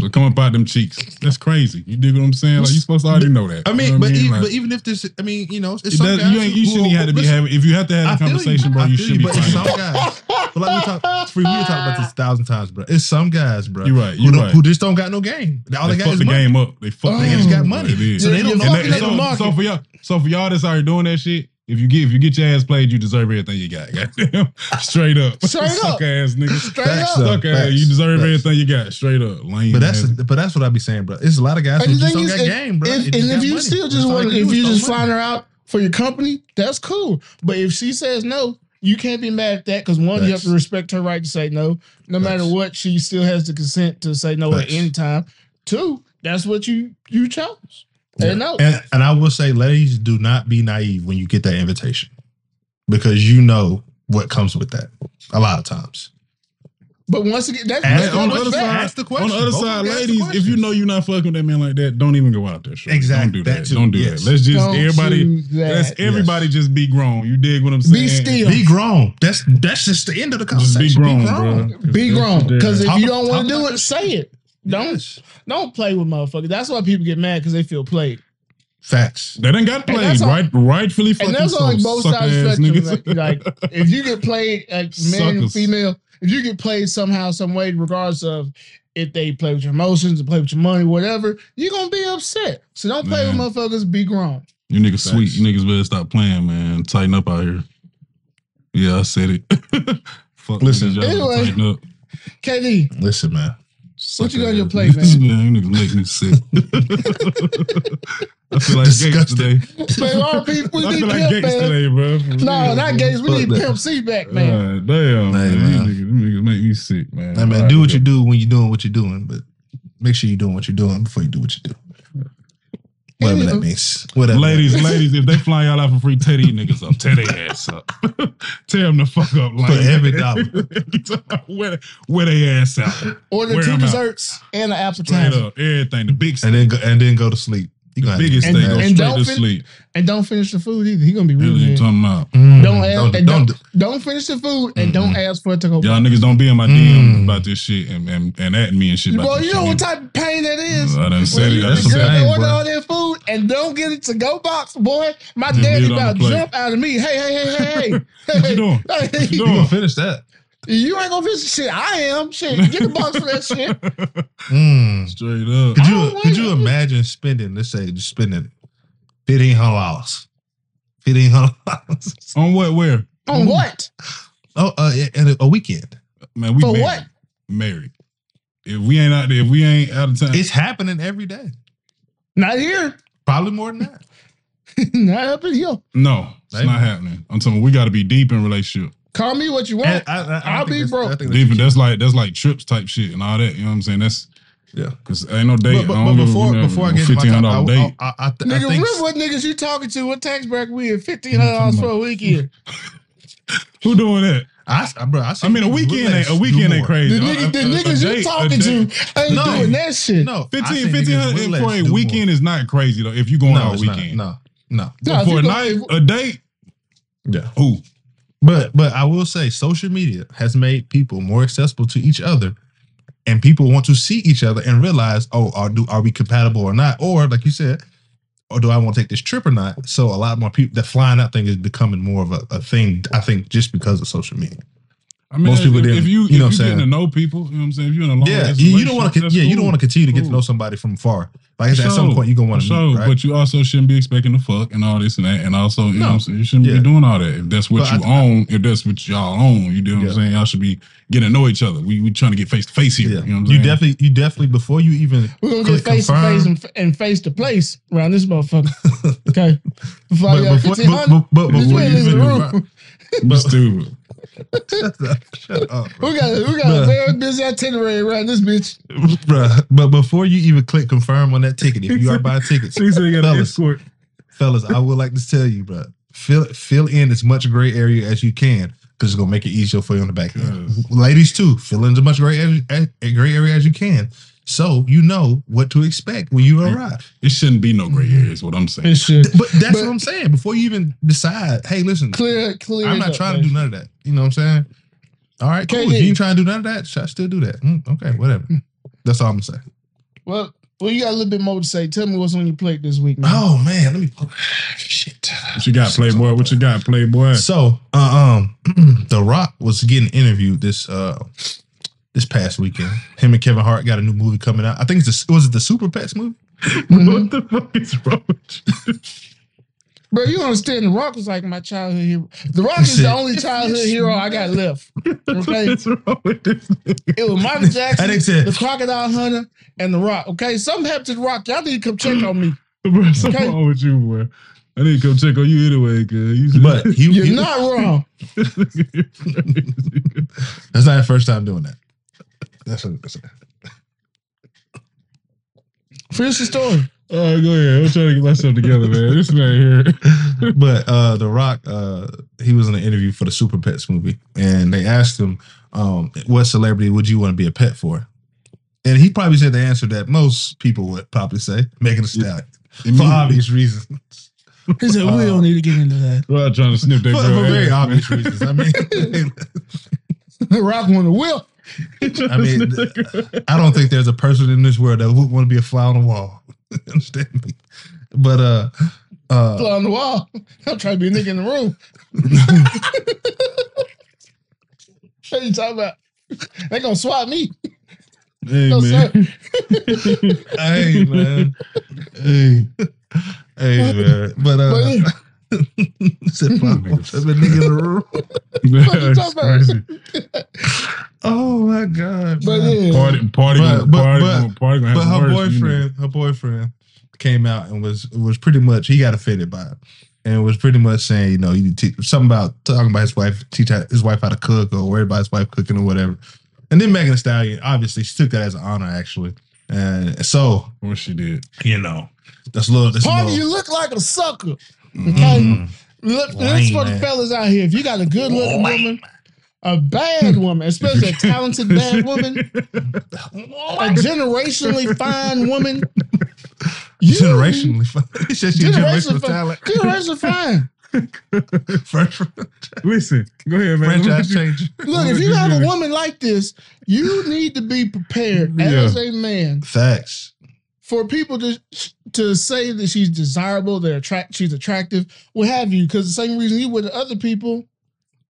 [SPEAKER 2] So come up out them cheeks. That's crazy. You dig what I'm saying? Like you supposed to already know that.
[SPEAKER 3] I
[SPEAKER 2] You know
[SPEAKER 3] mean,
[SPEAKER 2] what
[SPEAKER 3] but even,
[SPEAKER 2] Like,
[SPEAKER 3] but even if this, I mean, you know, it's
[SPEAKER 2] it
[SPEAKER 3] some
[SPEAKER 2] does,
[SPEAKER 3] guys
[SPEAKER 2] you ain't, you
[SPEAKER 3] who-
[SPEAKER 2] shouldn't
[SPEAKER 3] who-
[SPEAKER 2] have to be
[SPEAKER 3] listen,
[SPEAKER 2] having. If you have to
[SPEAKER 3] I
[SPEAKER 2] have a
[SPEAKER 3] feel
[SPEAKER 2] conversation, bro,
[SPEAKER 3] I
[SPEAKER 2] you
[SPEAKER 3] feel
[SPEAKER 2] should be
[SPEAKER 3] but it's some
[SPEAKER 2] finding.
[SPEAKER 3] guys. But like we talk, free, we talk about this a thousand times, bro. It's some guys, bro,
[SPEAKER 2] You're right.
[SPEAKER 3] who,
[SPEAKER 2] You're
[SPEAKER 3] don't-
[SPEAKER 2] right.
[SPEAKER 3] who just don't got no game. All they,
[SPEAKER 2] They
[SPEAKER 3] got
[SPEAKER 2] fuck
[SPEAKER 3] is
[SPEAKER 2] the
[SPEAKER 3] money.
[SPEAKER 2] game up. They fuck.
[SPEAKER 1] They
[SPEAKER 2] the
[SPEAKER 1] just
[SPEAKER 2] game
[SPEAKER 1] got
[SPEAKER 2] up.
[SPEAKER 3] money.
[SPEAKER 2] It is.
[SPEAKER 1] So they
[SPEAKER 2] And
[SPEAKER 1] don't-
[SPEAKER 2] that-
[SPEAKER 1] fucking up the
[SPEAKER 2] so,
[SPEAKER 1] market.
[SPEAKER 2] so for y'all, so for y'all that started doing that shit, if you get if you get your ass played, you deserve everything you got. Goddamn, straight up,
[SPEAKER 1] Straight up.
[SPEAKER 2] suck ass niggas.
[SPEAKER 1] Straight
[SPEAKER 3] Facts,
[SPEAKER 1] up.
[SPEAKER 3] though.
[SPEAKER 2] Suck ass. You
[SPEAKER 3] Facts.
[SPEAKER 2] deserve
[SPEAKER 3] Facts.
[SPEAKER 2] everything you got. Straight up, lame.
[SPEAKER 3] But that's
[SPEAKER 2] ass.
[SPEAKER 3] but that's what I be saying, bro. It's a lot of guys who
[SPEAKER 1] And the
[SPEAKER 3] just
[SPEAKER 1] thing
[SPEAKER 3] don't
[SPEAKER 1] is,
[SPEAKER 3] got
[SPEAKER 1] if-
[SPEAKER 3] game, bro.
[SPEAKER 1] If,
[SPEAKER 3] They just
[SPEAKER 1] and if
[SPEAKER 3] got
[SPEAKER 1] you
[SPEAKER 3] money.
[SPEAKER 1] still
[SPEAKER 3] That's
[SPEAKER 1] just
[SPEAKER 3] all
[SPEAKER 1] want,
[SPEAKER 3] they
[SPEAKER 1] if
[SPEAKER 3] do
[SPEAKER 1] you
[SPEAKER 3] is
[SPEAKER 1] just
[SPEAKER 3] throw money.
[SPEAKER 1] flying her out for your company, that's cool. But if she says no, you can't be mad at that because one, you have
[SPEAKER 3] Facts.
[SPEAKER 1] to respect her right to say no, no matter
[SPEAKER 3] Facts.
[SPEAKER 1] what. She still has the consent to say no
[SPEAKER 3] Facts.
[SPEAKER 1] at any time. Two, that's what you you chose. And no,
[SPEAKER 3] And, and I will say, ladies, do not be naive when you get that invitation because you know what comes with that a lot of times.
[SPEAKER 1] but once again, that's
[SPEAKER 3] Ask
[SPEAKER 1] that's
[SPEAKER 3] the
[SPEAKER 2] on the
[SPEAKER 1] much
[SPEAKER 2] other
[SPEAKER 1] better.
[SPEAKER 2] side,
[SPEAKER 3] Ask the question.
[SPEAKER 2] On the other
[SPEAKER 3] Both of
[SPEAKER 2] side,
[SPEAKER 3] you ask the
[SPEAKER 2] ladies, if you
[SPEAKER 3] question.
[SPEAKER 2] know you're not fucking with that man like that, don't even go out there. Shorty.
[SPEAKER 3] Exactly.
[SPEAKER 2] Don't do that.
[SPEAKER 3] That too.
[SPEAKER 2] Don't do
[SPEAKER 3] Yes.
[SPEAKER 2] that. Let's just
[SPEAKER 1] Don't
[SPEAKER 2] everybody.
[SPEAKER 1] do that.
[SPEAKER 2] Let's everybody
[SPEAKER 3] Yes.
[SPEAKER 2] just be grown. You dig what I'm saying?
[SPEAKER 1] still.
[SPEAKER 3] Be grown. That's that's just the end of the
[SPEAKER 2] Just
[SPEAKER 3] conversation.
[SPEAKER 2] be grown, bro.
[SPEAKER 1] be grown because if
[SPEAKER 3] Talk-
[SPEAKER 1] you don't want
[SPEAKER 3] talk
[SPEAKER 1] to do
[SPEAKER 3] about
[SPEAKER 1] it,
[SPEAKER 3] that
[SPEAKER 1] say it. Don't
[SPEAKER 3] Yes.
[SPEAKER 1] don't play with motherfuckers. That's why people get mad because they feel played.
[SPEAKER 3] Facts.
[SPEAKER 2] that ain't
[SPEAKER 1] And
[SPEAKER 2] got played.
[SPEAKER 1] that's all-
[SPEAKER 2] right, rightfully fucking
[SPEAKER 1] And that's
[SPEAKER 2] so.
[SPEAKER 1] on like both
[SPEAKER 2] sucker
[SPEAKER 1] sides
[SPEAKER 2] ass
[SPEAKER 1] of the
[SPEAKER 2] niggas.
[SPEAKER 1] spectrum. Like, like, if you get played like man and
[SPEAKER 2] Suckers.
[SPEAKER 1] female, if you get played somehow, some way, regardless of if they play with your emotions and play with your money, whatever, you're gonna be upset. So don't play
[SPEAKER 2] Man.
[SPEAKER 1] with motherfuckers, be grown.
[SPEAKER 2] you niggas sweet.
[SPEAKER 3] Facts.
[SPEAKER 2] You niggas better stop playing, man. Tighten up out here. Yeah, I said it. Fuck,
[SPEAKER 3] Listen.
[SPEAKER 2] niggas, y'all better
[SPEAKER 1] Anyway.
[SPEAKER 2] tighten up.
[SPEAKER 1] KD,
[SPEAKER 3] Listen, man.
[SPEAKER 1] What you
[SPEAKER 2] Sucker
[SPEAKER 1] got on your
[SPEAKER 2] ass
[SPEAKER 1] plate,
[SPEAKER 2] niggas.
[SPEAKER 1] man?
[SPEAKER 2] man? You niggas make me sick. I feel like Gates
[SPEAKER 3] Disgusting.
[SPEAKER 2] today.
[SPEAKER 1] Man, our people, we
[SPEAKER 2] I
[SPEAKER 1] need
[SPEAKER 2] feel like
[SPEAKER 1] pimp,
[SPEAKER 2] Gates
[SPEAKER 1] man.
[SPEAKER 2] today, bro.
[SPEAKER 1] No, not Gates. We
[SPEAKER 3] Fuck
[SPEAKER 1] need
[SPEAKER 3] that.
[SPEAKER 1] Pimp C back, man.
[SPEAKER 2] Man. damn, man.
[SPEAKER 3] man.
[SPEAKER 2] These niggas, them niggas make me sick, man.
[SPEAKER 3] Hey, man,
[SPEAKER 2] Alright,
[SPEAKER 3] do what
[SPEAKER 2] yeah.
[SPEAKER 3] you do when you're doing what you're doing, but make sure you're doing what you're doing before you do what you do. Whatever that means. Whatever.
[SPEAKER 2] Ladies, ladies, if they fly y'all out for free, tear these niggas up. Tear their ass up. tear them the fuck up. Like,
[SPEAKER 3] every dollar.
[SPEAKER 2] where, where they ass out.
[SPEAKER 1] Order
[SPEAKER 2] Wear
[SPEAKER 1] two
[SPEAKER 2] 'em out.
[SPEAKER 1] desserts and an
[SPEAKER 2] Straight
[SPEAKER 1] appetizer.
[SPEAKER 2] up. Everything. The big
[SPEAKER 3] and
[SPEAKER 2] steak.
[SPEAKER 3] then go, and then go to sleep. You
[SPEAKER 2] The biggest
[SPEAKER 1] And-
[SPEAKER 2] steak. Go
[SPEAKER 1] and
[SPEAKER 2] straight to
[SPEAKER 1] dolphin-
[SPEAKER 2] sleep.
[SPEAKER 1] And don't finish the food either. He gonna be
[SPEAKER 2] That's
[SPEAKER 1] real.
[SPEAKER 2] what you
[SPEAKER 1] mad.
[SPEAKER 2] talking about.
[SPEAKER 1] Don't ask.
[SPEAKER 3] Mm, don't,
[SPEAKER 1] and
[SPEAKER 3] don't,
[SPEAKER 1] don't,
[SPEAKER 3] do-
[SPEAKER 1] don't, finish the food and don't ask for it to go.
[SPEAKER 2] Y'all niggas don't be in my
[SPEAKER 3] Mm.
[SPEAKER 2] DM about this shit and, and, and at me and shit. about
[SPEAKER 1] Boy,
[SPEAKER 2] this
[SPEAKER 1] you know
[SPEAKER 2] shit.
[SPEAKER 1] what type of pain that is.
[SPEAKER 2] I done said
[SPEAKER 1] When
[SPEAKER 2] it.
[SPEAKER 1] you
[SPEAKER 2] That's
[SPEAKER 1] the
[SPEAKER 2] some
[SPEAKER 1] girl
[SPEAKER 3] pain,
[SPEAKER 1] that order
[SPEAKER 3] bro.
[SPEAKER 1] all that food and don't get it to go box, boy. My
[SPEAKER 2] Just
[SPEAKER 1] daddy
[SPEAKER 2] leave it on
[SPEAKER 1] about
[SPEAKER 2] the plate.
[SPEAKER 1] jump out of me. Hey, hey, hey, hey, hey.
[SPEAKER 2] What you doing?
[SPEAKER 1] Hey,
[SPEAKER 2] you
[SPEAKER 3] you
[SPEAKER 2] doing?
[SPEAKER 3] gonna finish that?
[SPEAKER 1] you ain't gonna finish shit. I am. Shit, get the box for that shit.
[SPEAKER 3] Mm.
[SPEAKER 2] Straight up.
[SPEAKER 3] Could
[SPEAKER 1] I don't
[SPEAKER 3] you
[SPEAKER 1] like
[SPEAKER 3] could you
[SPEAKER 1] it.
[SPEAKER 3] imagine spending? Let's say just spending fifteen hundred dollars. Fifteen hundred dollars.
[SPEAKER 2] On what? Where?
[SPEAKER 1] On what?
[SPEAKER 3] Oh, uh, yeah, and a, a weekend.
[SPEAKER 2] Man, we
[SPEAKER 1] For
[SPEAKER 2] married.
[SPEAKER 1] what?
[SPEAKER 2] Married. If we ain't out there, if we ain't out of town,
[SPEAKER 3] It's happening every day.
[SPEAKER 1] Not here.
[SPEAKER 3] Probably more than that.
[SPEAKER 1] Not up in here.
[SPEAKER 2] no, it's
[SPEAKER 3] Amen.
[SPEAKER 2] not happening. I'm telling you, we got to be deep in relationship.
[SPEAKER 1] Call me what you
[SPEAKER 3] And
[SPEAKER 1] want.
[SPEAKER 3] I, I, I
[SPEAKER 1] I'll
[SPEAKER 3] think
[SPEAKER 1] be
[SPEAKER 3] that's-
[SPEAKER 1] broke.
[SPEAKER 3] I think that's
[SPEAKER 2] Deep, in
[SPEAKER 3] what
[SPEAKER 2] that's like that's like trips type shit and all that. You know what I'm saying? That's
[SPEAKER 3] you- yeah.
[SPEAKER 2] because ain't no date.
[SPEAKER 3] But, but, but before before I get to my
[SPEAKER 2] fifteen
[SPEAKER 3] topic,
[SPEAKER 2] hundred dollar
[SPEAKER 3] I,
[SPEAKER 2] date,
[SPEAKER 3] I, I, I, th- I
[SPEAKER 1] Nigga,
[SPEAKER 3] think
[SPEAKER 1] remember what niggas you talking to? What tax bracket we in? Fifteen hundred dollars for a weekend.
[SPEAKER 2] who doing that?
[SPEAKER 3] I, I, bro, I,
[SPEAKER 2] I mean, a weekend ain't a weekend ain't
[SPEAKER 1] The,
[SPEAKER 2] crazy. A-
[SPEAKER 1] nigga, the
[SPEAKER 2] a- a
[SPEAKER 1] niggas you
[SPEAKER 2] date- a
[SPEAKER 1] talking
[SPEAKER 2] date-
[SPEAKER 1] to ain't
[SPEAKER 3] No.
[SPEAKER 1] doing that shit.
[SPEAKER 3] No, I
[SPEAKER 2] Fifteen,
[SPEAKER 3] think
[SPEAKER 2] fifteen
[SPEAKER 3] niggas
[SPEAKER 2] hundred
[SPEAKER 3] will
[SPEAKER 2] for
[SPEAKER 3] let
[SPEAKER 2] a
[SPEAKER 3] you do
[SPEAKER 2] weekend is not crazy though. If you going
[SPEAKER 3] more. No,
[SPEAKER 2] out a
[SPEAKER 3] it's not.
[SPEAKER 2] weekend,
[SPEAKER 3] No, no.
[SPEAKER 1] No, if
[SPEAKER 2] for
[SPEAKER 1] you
[SPEAKER 2] a
[SPEAKER 1] go-
[SPEAKER 2] night, a date,
[SPEAKER 3] Yeah.
[SPEAKER 2] who?
[SPEAKER 3] But but I will say social media has made people more accessible to each other. And people want to see each other and realize, oh, are do are we compatible or not? Or like you said, or do I want to take this trip or not? So a lot more people that flying out thing is becoming more of a, a thing, I think, just because of social media.
[SPEAKER 2] I mean,
[SPEAKER 3] Most people
[SPEAKER 2] if,
[SPEAKER 3] didn't-
[SPEAKER 2] if you,
[SPEAKER 3] you know
[SPEAKER 2] if
[SPEAKER 3] what
[SPEAKER 2] you
[SPEAKER 3] I'm
[SPEAKER 2] getting to
[SPEAKER 3] saying?
[SPEAKER 2] know people, you know what I'm saying. If you're in a long,
[SPEAKER 3] yeah,
[SPEAKER 2] distance
[SPEAKER 3] you, you don't want to
[SPEAKER 2] relationship, that's
[SPEAKER 3] yeah, you don't
[SPEAKER 2] cool.
[SPEAKER 3] want to continue to get to know
[SPEAKER 2] Cool.
[SPEAKER 3] somebody from far. Like I said, at
[SPEAKER 2] For
[SPEAKER 3] some
[SPEAKER 2] sure.
[SPEAKER 3] point you're gonna want to
[SPEAKER 2] For sure,
[SPEAKER 3] meet, right?
[SPEAKER 2] but you also shouldn't be expecting to fuck and all this and that, and also you know
[SPEAKER 3] No.
[SPEAKER 2] what I'm saying, you shouldn't
[SPEAKER 3] Yeah.
[SPEAKER 2] be doing all that. If that's what
[SPEAKER 3] But
[SPEAKER 2] you
[SPEAKER 3] I-
[SPEAKER 2] own, if that's what y'all own, you know what
[SPEAKER 3] Yeah.
[SPEAKER 2] I'm saying. Y'all should be getting to know each other. We we trying to get face to face here.
[SPEAKER 3] yeah.
[SPEAKER 2] You know what I'm
[SPEAKER 3] you
[SPEAKER 2] saying.
[SPEAKER 3] definitely you definitely before you even
[SPEAKER 1] We're gonna
[SPEAKER 3] click
[SPEAKER 1] get face to
[SPEAKER 3] confirm-
[SPEAKER 1] face and, and face to place around this motherfucker. Okay. Before
[SPEAKER 3] But
[SPEAKER 1] y'all
[SPEAKER 3] before,
[SPEAKER 1] get
[SPEAKER 3] but,
[SPEAKER 1] to-
[SPEAKER 3] but, but
[SPEAKER 1] This
[SPEAKER 3] before
[SPEAKER 1] man
[SPEAKER 3] you
[SPEAKER 1] is
[SPEAKER 3] even
[SPEAKER 1] rude.
[SPEAKER 3] confirm-
[SPEAKER 2] You stupid.
[SPEAKER 3] shut up, shut up, bro.
[SPEAKER 1] We got we got a
[SPEAKER 3] Bruh.
[SPEAKER 1] very busy itinerary around this bitch.
[SPEAKER 3] Bruh, but before you even click confirm on that ticket, if you are buying tickets, fellas,
[SPEAKER 2] escort.
[SPEAKER 3] fellas, I would like to tell you, bruh, fill fill in as much gray area as you can because it's gonna make it easier for you on the back end.
[SPEAKER 2] Yes.
[SPEAKER 3] Ladies too, fill in as much gray area, a- gray area as you can, so you know what to expect when you arrive.
[SPEAKER 2] It shouldn't be no gray area. Is what I'm saying.
[SPEAKER 1] shit.
[SPEAKER 3] But that's
[SPEAKER 1] But-
[SPEAKER 3] what I'm saying. Before you even decide, hey, listen,
[SPEAKER 1] Clear, clear.
[SPEAKER 3] I'm
[SPEAKER 1] it
[SPEAKER 3] not
[SPEAKER 1] up,
[SPEAKER 3] trying
[SPEAKER 1] man.
[SPEAKER 3] to do none of that. You know what I'm saying? All right, cool. If
[SPEAKER 1] KD.
[SPEAKER 3] you ain't trying to do none of that, should I still do that? Mm, okay, whatever. That's all I'm gonna say.
[SPEAKER 1] Well, well, you got a little bit more to say. Tell me what's on your plate this week, man.
[SPEAKER 3] Oh man, let me pull shit.
[SPEAKER 2] What you got, Playboy? What you got, Playboy?
[SPEAKER 3] So, uh, um, The Rock was getting interviewed this uh this past weekend. Him and Kevin Hart got a new movie coming out. I think it's the was it the Super Pets movie?
[SPEAKER 1] Mhm.
[SPEAKER 2] the fuck is wrong with you?
[SPEAKER 1] Bro, you don't understand? The Rock was like my childhood hero. The Rock is
[SPEAKER 3] Shit.
[SPEAKER 1] the only childhood hero I got left. Okay,
[SPEAKER 2] wrong with this? nigga?
[SPEAKER 1] it was Michael Jackson,
[SPEAKER 3] That nigga said-
[SPEAKER 1] the Crocodile Hunter, and the Rock. Okay, something happened to the Rock. Y'all need to come check on me.
[SPEAKER 2] Bro, something
[SPEAKER 1] Okay.
[SPEAKER 2] wrong with you, boy. I need to come check on you anyway, cause you
[SPEAKER 3] But he,
[SPEAKER 1] You're
[SPEAKER 3] he-
[SPEAKER 1] not wrong.
[SPEAKER 3] that's not the first time doing that. That's, that's
[SPEAKER 1] Finish the story.
[SPEAKER 2] All right, Oh, go ahead. I'm trying to get myself together, man. This man here.
[SPEAKER 3] but uh The Rock, uh he was in an interview for the Super Pets movie, and they asked him, um, what celebrity would you want to be a pet for? And he probably said the answer that most people would probably say, Megan Thee Stallion. For obvious reasons.
[SPEAKER 1] He said,
[SPEAKER 3] Uh,
[SPEAKER 1] "We don't need to get into that."
[SPEAKER 2] Well, I'm trying to sniff that
[SPEAKER 3] for,
[SPEAKER 2] girl
[SPEAKER 3] for very
[SPEAKER 2] ass,
[SPEAKER 3] obvious reasons. I mean,
[SPEAKER 1] The Rock won the will.
[SPEAKER 2] man.
[SPEAKER 3] I mean, I don't think there's a person in this world that would want to be a fly on the wall. Understand me? But uh, uh,
[SPEAKER 1] on the wall. I'm trying to be a nigga in the room. what you talking about? They gonna swap me.
[SPEAKER 2] hey,
[SPEAKER 1] No,
[SPEAKER 2] man.
[SPEAKER 3] hey man, hey, hey man. But uh,
[SPEAKER 1] But
[SPEAKER 3] said fly on the wall, said nigga in the room.
[SPEAKER 1] you talking
[SPEAKER 2] That's
[SPEAKER 1] about?
[SPEAKER 2] crazy.
[SPEAKER 3] Oh my god!
[SPEAKER 1] But
[SPEAKER 3] man.
[SPEAKER 1] yeah,
[SPEAKER 2] Party, party,
[SPEAKER 3] But-
[SPEAKER 2] gonna-
[SPEAKER 3] but-
[SPEAKER 2] party,
[SPEAKER 3] but-
[SPEAKER 2] gonna- party. gonna have
[SPEAKER 3] But
[SPEAKER 2] the
[SPEAKER 3] her
[SPEAKER 2] worst, you know.
[SPEAKER 3] boyfriend, her boyfriend came out and was was pretty much he got offended by it, and was pretty much saying, you know, you te- something about talking about his wife, teach how- his wife how to cook, or worry about his wife cooking or whatever. And then Megan Thee Stallion obviously she took that as an honor, actually, and so
[SPEAKER 2] Well, she did.
[SPEAKER 3] you know, that's a little. That's a
[SPEAKER 1] Party, you
[SPEAKER 3] little
[SPEAKER 1] look like a sucker.
[SPEAKER 3] Mm.
[SPEAKER 1] Look, this
[SPEAKER 3] Lame
[SPEAKER 1] for the
[SPEAKER 3] man.
[SPEAKER 1] fellas out here. If you got a good looking
[SPEAKER 3] Lame.
[SPEAKER 1] woman, a bad woman, especially a talented bad woman, a generationally fine woman, you-
[SPEAKER 3] generationally, she said she a
[SPEAKER 1] Generationally
[SPEAKER 3] generational
[SPEAKER 1] fine.
[SPEAKER 3] talent.
[SPEAKER 1] generationally fine.
[SPEAKER 3] French,
[SPEAKER 2] Listen, go ahead, man.
[SPEAKER 3] franchise change.
[SPEAKER 1] Look, if you have a woman like this, you need to be prepared as a man
[SPEAKER 3] Facts.
[SPEAKER 1] for people to to say that she's desirable, they're attract, she's attractive, what have you. Because the same reason you would to other people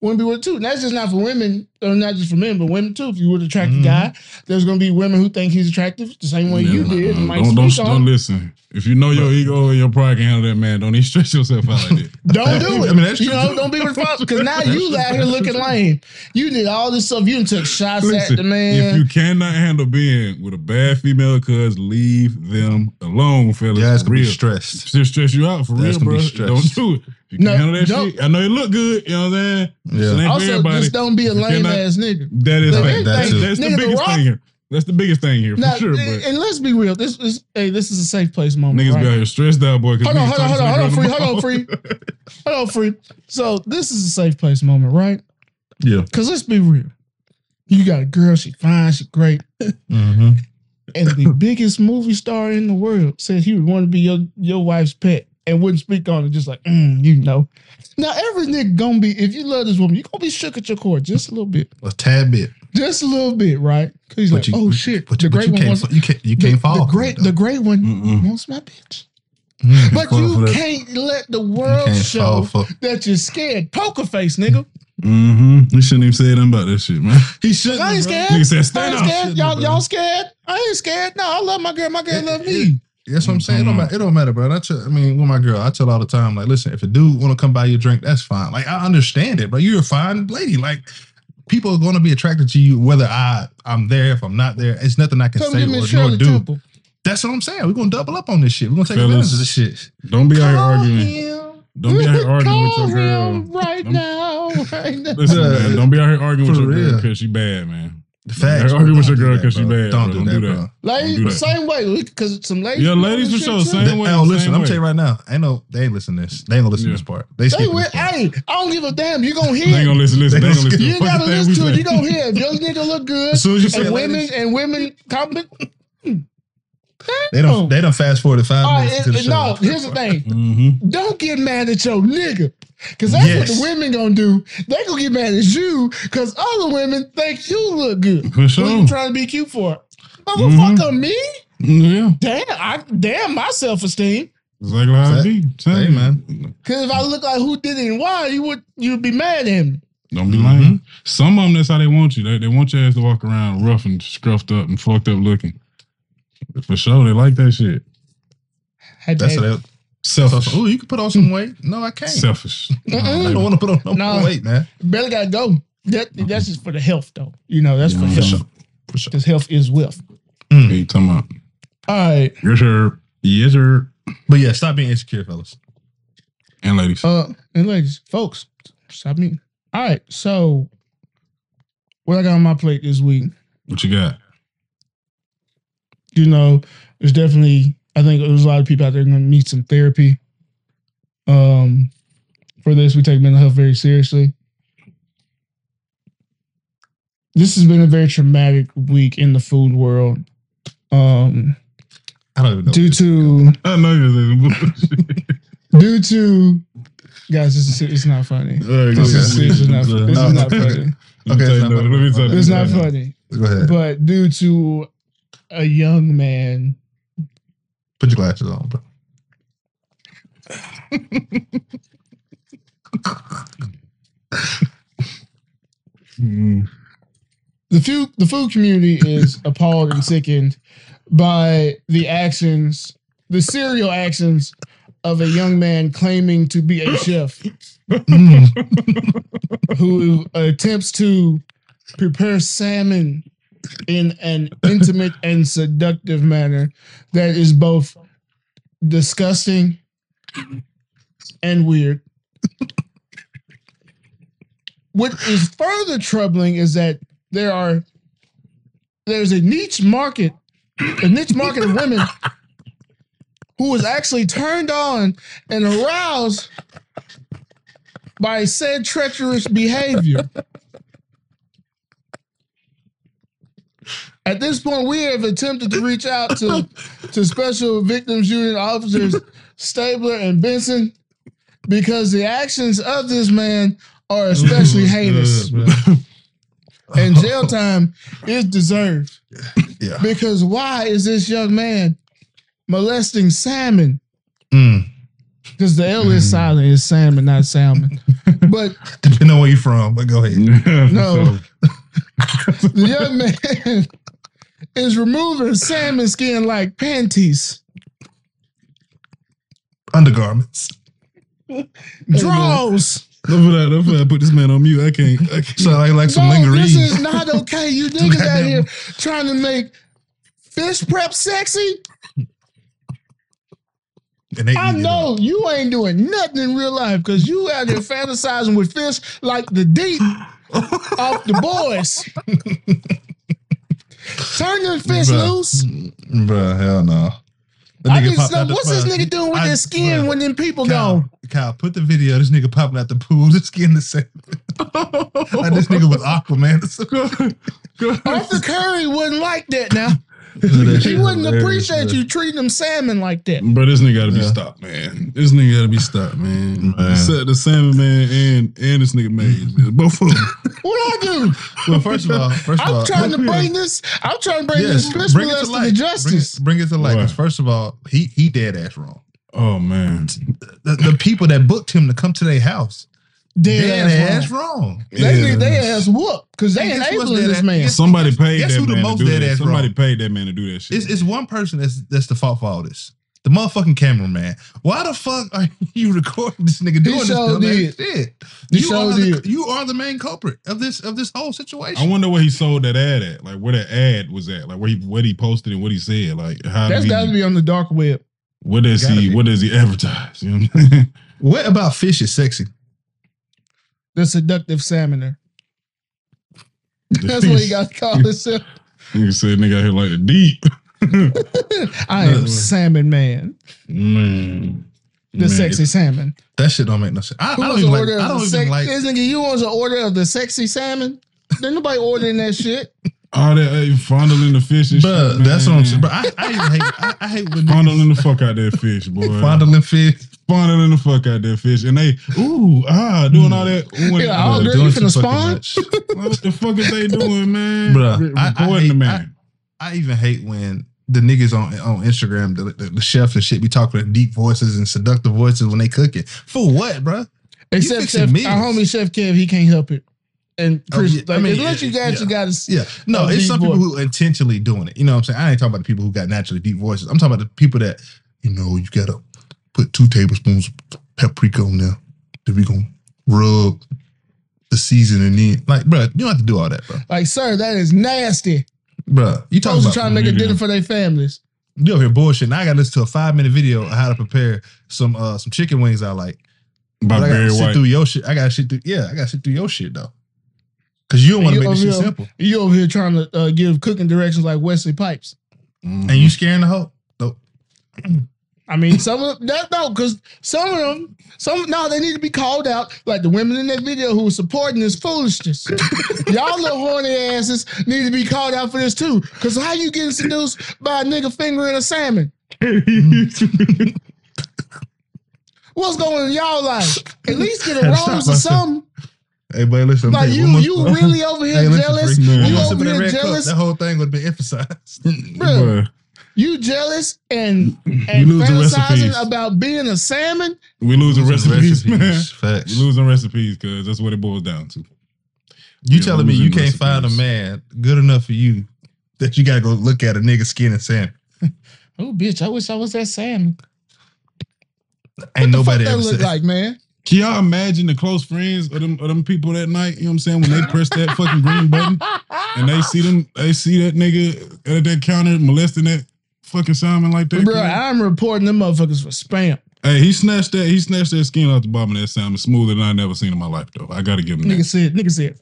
[SPEAKER 1] wouldn't be with too. And that's just not for women, or not just for men, but women too. If you would attract a
[SPEAKER 3] Mhm.
[SPEAKER 1] guy, there's going to be women who think he's attractive the same way you
[SPEAKER 2] Mm-hmm. Yeah,
[SPEAKER 1] did.
[SPEAKER 2] uh-uh.
[SPEAKER 1] and might
[SPEAKER 2] Don't, don't,
[SPEAKER 1] speak on
[SPEAKER 2] don't
[SPEAKER 1] him.
[SPEAKER 2] listen. If you know your ego and your pride can handle that, man, don't even stress yourself out like that.
[SPEAKER 1] Don't do it.
[SPEAKER 3] I mean, that's
[SPEAKER 1] you
[SPEAKER 3] true,
[SPEAKER 1] know,
[SPEAKER 3] too.
[SPEAKER 1] don't be responsible. Because now you out here looking lame. You did all this stuff. You done took shots
[SPEAKER 2] Listen,
[SPEAKER 1] at the man.
[SPEAKER 2] if you cannot handle being with a bad female, cuz leave them alone, fellas.
[SPEAKER 3] Yeah, it's
[SPEAKER 2] for
[SPEAKER 3] gonna be
[SPEAKER 2] real.
[SPEAKER 3] stressed.
[SPEAKER 2] Shit stress you out for
[SPEAKER 3] That's
[SPEAKER 2] real,
[SPEAKER 3] gonna
[SPEAKER 2] bro.
[SPEAKER 3] be
[SPEAKER 2] Don't
[SPEAKER 3] stress.
[SPEAKER 2] do it. If you
[SPEAKER 1] No,
[SPEAKER 2] can handle that
[SPEAKER 1] don't-
[SPEAKER 2] shit, I know it look good. You know what I'm saying?
[SPEAKER 3] Yeah.
[SPEAKER 2] It ain't for
[SPEAKER 1] also,
[SPEAKER 2] everybody.
[SPEAKER 1] just don't be a
[SPEAKER 2] You
[SPEAKER 1] lame
[SPEAKER 2] cannot-
[SPEAKER 1] ass nigga.
[SPEAKER 2] That is
[SPEAKER 1] Look,
[SPEAKER 2] fact. That's,
[SPEAKER 3] everything-
[SPEAKER 2] that's the
[SPEAKER 1] nigga, The
[SPEAKER 2] biggest
[SPEAKER 1] Rock-
[SPEAKER 2] thing here. That's the biggest thing here for
[SPEAKER 1] Now,
[SPEAKER 2] sure. But
[SPEAKER 1] and, and let's be real. This is hey, this is a safe place moment.
[SPEAKER 2] niggas
[SPEAKER 1] right?
[SPEAKER 2] be out here stressed out, boy. 'cause
[SPEAKER 1] Hold on,
[SPEAKER 2] niggas
[SPEAKER 1] hold on, hold on, hold on,
[SPEAKER 2] talking
[SPEAKER 1] free,
[SPEAKER 2] to
[SPEAKER 1] hold on, free, hold on, free. So this is a safe place moment, right?
[SPEAKER 3] Yeah.
[SPEAKER 1] Because let's be real. You got a girl, she fine, she great,
[SPEAKER 3] Mm-hmm.
[SPEAKER 1] and the biggest movie star in the world said he would want to be your your wife's pet and wouldn't speak on it, just like mm, you know. Now every nigga gonna be if you love this woman, you gonna be shook at your core just a little bit,
[SPEAKER 3] A tad bit.
[SPEAKER 1] just a little bit, right? Because he's like,
[SPEAKER 3] But you-
[SPEAKER 1] oh shit,
[SPEAKER 3] But,
[SPEAKER 1] the
[SPEAKER 3] you, but
[SPEAKER 1] great
[SPEAKER 3] you
[SPEAKER 1] one
[SPEAKER 3] can't,
[SPEAKER 1] wants
[SPEAKER 3] fa- you can't, you
[SPEAKER 1] the-
[SPEAKER 3] can't fall.
[SPEAKER 1] the
[SPEAKER 3] for
[SPEAKER 1] great
[SPEAKER 3] it, Mm.
[SPEAKER 1] the great one
[SPEAKER 2] Mm-mm.
[SPEAKER 1] wants my bitch.
[SPEAKER 3] though. Mm,
[SPEAKER 1] But
[SPEAKER 3] fall for
[SPEAKER 1] you
[SPEAKER 3] that.
[SPEAKER 1] can't let the
[SPEAKER 3] You
[SPEAKER 1] world
[SPEAKER 3] can't fall
[SPEAKER 1] show
[SPEAKER 3] for
[SPEAKER 1] that you're scared. Poker face, nigga.
[SPEAKER 2] Mm-hmm. You shouldn't even say nothing about that shit, man.
[SPEAKER 3] He shouldn't.
[SPEAKER 1] I ain't
[SPEAKER 3] bro.
[SPEAKER 1] scared.
[SPEAKER 2] Nigga said,
[SPEAKER 1] I
[SPEAKER 2] stand
[SPEAKER 1] ain't
[SPEAKER 2] up.
[SPEAKER 1] scared. Y'all,
[SPEAKER 3] bro.
[SPEAKER 1] y'all scared? I ain't scared. No, I love my girl. My girl
[SPEAKER 3] It-
[SPEAKER 1] love
[SPEAKER 3] it-
[SPEAKER 1] me.
[SPEAKER 3] That's what I'm saying. It
[SPEAKER 1] Mm-hmm.
[SPEAKER 3] don't matter, it don't matter bro. And I, tell, I mean, with my girl, I tell all the time, like, listen, if a dude want to come buy you a drink, that's fine. Like, I understand it, but you're a fine lady. Like, people are going to be attracted to you, whether I I'm there, if I'm not there. It's nothing I can
[SPEAKER 1] Come
[SPEAKER 3] say
[SPEAKER 1] give me
[SPEAKER 3] or
[SPEAKER 1] Shirley
[SPEAKER 3] nor do.
[SPEAKER 1] Temple.
[SPEAKER 3] That's what I'm saying. We're gonna double up on this shit. We're gonna take
[SPEAKER 2] Fellas.
[SPEAKER 3] advantage of this shit.
[SPEAKER 2] Don't be out here
[SPEAKER 1] Call
[SPEAKER 2] arguing.
[SPEAKER 1] him.
[SPEAKER 2] Don't be out here arguing with
[SPEAKER 1] Call
[SPEAKER 2] your girl.
[SPEAKER 1] him right
[SPEAKER 2] Don't-
[SPEAKER 1] now. Right now.
[SPEAKER 2] Listen,
[SPEAKER 3] Uh,
[SPEAKER 2] man, don't be out here arguing with
[SPEAKER 3] for
[SPEAKER 2] your girl
[SPEAKER 3] real.
[SPEAKER 2] because she bad, man.
[SPEAKER 3] The facts.
[SPEAKER 2] argue
[SPEAKER 3] bro. Don't
[SPEAKER 2] with your
[SPEAKER 3] do
[SPEAKER 2] girl
[SPEAKER 3] that,
[SPEAKER 2] 'cause she
[SPEAKER 3] bro.
[SPEAKER 2] bad,
[SPEAKER 3] Don't
[SPEAKER 2] bro.
[SPEAKER 3] do
[SPEAKER 2] Don't
[SPEAKER 3] that,
[SPEAKER 2] do that.
[SPEAKER 3] bro.
[SPEAKER 1] Ladies,
[SPEAKER 2] do that.
[SPEAKER 1] same way. Because some ladies.
[SPEAKER 2] Yeah,
[SPEAKER 1] do
[SPEAKER 2] ladies for
[SPEAKER 1] this
[SPEAKER 2] sure.
[SPEAKER 1] shit, too.
[SPEAKER 2] Same way.
[SPEAKER 3] Oh, listen,
[SPEAKER 2] same
[SPEAKER 3] I'm
[SPEAKER 2] way.
[SPEAKER 3] telling you right now, ain't no, they ain't listening to this. They ain't gonna listen
[SPEAKER 2] Yeah.
[SPEAKER 3] to this part. They,
[SPEAKER 1] They
[SPEAKER 3] skipping
[SPEAKER 1] will,
[SPEAKER 3] this part.
[SPEAKER 1] hey, I don't give a damn. You gonna
[SPEAKER 2] They
[SPEAKER 1] hear.
[SPEAKER 2] ain't gonna
[SPEAKER 1] it.
[SPEAKER 2] listen. Listen, they ain't gonna listen.
[SPEAKER 1] You ain't gotta
[SPEAKER 2] to the fucking
[SPEAKER 1] listen to
[SPEAKER 2] thing we
[SPEAKER 1] it. You
[SPEAKER 2] say.
[SPEAKER 1] gonna hear. it. If your nigga look good,
[SPEAKER 3] As soon as you say
[SPEAKER 1] and women
[SPEAKER 3] ladies,
[SPEAKER 1] and women comment.
[SPEAKER 3] they
[SPEAKER 1] oh.
[SPEAKER 3] don't, they don't fast forward to five
[SPEAKER 1] All right,
[SPEAKER 3] minutes to
[SPEAKER 1] and-
[SPEAKER 3] the
[SPEAKER 1] and
[SPEAKER 3] show.
[SPEAKER 1] Oh, no, here's the thing.
[SPEAKER 2] Mhm.
[SPEAKER 1] Don't get mad at your nigga. Cause that's what
[SPEAKER 3] Yes.
[SPEAKER 1] the women gonna do. They gonna get mad at you because other women think you look good.
[SPEAKER 2] For
[SPEAKER 1] What
[SPEAKER 2] sure.
[SPEAKER 1] you trying to be cute for?
[SPEAKER 2] Mhm.
[SPEAKER 3] Mm-hmm.
[SPEAKER 1] Motherfucker, me?
[SPEAKER 2] Mm, Yeah.
[SPEAKER 1] Damn, I damn my self-esteem.
[SPEAKER 2] Exactly how it
[SPEAKER 3] Fact.
[SPEAKER 2] be. Tell
[SPEAKER 3] Hey,
[SPEAKER 2] you,
[SPEAKER 3] man.
[SPEAKER 1] Cause if I look like who did it and why, you would you'd be mad at him.
[SPEAKER 2] Don't be
[SPEAKER 1] Mm-hmm.
[SPEAKER 3] Mhm.
[SPEAKER 2] lying. Some of them, that's how they want you. They, they want your ass to walk around rough and scruffed up and fucked up looking. For sure, they like that shit.
[SPEAKER 1] Had to
[SPEAKER 3] That's
[SPEAKER 1] add-
[SPEAKER 3] what
[SPEAKER 2] Selfish.
[SPEAKER 3] they. Oh, you can put on some weight. No, I can't.
[SPEAKER 2] Selfish.
[SPEAKER 3] I
[SPEAKER 1] Mm-mm.
[SPEAKER 3] don't want to put on no
[SPEAKER 1] Nah.
[SPEAKER 3] more weight, man.
[SPEAKER 1] barely gotta go. That that's just for the health though. You know, that's for
[SPEAKER 2] Yeah.
[SPEAKER 1] health.
[SPEAKER 3] For sure.
[SPEAKER 1] Because health is wealth.
[SPEAKER 2] What you talking about?
[SPEAKER 1] All right.
[SPEAKER 2] Yes, sir. Yes, sir.
[SPEAKER 3] But yeah, stop being insecure, fellas.
[SPEAKER 2] And ladies.
[SPEAKER 1] Uh, and ladies, folks, stop me. All right, so what I got on my plate this week,
[SPEAKER 2] What you got?
[SPEAKER 1] you know, there's definitely I think there's a lot of people out there going to need some therapy. Um, for this, we take mental health very seriously. This has been a very traumatic week in the food world, um,
[SPEAKER 3] I don't even know.
[SPEAKER 1] due to
[SPEAKER 2] I know you're bullshit.
[SPEAKER 1] due to guys. This is it's not funny. This is, this is not, this is not funny.
[SPEAKER 2] Let me tell you
[SPEAKER 3] Okay,
[SPEAKER 2] no- let me tell you
[SPEAKER 1] It's
[SPEAKER 2] no-
[SPEAKER 1] not funny.
[SPEAKER 3] Go ahead.
[SPEAKER 1] but due to a young man,
[SPEAKER 3] Put your glasses on, bro.
[SPEAKER 2] Mm.
[SPEAKER 1] the food the food community is appalled and sickened by the actions, the serial actions of a young man claiming to be a chef
[SPEAKER 3] Mm.
[SPEAKER 1] who attempts to prepare salmon in an intimate and seductive manner that is both disgusting and weird. what is further troubling is that there are there's a niche market, a niche market of women who is actually turned on and aroused by said treacherous behavior. At this point, we have attempted to reach out to, to Special Victims Unit officers Stabler and Benson because the actions of this man are especially heinous and jail time is deserved.
[SPEAKER 3] Yeah.
[SPEAKER 1] Because why is this young man molesting salmon?
[SPEAKER 3] Mm.
[SPEAKER 1] Because the L is silent, it's salmon, not salmon. but
[SPEAKER 3] Depending on where you're from, but go ahead.
[SPEAKER 1] No. the young man is removing salmon skin like panties,
[SPEAKER 3] Undergarments.
[SPEAKER 1] draws.
[SPEAKER 2] Look for that. Look for that. Put this man on mute. I can't. I can't.
[SPEAKER 3] So like like some
[SPEAKER 1] No,
[SPEAKER 3] lingerie.
[SPEAKER 1] this is not okay. You niggas out here trying to make fish prep sexy.
[SPEAKER 3] and they
[SPEAKER 1] I
[SPEAKER 3] eat it
[SPEAKER 1] know
[SPEAKER 3] up.
[SPEAKER 1] you ain't doing nothing in real life because you out there fantasizing with fish like the deep off the boys. Turn your fish
[SPEAKER 3] Bruh.
[SPEAKER 1] loose.
[SPEAKER 3] Bruh, hell no. That
[SPEAKER 1] I
[SPEAKER 3] nigga
[SPEAKER 1] need
[SPEAKER 3] popped
[SPEAKER 1] to know
[SPEAKER 3] out the
[SPEAKER 1] what's this
[SPEAKER 3] pool.
[SPEAKER 1] nigga doing with
[SPEAKER 3] I-
[SPEAKER 1] his skin
[SPEAKER 3] bruh,
[SPEAKER 1] when them people
[SPEAKER 3] Kyle,
[SPEAKER 1] go.
[SPEAKER 3] Kyle, put the video. This nigga popping out the pool. The skin the same. like this nigga was Aquaman. or something.
[SPEAKER 1] Arthur Curry wouldn't like that now.
[SPEAKER 3] That
[SPEAKER 1] He
[SPEAKER 3] shit
[SPEAKER 1] wouldn't
[SPEAKER 3] hilarious,
[SPEAKER 1] appreciate
[SPEAKER 3] bruh.
[SPEAKER 1] you treating them salmon like that.
[SPEAKER 2] Bro, this nigga gotta be
[SPEAKER 3] Yeah.
[SPEAKER 2] stopped, man. This nigga gotta be stopped, man.
[SPEAKER 3] Man.
[SPEAKER 2] Except the salmon man and and this nigga made both of them.
[SPEAKER 1] What I do?
[SPEAKER 3] Well, first of all, first of
[SPEAKER 1] I'm
[SPEAKER 3] all,
[SPEAKER 1] trying to
[SPEAKER 3] Yeah.
[SPEAKER 1] bring this. I'm trying to bring this fish
[SPEAKER 3] bring it
[SPEAKER 1] molester to
[SPEAKER 3] light.
[SPEAKER 1] justice.
[SPEAKER 3] Bring it, bring it to light. 'Cause
[SPEAKER 2] Why?
[SPEAKER 3] First of all, he he dead ass wrong.
[SPEAKER 2] Oh man,
[SPEAKER 3] The, the people that booked him to come to their house,
[SPEAKER 1] Dead,
[SPEAKER 3] dead
[SPEAKER 1] ass.
[SPEAKER 3] ass wrong.
[SPEAKER 1] They
[SPEAKER 2] Yeah.
[SPEAKER 1] need their ass whoop because they
[SPEAKER 3] And guess what's
[SPEAKER 1] enabling
[SPEAKER 3] dead
[SPEAKER 1] this
[SPEAKER 3] ass-
[SPEAKER 1] man.
[SPEAKER 3] guess-
[SPEAKER 2] somebody paid
[SPEAKER 3] guess
[SPEAKER 2] that
[SPEAKER 3] who the
[SPEAKER 2] man
[SPEAKER 3] most
[SPEAKER 2] to do
[SPEAKER 3] dead
[SPEAKER 2] that.
[SPEAKER 3] ass
[SPEAKER 2] Somebody
[SPEAKER 3] wrong?
[SPEAKER 2] paid that man to do that shit.
[SPEAKER 3] It's, it's one person that's that's the fault for all this. The motherfucking cameraman. Why the fuck are you recording this nigga doing this
[SPEAKER 1] sure
[SPEAKER 3] dumb ass
[SPEAKER 1] did.
[SPEAKER 3] shit?
[SPEAKER 1] He
[SPEAKER 3] You,
[SPEAKER 1] sure
[SPEAKER 3] are the,
[SPEAKER 1] did.
[SPEAKER 3] you are the main culprit of this of this whole situation.
[SPEAKER 2] I wonder where he sold that ad at. Like where that ad was at. Like where he what he posted and what he said. Like how
[SPEAKER 1] That's
[SPEAKER 2] did
[SPEAKER 1] got to
[SPEAKER 2] he,
[SPEAKER 1] be on the dark web.
[SPEAKER 2] what does
[SPEAKER 3] Gotta
[SPEAKER 2] he
[SPEAKER 3] be.
[SPEAKER 2] what does he advertise? You know what I'm saying?
[SPEAKER 3] what about fish is sexy?
[SPEAKER 1] The seductive salmoner. That's what he got to call himself.
[SPEAKER 2] Nigga said nigga out here like the deep.
[SPEAKER 1] I am
[SPEAKER 3] No.
[SPEAKER 1] salmon man.
[SPEAKER 2] Man.
[SPEAKER 1] The sexy salmon.
[SPEAKER 3] That shit don't make no sense. I, I
[SPEAKER 1] Who
[SPEAKER 3] don't
[SPEAKER 1] wants an
[SPEAKER 3] even like.
[SPEAKER 1] order
[SPEAKER 3] I
[SPEAKER 1] of
[SPEAKER 3] don't
[SPEAKER 1] the
[SPEAKER 3] even
[SPEAKER 1] sex?
[SPEAKER 3] like.
[SPEAKER 1] This nigga, you want an order of the sexy salmon? Then nobody ordering that shit.
[SPEAKER 2] All that hey, fondling the fish and
[SPEAKER 3] Bruh,
[SPEAKER 2] shit.
[SPEAKER 3] that's what I'm saying.
[SPEAKER 2] man.
[SPEAKER 3] Bruh, I, I even hate. I, I hate when niggas
[SPEAKER 2] Fondling the fuck out that fish, boy.
[SPEAKER 3] fondling fish.
[SPEAKER 2] Fondling the fuck out that fish. And they, ooh, ah, doing all that. Ooh, and-
[SPEAKER 1] Yeah, I
[SPEAKER 2] Bruh,
[SPEAKER 1] agree.
[SPEAKER 3] Doing
[SPEAKER 1] Oh, you
[SPEAKER 3] too
[SPEAKER 1] finna
[SPEAKER 3] fucking
[SPEAKER 1] spawn?
[SPEAKER 3] much.
[SPEAKER 2] What the fuck is they doing, man?
[SPEAKER 3] Bruh,
[SPEAKER 2] Re-
[SPEAKER 3] I- I
[SPEAKER 2] Recording the
[SPEAKER 3] hate-
[SPEAKER 2] man.
[SPEAKER 3] I even hate when the niggas on on Instagram, the, the, the chef and shit, be talking with deep voices and seductive voices when they cooking. For what, bro?
[SPEAKER 1] Except
[SPEAKER 3] fixing
[SPEAKER 1] Chef,
[SPEAKER 3] meals.
[SPEAKER 1] our homie Chef Kev, he can't help it. And
[SPEAKER 3] Oh,
[SPEAKER 1] Chris,
[SPEAKER 3] yeah, I
[SPEAKER 1] like,
[SPEAKER 3] mean,
[SPEAKER 1] unless
[SPEAKER 3] yeah,
[SPEAKER 1] you got,
[SPEAKER 3] yeah.
[SPEAKER 1] you got to.
[SPEAKER 3] Yeah, no,
[SPEAKER 1] Oh,
[SPEAKER 3] it's
[SPEAKER 1] deep
[SPEAKER 3] some
[SPEAKER 1] voice.
[SPEAKER 3] people who intentionally doing it. You know what I'm saying? I ain't talking about the people who got naturally deep voices. I'm talking about the people that you know you gotta put two tablespoons of paprika on there. Then we gonna rub the seasoning in. Like, bro, you don't have to do all that, bro.
[SPEAKER 1] Like, sir, that is nasty.
[SPEAKER 3] Bro, you talking
[SPEAKER 1] Folks are
[SPEAKER 3] about
[SPEAKER 1] trying to make a
[SPEAKER 2] Yeah.
[SPEAKER 1] dinner for their families.
[SPEAKER 3] you over here bullshit. Now I gotta listen to a five minute video on how to prepare some uh some chicken wings I like.
[SPEAKER 2] By
[SPEAKER 3] But I
[SPEAKER 2] Barry
[SPEAKER 3] gotta sit
[SPEAKER 2] White.
[SPEAKER 3] through your shit. I gotta sit through. Yeah, I gotta sit through your shit though. Cause you don't want
[SPEAKER 1] You
[SPEAKER 3] to make this
[SPEAKER 1] over
[SPEAKER 3] shit
[SPEAKER 1] here-
[SPEAKER 3] simple,
[SPEAKER 1] You over here trying to uh, give cooking directions like Wesley Pipes.
[SPEAKER 2] Mhm.
[SPEAKER 3] and you scaring the hoe. Nope.
[SPEAKER 1] I mean, some of them, that, no, because some of them, some, no, they need to be called out, like the women in that video who were supporting this foolishness. Y'all little horny asses need to be called out for this too. Because how you getting seduced by a nigga fingering a salmon?
[SPEAKER 2] Mm.
[SPEAKER 1] What's going on in y'all life? At least get a rose
[SPEAKER 3] Stop
[SPEAKER 1] or
[SPEAKER 3] myself.
[SPEAKER 1] something.
[SPEAKER 3] Hey, buddy, listen.
[SPEAKER 1] Like you, you really over
[SPEAKER 3] Hey,
[SPEAKER 1] here
[SPEAKER 3] listen,
[SPEAKER 1] jealous?
[SPEAKER 3] freak.
[SPEAKER 2] Man.
[SPEAKER 1] You
[SPEAKER 2] One
[SPEAKER 1] over here jealous?
[SPEAKER 3] That whole thing would be emphasized.
[SPEAKER 1] Bruh.
[SPEAKER 2] Bruh.
[SPEAKER 1] You jealous and
[SPEAKER 2] We
[SPEAKER 1] and
[SPEAKER 2] losing recipes.
[SPEAKER 1] fantasizing about being a salmon?
[SPEAKER 2] We losing recipes, man.
[SPEAKER 3] Facts.
[SPEAKER 2] We losing recipes because that's what it boils down to.
[SPEAKER 3] You
[SPEAKER 2] Yeah,
[SPEAKER 3] telling me you
[SPEAKER 2] losing
[SPEAKER 3] can't find a
[SPEAKER 2] recipes.
[SPEAKER 3] man good enough for you that you gotta go look at a nigga skin and sand?
[SPEAKER 1] Oh, bitch! I wish I was that salmon.
[SPEAKER 3] Ain't
[SPEAKER 1] What
[SPEAKER 3] nobody
[SPEAKER 1] the fuck
[SPEAKER 3] ever
[SPEAKER 1] that look
[SPEAKER 3] said.
[SPEAKER 1] like, man?
[SPEAKER 2] Can y'all imagine the close friends of them of them people that night? You know what I'm saying? When they press that fucking green button and they see them, they see that nigga at that counter molesting that fucking Simon like that.
[SPEAKER 1] Bro,
[SPEAKER 2] kid.
[SPEAKER 1] I'm reporting them motherfuckers for spam.
[SPEAKER 2] hey, he snatched that. He snatched that skin off the bottom of that Simon smoother than I never seen in my life though. I gotta give him
[SPEAKER 1] Nigga
[SPEAKER 2] that.
[SPEAKER 1] said, nigga said,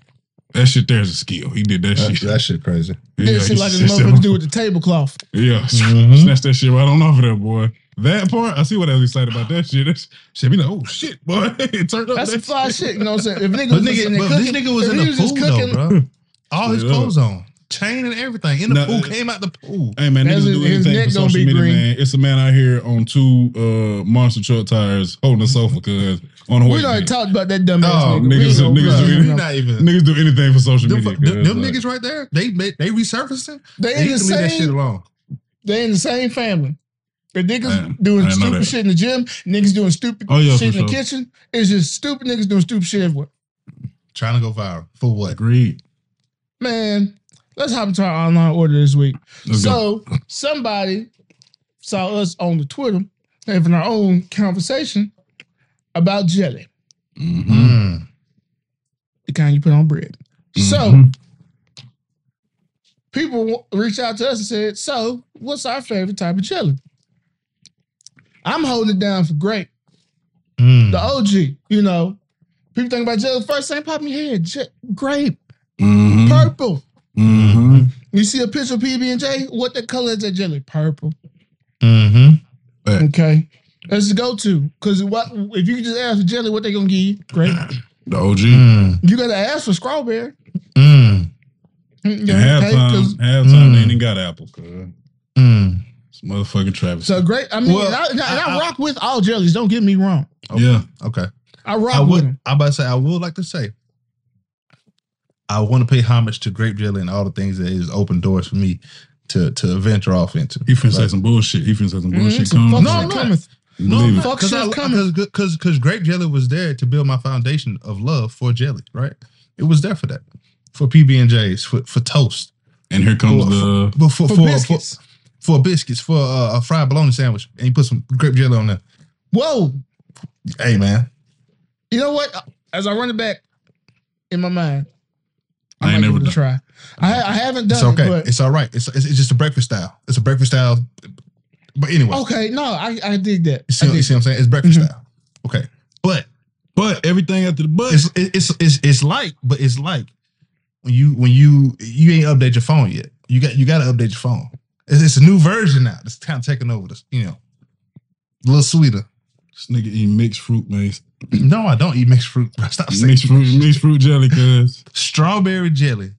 [SPEAKER 2] That shit there's a skill. He did that,
[SPEAKER 3] That,
[SPEAKER 2] shit.
[SPEAKER 3] that shit crazy.
[SPEAKER 1] yeah,
[SPEAKER 2] yeah,
[SPEAKER 1] shit
[SPEAKER 2] he
[SPEAKER 1] like this
[SPEAKER 2] snatched that
[SPEAKER 1] motherfucker do with the tablecloth.
[SPEAKER 2] Yeah,
[SPEAKER 3] Mhm.
[SPEAKER 2] snatch that shit right on off of there, boy. That part, I see what I was excited about that shit. That's shit. Be like, oh shit, boy, it turned up.
[SPEAKER 1] That's some
[SPEAKER 2] that
[SPEAKER 1] fly shit. You know what I'm saying? If nigga
[SPEAKER 3] But
[SPEAKER 1] was just in
[SPEAKER 3] nigga,
[SPEAKER 1] there
[SPEAKER 3] but
[SPEAKER 1] cooking,
[SPEAKER 3] this nigga was
[SPEAKER 1] if
[SPEAKER 3] in
[SPEAKER 1] he
[SPEAKER 3] the
[SPEAKER 1] was just
[SPEAKER 3] pool though,
[SPEAKER 1] cooking,
[SPEAKER 3] bro. All his
[SPEAKER 2] Straight up.
[SPEAKER 3] clothes on, chain and everything in the
[SPEAKER 2] Nah,
[SPEAKER 3] pool,
[SPEAKER 2] it-
[SPEAKER 3] came out the pool.
[SPEAKER 2] Hey man,
[SPEAKER 1] That's
[SPEAKER 2] niggas
[SPEAKER 1] his-
[SPEAKER 2] do
[SPEAKER 1] his
[SPEAKER 2] anything
[SPEAKER 1] neck
[SPEAKER 2] for
[SPEAKER 1] gonna
[SPEAKER 2] social
[SPEAKER 1] be
[SPEAKER 2] media,
[SPEAKER 1] green.
[SPEAKER 2] man. It's a man out here on two uh monster truck tires holding a sofa cause on the way.
[SPEAKER 1] we done
[SPEAKER 2] back.
[SPEAKER 1] talked about that dumbass
[SPEAKER 3] Oh,
[SPEAKER 1] nigga.
[SPEAKER 2] niggas-
[SPEAKER 1] We ain't gonna-
[SPEAKER 2] niggas
[SPEAKER 1] we
[SPEAKER 2] do
[SPEAKER 1] ain't
[SPEAKER 2] anything.
[SPEAKER 1] gonna-
[SPEAKER 3] not even.
[SPEAKER 2] Niggas do anything for social
[SPEAKER 3] Them,
[SPEAKER 2] media.
[SPEAKER 3] fu- them,
[SPEAKER 2] cuz,
[SPEAKER 3] them
[SPEAKER 2] like,
[SPEAKER 3] niggas right there, they ma- they resurfacing.
[SPEAKER 1] They
[SPEAKER 3] They
[SPEAKER 1] in the
[SPEAKER 3] used to leave that shit
[SPEAKER 1] same.
[SPEAKER 3] alone.
[SPEAKER 1] They in the same family. The niggas
[SPEAKER 2] Man, I
[SPEAKER 1] doing
[SPEAKER 2] didn't know
[SPEAKER 1] stupid
[SPEAKER 2] that.
[SPEAKER 1] shit in the gym. Niggas doing stupid
[SPEAKER 2] Oh, yeah,
[SPEAKER 1] shit
[SPEAKER 2] for
[SPEAKER 1] in the
[SPEAKER 2] sure.
[SPEAKER 1] kitchen. It's just stupid niggas doing stupid shit everywhere.
[SPEAKER 3] Trying to go viral for what?
[SPEAKER 2] agreed.
[SPEAKER 1] Man, let's hop into our online order this week.
[SPEAKER 2] Let's go.
[SPEAKER 1] so somebody saw us on the Twitter having our own conversation about jelly,
[SPEAKER 2] Mhm.
[SPEAKER 3] Mm.
[SPEAKER 1] the kind you put on bread. So
[SPEAKER 2] Mhm.
[SPEAKER 1] people w- reached out to us and said, "So, what's our favorite type of jelly?" I'm holding it down for grape,
[SPEAKER 3] Mm.
[SPEAKER 1] the
[SPEAKER 2] Mm-hmm.
[SPEAKER 1] OG. You know, people think about jelly first thing pop in your head: je- grape,
[SPEAKER 2] Mhm.
[SPEAKER 1] purple.
[SPEAKER 2] Mhm.
[SPEAKER 1] You see a picture of PB and J. What the color is that jelly? Purple.
[SPEAKER 3] Mm-hmm.
[SPEAKER 1] Okay, that's the go-to. Cause what if you just ask for jelly, what they gonna give you? Grape.
[SPEAKER 2] The OG.
[SPEAKER 3] Mm.
[SPEAKER 1] You gotta ask for strawberry.
[SPEAKER 3] Mm.
[SPEAKER 1] You
[SPEAKER 2] Yeah,
[SPEAKER 1] know, okay,
[SPEAKER 2] halftime,
[SPEAKER 1] 'cause-
[SPEAKER 2] halftime, they
[SPEAKER 3] Mm.
[SPEAKER 2] ain't got apple. Cause
[SPEAKER 3] Mm.
[SPEAKER 2] it's motherfucking Travis.
[SPEAKER 1] so great. I mean,
[SPEAKER 3] Well,
[SPEAKER 1] and I, and I- and I
[SPEAKER 3] I- I-
[SPEAKER 1] rock with all jellies. Don't get me wrong.
[SPEAKER 2] yeah,
[SPEAKER 3] Okay.
[SPEAKER 1] I rock
[SPEAKER 3] I
[SPEAKER 1] with
[SPEAKER 3] would.
[SPEAKER 1] them.
[SPEAKER 3] I about to say. I would like to say. I want to pay homage to grape jelly and all the things that is open doors for me to to venture off into.
[SPEAKER 2] he finna say
[SPEAKER 3] Like-
[SPEAKER 2] some bullshit. He finna say some
[SPEAKER 1] Mhm,
[SPEAKER 2] bullshit.
[SPEAKER 1] some
[SPEAKER 2] Come,
[SPEAKER 1] fuck
[SPEAKER 3] No,
[SPEAKER 1] shit
[SPEAKER 3] I'm not.
[SPEAKER 1] cometh.
[SPEAKER 3] No,
[SPEAKER 2] Believe it.
[SPEAKER 1] Fuck
[SPEAKER 3] because
[SPEAKER 1] shit's coming.
[SPEAKER 3] because because grape jelly was there to build my foundation of love for jelly. Right, it was there for that, for PB and J's, for for toast,
[SPEAKER 2] And here comes
[SPEAKER 3] For-
[SPEAKER 2] the
[SPEAKER 3] but
[SPEAKER 1] For
[SPEAKER 3] for for for, for,
[SPEAKER 1] biscuits.
[SPEAKER 3] biscuits, for uh, a fried bologna sandwich, and you put some grape jelly on there.
[SPEAKER 1] Whoa.
[SPEAKER 3] Hey man,
[SPEAKER 1] You know what? As I run it back in my mind,
[SPEAKER 2] I
[SPEAKER 1] I,
[SPEAKER 2] ain't
[SPEAKER 1] might
[SPEAKER 2] never
[SPEAKER 1] give it
[SPEAKER 2] done.
[SPEAKER 1] a try. I, I haven't
[SPEAKER 3] it's
[SPEAKER 1] done
[SPEAKER 3] okay,
[SPEAKER 1] it, but
[SPEAKER 3] it's all right. It's, it's it's just a breakfast style. It's a breakfast style. But anyway,
[SPEAKER 1] okay. No, I, I dig that.
[SPEAKER 3] You see,
[SPEAKER 1] I dig
[SPEAKER 3] you see what I'm saying? It's breakfast
[SPEAKER 1] Mhm.
[SPEAKER 3] style. Okay. But
[SPEAKER 2] but everything after the but.
[SPEAKER 3] it's it- it's it's it's like, but it's like when you when you you ain't update your phone yet. You got you gotta update your phone. It's, it's a new version now that's kind of taking over this, you know. A little sweeter.
[SPEAKER 2] This nigga eat mixed fruit, man.
[SPEAKER 3] No, I don't eat mixed fruit. bro. Stop saying
[SPEAKER 2] Mixed fruit, mixed fruit jelly, cuz.
[SPEAKER 3] strawberry jelly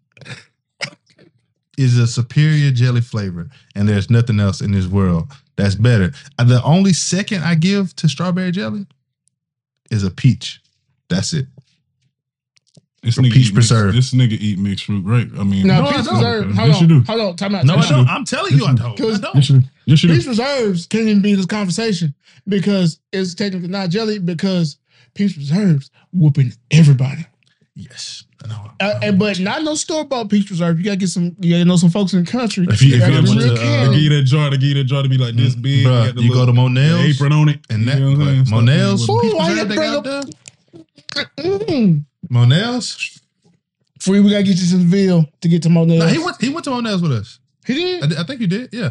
[SPEAKER 3] is a superior jelly flavor, and there's nothing else in this world that's better. Uh, The only second I give to strawberry jelly is a peach. That's it.
[SPEAKER 2] This
[SPEAKER 3] For
[SPEAKER 2] nigga
[SPEAKER 3] peach
[SPEAKER 2] eat mixed-
[SPEAKER 3] preserve.
[SPEAKER 2] this nigga eat mixed fruit, right? I mean,
[SPEAKER 1] Now,
[SPEAKER 3] No, I
[SPEAKER 1] Peace
[SPEAKER 3] don't.
[SPEAKER 1] Reserve,
[SPEAKER 2] Yes,
[SPEAKER 1] hold on,
[SPEAKER 2] you do.
[SPEAKER 1] hold on, time out.
[SPEAKER 3] No,
[SPEAKER 1] time
[SPEAKER 3] I
[SPEAKER 1] out.
[SPEAKER 3] don't. I'm telling you, I don't. I
[SPEAKER 1] Because-
[SPEAKER 3] don't.
[SPEAKER 2] Yes, you do.
[SPEAKER 1] Peace Reserves can't even be this conversation because it's technically not jelly because Peace Reserves whooping everybody.
[SPEAKER 3] Yes, I know.
[SPEAKER 1] Uh, and, but not no store bought peach reserve. You gotta get some. You gotta know some folks in the country.
[SPEAKER 3] If you- if
[SPEAKER 1] that
[SPEAKER 3] you
[SPEAKER 1] are
[SPEAKER 3] ever went
[SPEAKER 1] real
[SPEAKER 3] to, uh,
[SPEAKER 2] They
[SPEAKER 1] caring.
[SPEAKER 2] give you that jar, they give you that jar to be like this
[SPEAKER 3] Mm.
[SPEAKER 2] big.
[SPEAKER 3] Bruh,
[SPEAKER 2] got the
[SPEAKER 3] you go to
[SPEAKER 2] little- the
[SPEAKER 3] Monell's
[SPEAKER 2] apron on it.
[SPEAKER 3] and that
[SPEAKER 2] you know what I'm saying?
[SPEAKER 3] but
[SPEAKER 2] Stuff
[SPEAKER 3] Monell's.
[SPEAKER 2] in it with-
[SPEAKER 1] Ooh, why you
[SPEAKER 3] they
[SPEAKER 1] bring
[SPEAKER 3] got
[SPEAKER 1] up-
[SPEAKER 3] there?
[SPEAKER 1] Mm.
[SPEAKER 3] Monell's.
[SPEAKER 1] Free, we gotta get you some veal to get to Monet.
[SPEAKER 3] No,
[SPEAKER 1] he,
[SPEAKER 3] he went. He went to Monell's with us. I,
[SPEAKER 1] did.
[SPEAKER 3] di- I think you did. Yeah.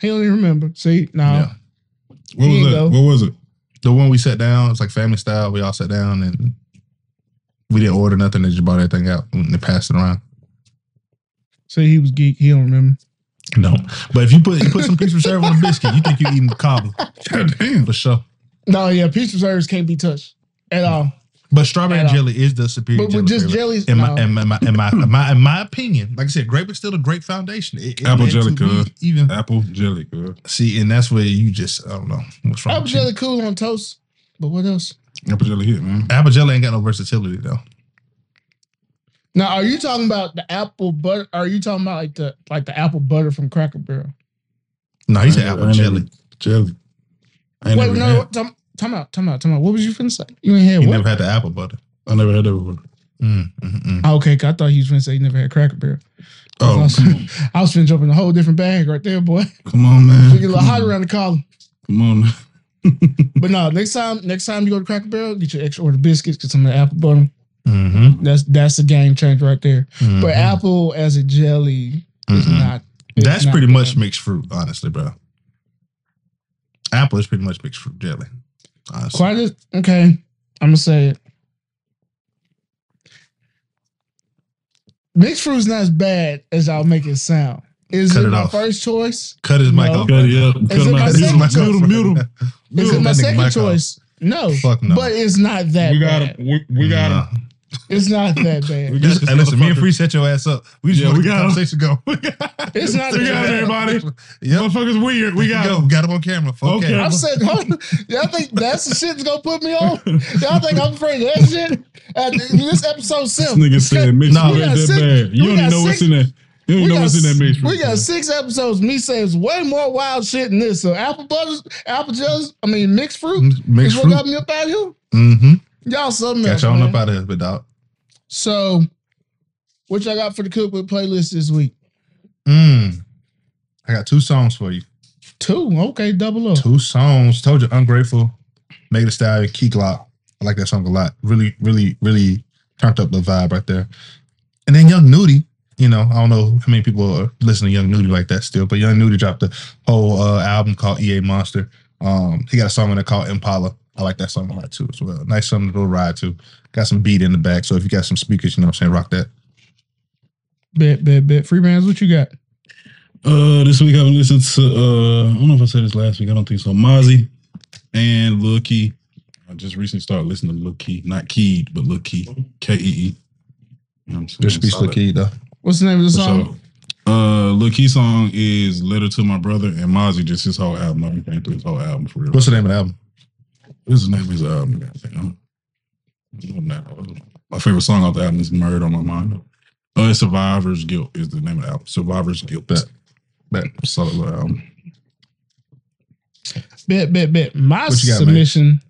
[SPEAKER 1] He don't even remember. See, no.
[SPEAKER 3] Yeah.
[SPEAKER 2] What
[SPEAKER 1] Here
[SPEAKER 2] was
[SPEAKER 1] you
[SPEAKER 2] that?
[SPEAKER 1] go.
[SPEAKER 2] What was it?
[SPEAKER 3] The one we sat down. It's like family style. We all sat down and we didn't order nothing. They just brought everything out and they passed it around.
[SPEAKER 1] See, he was geek. He don't remember.
[SPEAKER 3] No, but if you put you put some piece of syrup on a biscuit, you think you eating cobbler
[SPEAKER 2] God damn.
[SPEAKER 3] for sure.
[SPEAKER 1] No, yeah, peach reserves can't be touched at all.
[SPEAKER 3] But strawberry
[SPEAKER 1] At all.
[SPEAKER 3] jelly is the
[SPEAKER 1] But
[SPEAKER 3] superior.
[SPEAKER 1] with
[SPEAKER 3] jelly
[SPEAKER 1] just
[SPEAKER 3] flavor.
[SPEAKER 1] jellies,
[SPEAKER 3] in
[SPEAKER 1] no.
[SPEAKER 3] my, in my, in my, in my, in my, in my opinion, like I said, grape is still a great foundation. It, it
[SPEAKER 2] Apple
[SPEAKER 3] led to
[SPEAKER 2] jelly,
[SPEAKER 3] me
[SPEAKER 2] cuz.
[SPEAKER 3] even
[SPEAKER 2] Apple jelly, cuz.
[SPEAKER 3] See, and that's where you just I don't know what's wrong.
[SPEAKER 1] apple
[SPEAKER 3] with you.
[SPEAKER 1] jelly cool on toast. But what else?
[SPEAKER 2] Apple jelly hit, man.
[SPEAKER 3] Apple jelly ain't got no versatility though.
[SPEAKER 1] Now, are you talking about the apple butter? Are you talking about like the like the apple butter from Cracker Barrel?
[SPEAKER 3] No, he
[SPEAKER 2] I
[SPEAKER 3] said
[SPEAKER 2] ain't-
[SPEAKER 3] apple
[SPEAKER 2] I ain't
[SPEAKER 3] jelly.
[SPEAKER 2] never- Jelly. I ain't
[SPEAKER 1] Wait,
[SPEAKER 2] never
[SPEAKER 1] no.
[SPEAKER 2] had-
[SPEAKER 1] Time, time out. Time out. Time out. What was you finna say? You ain't had
[SPEAKER 3] He
[SPEAKER 1] what?
[SPEAKER 3] never had the apple butter.
[SPEAKER 2] I never had that before.
[SPEAKER 3] Mm, mm, mm.
[SPEAKER 1] Oh, okay, 'cause I thought he was finna say he never had Cracker Barrel.
[SPEAKER 2] Oh,
[SPEAKER 1] That's
[SPEAKER 2] come on.
[SPEAKER 1] I was finna jump in a whole different bag right there, boy.
[SPEAKER 2] Come on, man.
[SPEAKER 1] You get a little
[SPEAKER 2] Come
[SPEAKER 1] hot
[SPEAKER 2] on.
[SPEAKER 1] around the collar.
[SPEAKER 2] Come on.
[SPEAKER 1] But no, next time, next time you go to Cracker Barrel, get your extra order biscuits, get some of the apple butter.
[SPEAKER 3] Mm-hmm.
[SPEAKER 1] That's that's a game changer right there. But
[SPEAKER 3] mm.
[SPEAKER 1] apple as a jelly is not. it's
[SPEAKER 3] That's
[SPEAKER 1] not
[SPEAKER 3] pretty
[SPEAKER 1] bad.
[SPEAKER 3] much mixed fruit, honestly, bro. Apple is pretty much mixed fruit jelly. Honestly.
[SPEAKER 1] quite. A, okay, I'm gonna say it. Mixed fruit's not as bad as I'll make it sound. Is
[SPEAKER 3] Cut
[SPEAKER 1] it
[SPEAKER 3] it
[SPEAKER 1] my
[SPEAKER 3] off.
[SPEAKER 1] first choice?
[SPEAKER 3] Cut his mic
[SPEAKER 1] No.
[SPEAKER 3] off.
[SPEAKER 2] Cut it up. Cut
[SPEAKER 1] Is it
[SPEAKER 2] him
[SPEAKER 1] my
[SPEAKER 2] out.
[SPEAKER 3] Cut his
[SPEAKER 1] second
[SPEAKER 2] Middle,
[SPEAKER 3] mic
[SPEAKER 2] middle,
[SPEAKER 3] off.
[SPEAKER 2] middle.
[SPEAKER 1] Is it
[SPEAKER 2] Middle.
[SPEAKER 1] my
[SPEAKER 3] That nigga
[SPEAKER 1] second
[SPEAKER 3] Mike off.
[SPEAKER 1] choice? No,
[SPEAKER 3] Fuck no.
[SPEAKER 1] but it's not that.
[SPEAKER 2] We got
[SPEAKER 1] bad.
[SPEAKER 2] him. We, we got him.
[SPEAKER 3] Nah.
[SPEAKER 1] It's not that bad.
[SPEAKER 2] We got
[SPEAKER 3] Just-
[SPEAKER 2] this
[SPEAKER 3] hey, listen, me and
[SPEAKER 2] motherfucker.
[SPEAKER 3] Free set your ass up. We just
[SPEAKER 2] Yeah,
[SPEAKER 3] let
[SPEAKER 2] we
[SPEAKER 3] the
[SPEAKER 2] got
[SPEAKER 3] conversation go.
[SPEAKER 1] It's not
[SPEAKER 2] We
[SPEAKER 1] that
[SPEAKER 2] got
[SPEAKER 1] bad.
[SPEAKER 2] him, everybody.
[SPEAKER 3] Yep.
[SPEAKER 2] Motherfucker's weird. We got
[SPEAKER 3] Go.
[SPEAKER 2] him.
[SPEAKER 3] Got him on camera. Fuck
[SPEAKER 2] Okay.
[SPEAKER 3] yeah.
[SPEAKER 1] I'm saying, hold on. y'all think that's the shit that's gonna put me on? Y'all think I'm afraid of that shit? Uh, this episode
[SPEAKER 2] This
[SPEAKER 1] seven.
[SPEAKER 2] nigga said mixed
[SPEAKER 3] Nah.
[SPEAKER 2] fruit
[SPEAKER 1] We got
[SPEAKER 2] ain't that
[SPEAKER 1] six-
[SPEAKER 2] bad. You
[SPEAKER 1] we
[SPEAKER 2] don't even
[SPEAKER 1] got
[SPEAKER 2] know what's
[SPEAKER 1] six-
[SPEAKER 2] in that. You don't even know what's in that mixed fruit.
[SPEAKER 1] we got six episodes. Me says way more wild shit than this. So apple butters, apple jellies. I mean mixed fruit.
[SPEAKER 3] Mixed
[SPEAKER 1] is what
[SPEAKER 3] fruit.
[SPEAKER 1] got me up out here.
[SPEAKER 3] Mm-hmm.
[SPEAKER 1] Y'all something
[SPEAKER 3] Got
[SPEAKER 1] else.
[SPEAKER 3] y'all on
[SPEAKER 1] man.
[SPEAKER 3] up out of here, but dog.
[SPEAKER 1] So, what y'all got for the cookbook playlist this week?
[SPEAKER 3] Mm. I got two songs for you.
[SPEAKER 1] Two. Okay, double up.
[SPEAKER 3] Two songs. Told you, Ungrateful, Mega the Style, Key Glock. I like that song a lot. Really, really, really turned up the vibe right there. And then Young Nudie, you know, I don't know how many people are listening to Young Nudie like that still, but Young Nudie dropped a whole uh, album called EA Monster. Um, he got a song on there called Impala. I like that song a lot too as well. Nice song to go ride to. Got some beat in the back. So if you got some speakers, you know what I'm saying, rock that.
[SPEAKER 1] Bet, bet, bet. Free bands. What you got?
[SPEAKER 2] Uh, this week I've been listening to uh, I don't know if I said this last week. I don't think so. Mozzie and Lil Key. I just recently started listening to Lil Key, not Keed, but Lil Key, K E E. You know what I'm saying?
[SPEAKER 3] Just speaks
[SPEAKER 2] Solid.
[SPEAKER 3] the key though.
[SPEAKER 1] What's the name of the song?
[SPEAKER 2] So,
[SPEAKER 3] Um,
[SPEAKER 2] uh, Lil Key song is "Letter to My Brother" and Mozzie just his whole album. I've been going through his whole album for real.
[SPEAKER 3] What's the name of the album?
[SPEAKER 2] What's his name? His album. goddamn. I'm not- My favorite song off the album is "Murder on My Mind." Uh, "Survivor's Guilt" is the name of the album. "Survivor's Guilt." um,
[SPEAKER 3] Bet. Bet.
[SPEAKER 2] solid little album.
[SPEAKER 1] Bet, bet, bet. My
[SPEAKER 3] What you got, man?
[SPEAKER 1] submission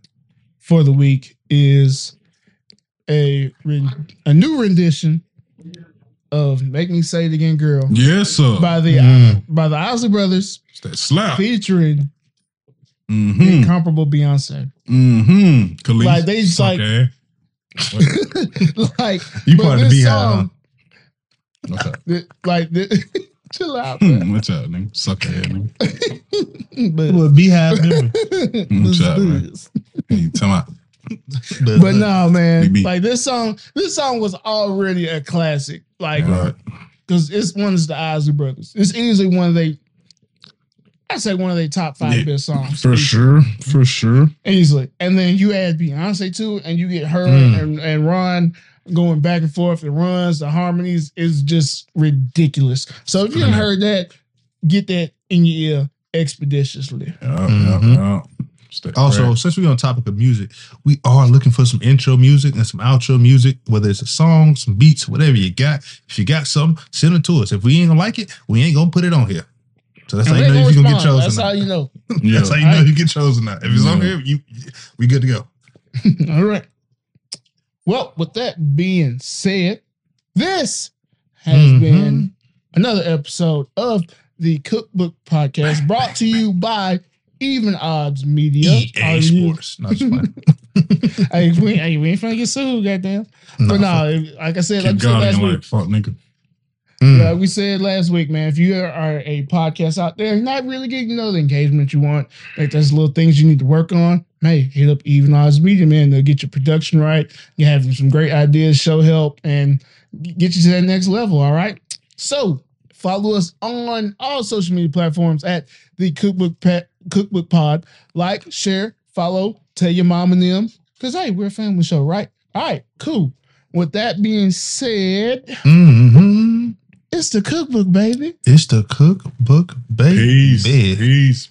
[SPEAKER 1] for the week is a ren- a new rendition of "Make Me Say It Again, Girl"
[SPEAKER 2] Yes, sir.
[SPEAKER 1] by the
[SPEAKER 3] Mm.
[SPEAKER 1] by the Osley Brothers,
[SPEAKER 2] It's that slap.
[SPEAKER 1] featuring the
[SPEAKER 3] Mm.
[SPEAKER 2] Mm-hmm.
[SPEAKER 1] incomparable Beyonce.
[SPEAKER 2] Mm-hmm. Khalees.
[SPEAKER 1] Like, they just
[SPEAKER 2] Suck
[SPEAKER 1] like-
[SPEAKER 2] ass.
[SPEAKER 1] like
[SPEAKER 3] You uh,
[SPEAKER 1] but
[SPEAKER 3] part of the
[SPEAKER 1] this
[SPEAKER 3] beehive, huh?
[SPEAKER 1] song,
[SPEAKER 2] What's up?
[SPEAKER 1] th- like th- chill out, man.
[SPEAKER 2] Hmm, What's up, nigga? Suck ass, nigga.
[SPEAKER 1] but
[SPEAKER 3] Well, Beehive. Mm,
[SPEAKER 1] This
[SPEAKER 2] child, man.
[SPEAKER 1] is-
[SPEAKER 2] Hey, tell me.
[SPEAKER 1] But no, man.
[SPEAKER 2] BB.
[SPEAKER 1] Like this song, this song was already a classic. Like,
[SPEAKER 2] Right.
[SPEAKER 1] because it's one of the Isley Brothers. It's easily one of they. I say one of their top five
[SPEAKER 2] Yeah,
[SPEAKER 1] best songs
[SPEAKER 2] For sure. For sure.
[SPEAKER 1] easily. And then you add Beyonce too, and you get her
[SPEAKER 3] Mm.
[SPEAKER 1] and, and Ron going back and forth. The runs, the harmonies is just ridiculous. So if you haven't
[SPEAKER 2] Mhm.
[SPEAKER 1] heard that, get that in your ear expeditiously.
[SPEAKER 2] Yeah, yeah,
[SPEAKER 3] Mhm.
[SPEAKER 2] yeah. Stay
[SPEAKER 3] Also,
[SPEAKER 2] right.
[SPEAKER 3] since we're on topic of music, we are looking for some intro music and some outro music, whether it's a song, some beats, whatever you got. If you got something, send it to us. If we ain't gonna like it, we ain't gonna put it on here. So that's
[SPEAKER 1] And
[SPEAKER 3] how you
[SPEAKER 1] they
[SPEAKER 3] know
[SPEAKER 1] gonna
[SPEAKER 3] if you're gonna get
[SPEAKER 1] respond.
[SPEAKER 3] chosen.
[SPEAKER 1] That's
[SPEAKER 3] or
[SPEAKER 1] how
[SPEAKER 3] not.
[SPEAKER 1] you know.
[SPEAKER 2] yeah.
[SPEAKER 3] That's how you know
[SPEAKER 1] Alright.
[SPEAKER 3] you get chosen or not. If it's on
[SPEAKER 2] Yeah.
[SPEAKER 3] here, you we good to go.
[SPEAKER 1] All right. Well, with that being said, this has
[SPEAKER 3] Mhm.
[SPEAKER 1] been another episode of the Cookbook Podcast brought to you by Even Odds Media. Are you-
[SPEAKER 3] EA E Sports. No, just playing.
[SPEAKER 1] Hey, we, hey, we ain't finna get sued, goddamn.
[SPEAKER 3] No,
[SPEAKER 1] but no, if- like I said, like
[SPEAKER 2] Keep
[SPEAKER 1] we said
[SPEAKER 2] God
[SPEAKER 1] last
[SPEAKER 2] in
[SPEAKER 1] week,
[SPEAKER 2] like fuck nigga.
[SPEAKER 3] Mm.
[SPEAKER 1] like we said last week, man, if you are a podcast out there not really getting you know, the engagement you want, like there's little things you need to work on, hey, hit up Even Odds Media, man. They'll get your production right. You have some great ideas, show help, and get you to that next level. All right. So follow us on all social media platforms at the Cookbook Pet Cookbook Pod. Like, share, follow, tell your mom and them. Cause hey, we're a family show, right? All right, cool. With that being said,
[SPEAKER 3] Mhm.
[SPEAKER 1] it's the cookbook, baby.
[SPEAKER 3] It's the cookbook, baby.
[SPEAKER 2] Peace. Peace.